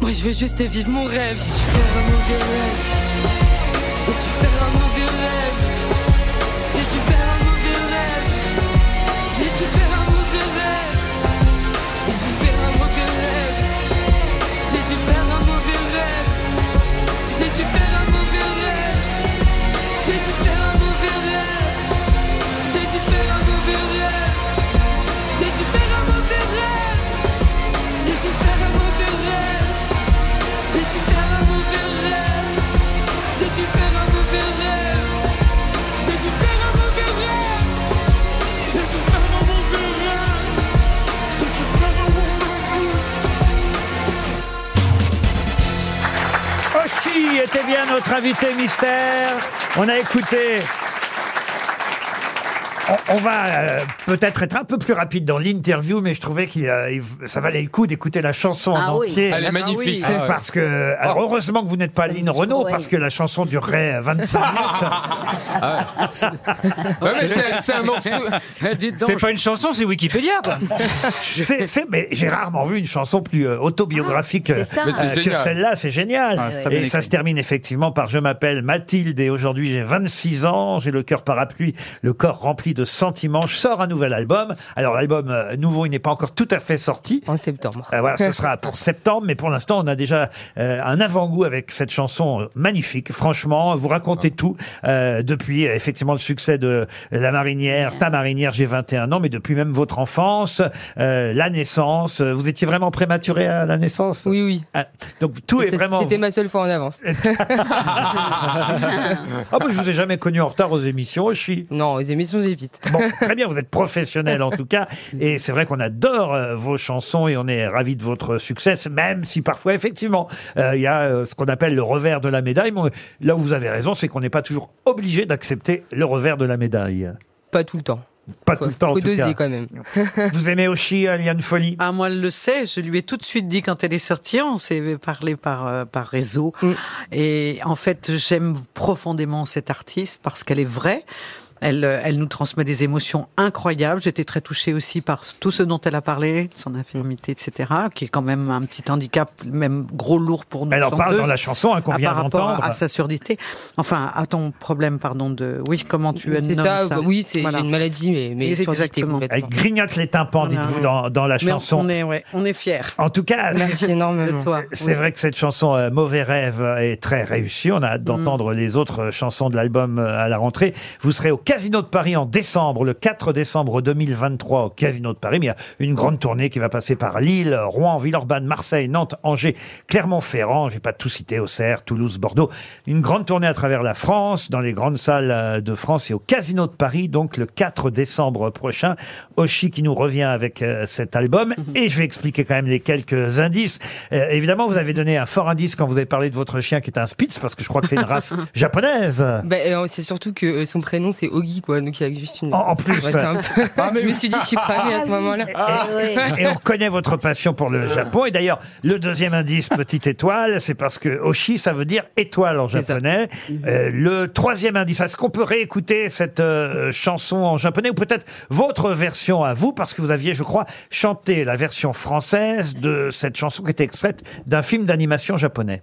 V: Moi je veux juste vivre mon rêve J'ai dû faire un mauvais rêve J'ai dû faire un mauvais rêve J'ai dû faire un mauvais rêve j'ai dû faire un mauvais rêve. J'ai dû faire un mauvais rêve. J'ai dû faire un mauvais rêve. J'ai dû faire un mauvais rêve. J'ai dû faire un mauvais rêve. J'ai dû faire un mauvais rêve. J'ai dû faire un mauvais rêve. J'ai dû faire un mauvais rêve. J'ai dû faire un mauvais rêve. J'ai dû faire un mauvais rêve. J'ai dû faire un mauvais rêve. J'ai dû faire un mauvais rêve. J'ai dû faire un mauvais rêve.
B: Oshi était bien notre invité mystère. On a écouté On, on va euh, peut-être être un peu plus rapide dans l'interview, mais je trouvais que ça valait le coup d'écouter la chanson
N: Ah
B: en
N: oui.
B: entier.
N: Elle est magnifique. Ah oui.
B: Parce que, alors heureusement que vous n'êtes pas Lynn Renault, parce que la chanson durerait euh, 25 minutes.
S: C'est pas une chanson, c'est Wikipédia, quoi.
B: C'est- c'est- mais j'ai rarement vu une chanson plus euh, autobiographique
S: Ah,
B: euh,
S: c'est ça. Mais c'est
B: euh, que
S: génial.
B: celle-là, c'est génial.
S: Ah, c'est très bien
B: et ça
S: écrit.
B: se termine effectivement par Je m'appelle Mathilde et aujourd'hui j'ai 26 ans, j'ai le cœur parapluie, le corps rempli de sentiments. Je sors un nouvel album. Alors l'album euh, nouveau, il n'est pas encore tout à fait sorti. Euh,
V: En septembre.
B: voilà, ce sera pour septembre, mais pour l'instant, on a déjà euh, un avant-goût avec cette chanson euh, magnifique. Franchement, vous racontez tout euh, depuis euh, effectivement le succès de La Marinière, Ta Marinière, j'ai 21 ans, mais depuis même votre enfance, euh, la naissance. Euh, Vous étiez vraiment prématuré à la naissance Ah,
V: Oui, oui.
B: donc tout est
V: Ça,
B: vraiment.
V: C'était ma seule fois en avance.
B: Ah bah, je vous ai jamais connu en retard aux émissions, Oshi.
V: Non, aux émissions, j'évite.
B: Bon, très bien, vous êtes professionnel en tout cas. Et c'est vrai qu'on adore euh, vos chansons et on est ravis de votre succès, même si parfois, effectivement, euh, il y a euh, ce qu'on appelle le revers de la médaille. Mais, euh, là où vous avez raison, c'est qu'on n'est pas toujours obligé d'accepter le revers de la médaille.
V: Pas tout le temps.
B: Pas tout le temps, en
V: Faut
B: tout
V: doser
B: cas.
V: quand même.
B: Vous aimez Oshi, Liane Folie
I: Ah, moi, elle le sait. Je lui ai tout de suite dit quand elle est sortie. On s'est parlé par, euh, par réseau.
V: Mm.
I: Et en fait, j'aime profondément cette artiste parce qu'elle est vraie. Elle, euh, elle nous transmet des émotions incroyables. J'étais très touchée aussi par tout ce dont elle a parlé, son infirmité, etc., qui est quand même un petit handicap, même gros lourd pour nous.
B: Elle en parle
I: chanteuses,
B: dans la chanson, hein, qu'on
I: à-
B: vient
I: par rapport
B: d'entendre.
I: à sa surdité. Enfin, à ton problème, pardon, de... Oui, comment tu
V: C'est
I: nommes
V: ça,
I: ça,
V: oui, c'est
I: Voilà.
V: j'ai une maladie, mais, mais
I: Exactement.
V: surdité complètement.
B: Elle grignote les tympans,
I: Voilà.
B: dites-vous, dans, dans la
I: Mais on-
B: chanson.
I: On est, ouais, on est fiers.
B: En tout cas,
V: Merci énormément.
I: de toi.
B: C'est vrai que cette chanson euh, Mauvais rêve est très réussie. On a
I: Mm.
B: hâte d'entendre les autres euh, chansons de l'album euh, à la rentrée. Vous serez au Casino de Paris en décembre, le 4 décembre 2023 au Casino de Paris. Mais il y a une grande tournée qui va passer par Lille, Rouen, Villeurbanne, Marseille, Nantes, Angers, Clermont-Ferrand. J'ai pas tout cité, Auxerre, Toulouse, Bordeaux. Une grande tournée à travers la France, dans les grandes salles euh, de France et au Casino de Paris, donc le 4 décembre prochain. Oshi qui nous revient avec euh, cet album. Et je vais expliquer quand même les quelques indices. Euh, évidemment, vous avez donné un fort indice quand vous avez parlé de votre chien qui est un Spitz, parce que je crois que c'est une race japonaise.
V: Bah, euh, c'est surtout que euh, son prénom c'est Ogi quoi, donc il y a juste une.
B: En- en plus.
V: Ouais, c'est un peu-
B: Ah, mais- Ah
V: Je me suis dit, je suis cramée à ce moment-là.
B: Et on connaît votre passion pour le Japon. Et d'ailleurs, le deuxième indice, petite étoile, c'est parce que Oshi, ça veut dire étoile en japonais. Euh, le troisième indice, est-ce qu'on peut réécouter cette euh, chanson en japonais ou peut-être votre version à vous parce que vous aviez, je crois, chanté la version française de cette chanson qui était extraite d'un film d'animation japonais.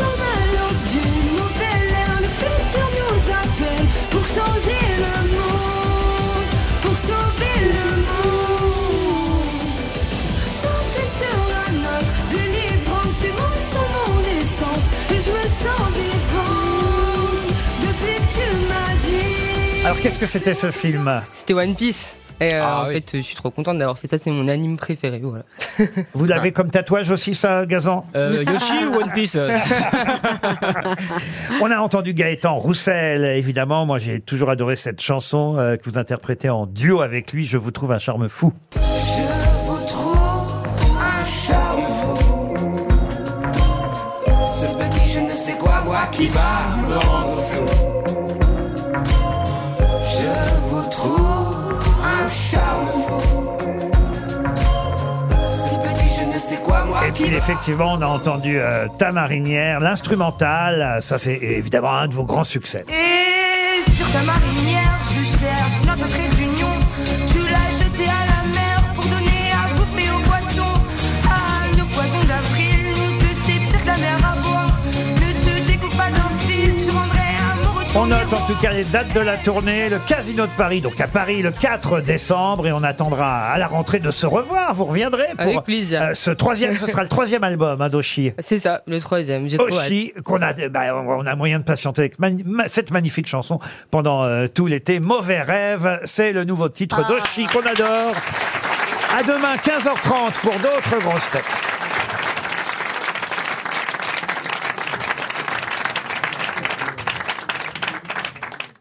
N: Alors d'une nouvelle ère, le futur nous appelle pour changer le monde, pour sauver le monde. Chanter sur la note, délivrance, tes mots sont mon essence, et je me sens vivante depuis que tu m'as dit.
B: Alors, qu'est-ce que c'était ce film
V: C'était One Piece. Et euh,
B: Ah
V: en
B: oui.
V: fait, euh, je suis trop contente d'avoir fait ça, c'est mon anime préféré. Voilà.
B: Vous l'avez comme tatouage aussi, ça, Gazan
V: Euh, Yoshi ou One Piece, euh
B: On a entendu Gaëtan Roussel, évidemment. Moi, j'ai toujours adoré cette chanson euh, que vous interprétez en duo avec lui. Je vous trouve un charme fou.
N: Je vous trouve un charme fou. Ce petit je ne sais quoi, moi qui va me rendre fou. Je vous trouve un charme fou. Ce petit je ne sais quoi, moi
B: Et puis effectivement, on a entendu euh, Ta marinière, l'instrumental. Ça, c'est évidemment un de vos grands succès.
N: Et sur ta marinière, je cherche notre trait d'union. Tu l'as jeté à la mer pour donner à bouffer aux poissons. Ah, nos poissons d'avril, nous deux, c'est pire que la mer à boire. Ne te découpe pas d'un fil, tu rendrais amoureux
B: On note en tout cas les dates de la tournée, le Casino de Paris, donc à Paris le 4 décembre, et on attendra à la rentrée de se revoir. Vous reviendrez pour
V: Avec plaisir.
B: euh, ce troisième, ce sera le troisième album, hein, d'Oshi.
V: C'est ça, le troisième. J'ai trop hâte.
B: Oshi, qu'on a, bah, on a moyen de patienter avec mani- ma- cette magnifique chanson pendant euh, tout l'été. Mauvais rêve, c'est le nouveau titre d'Oshi qu'on adore. À demain, 15h30 pour d'autres grosses têtes.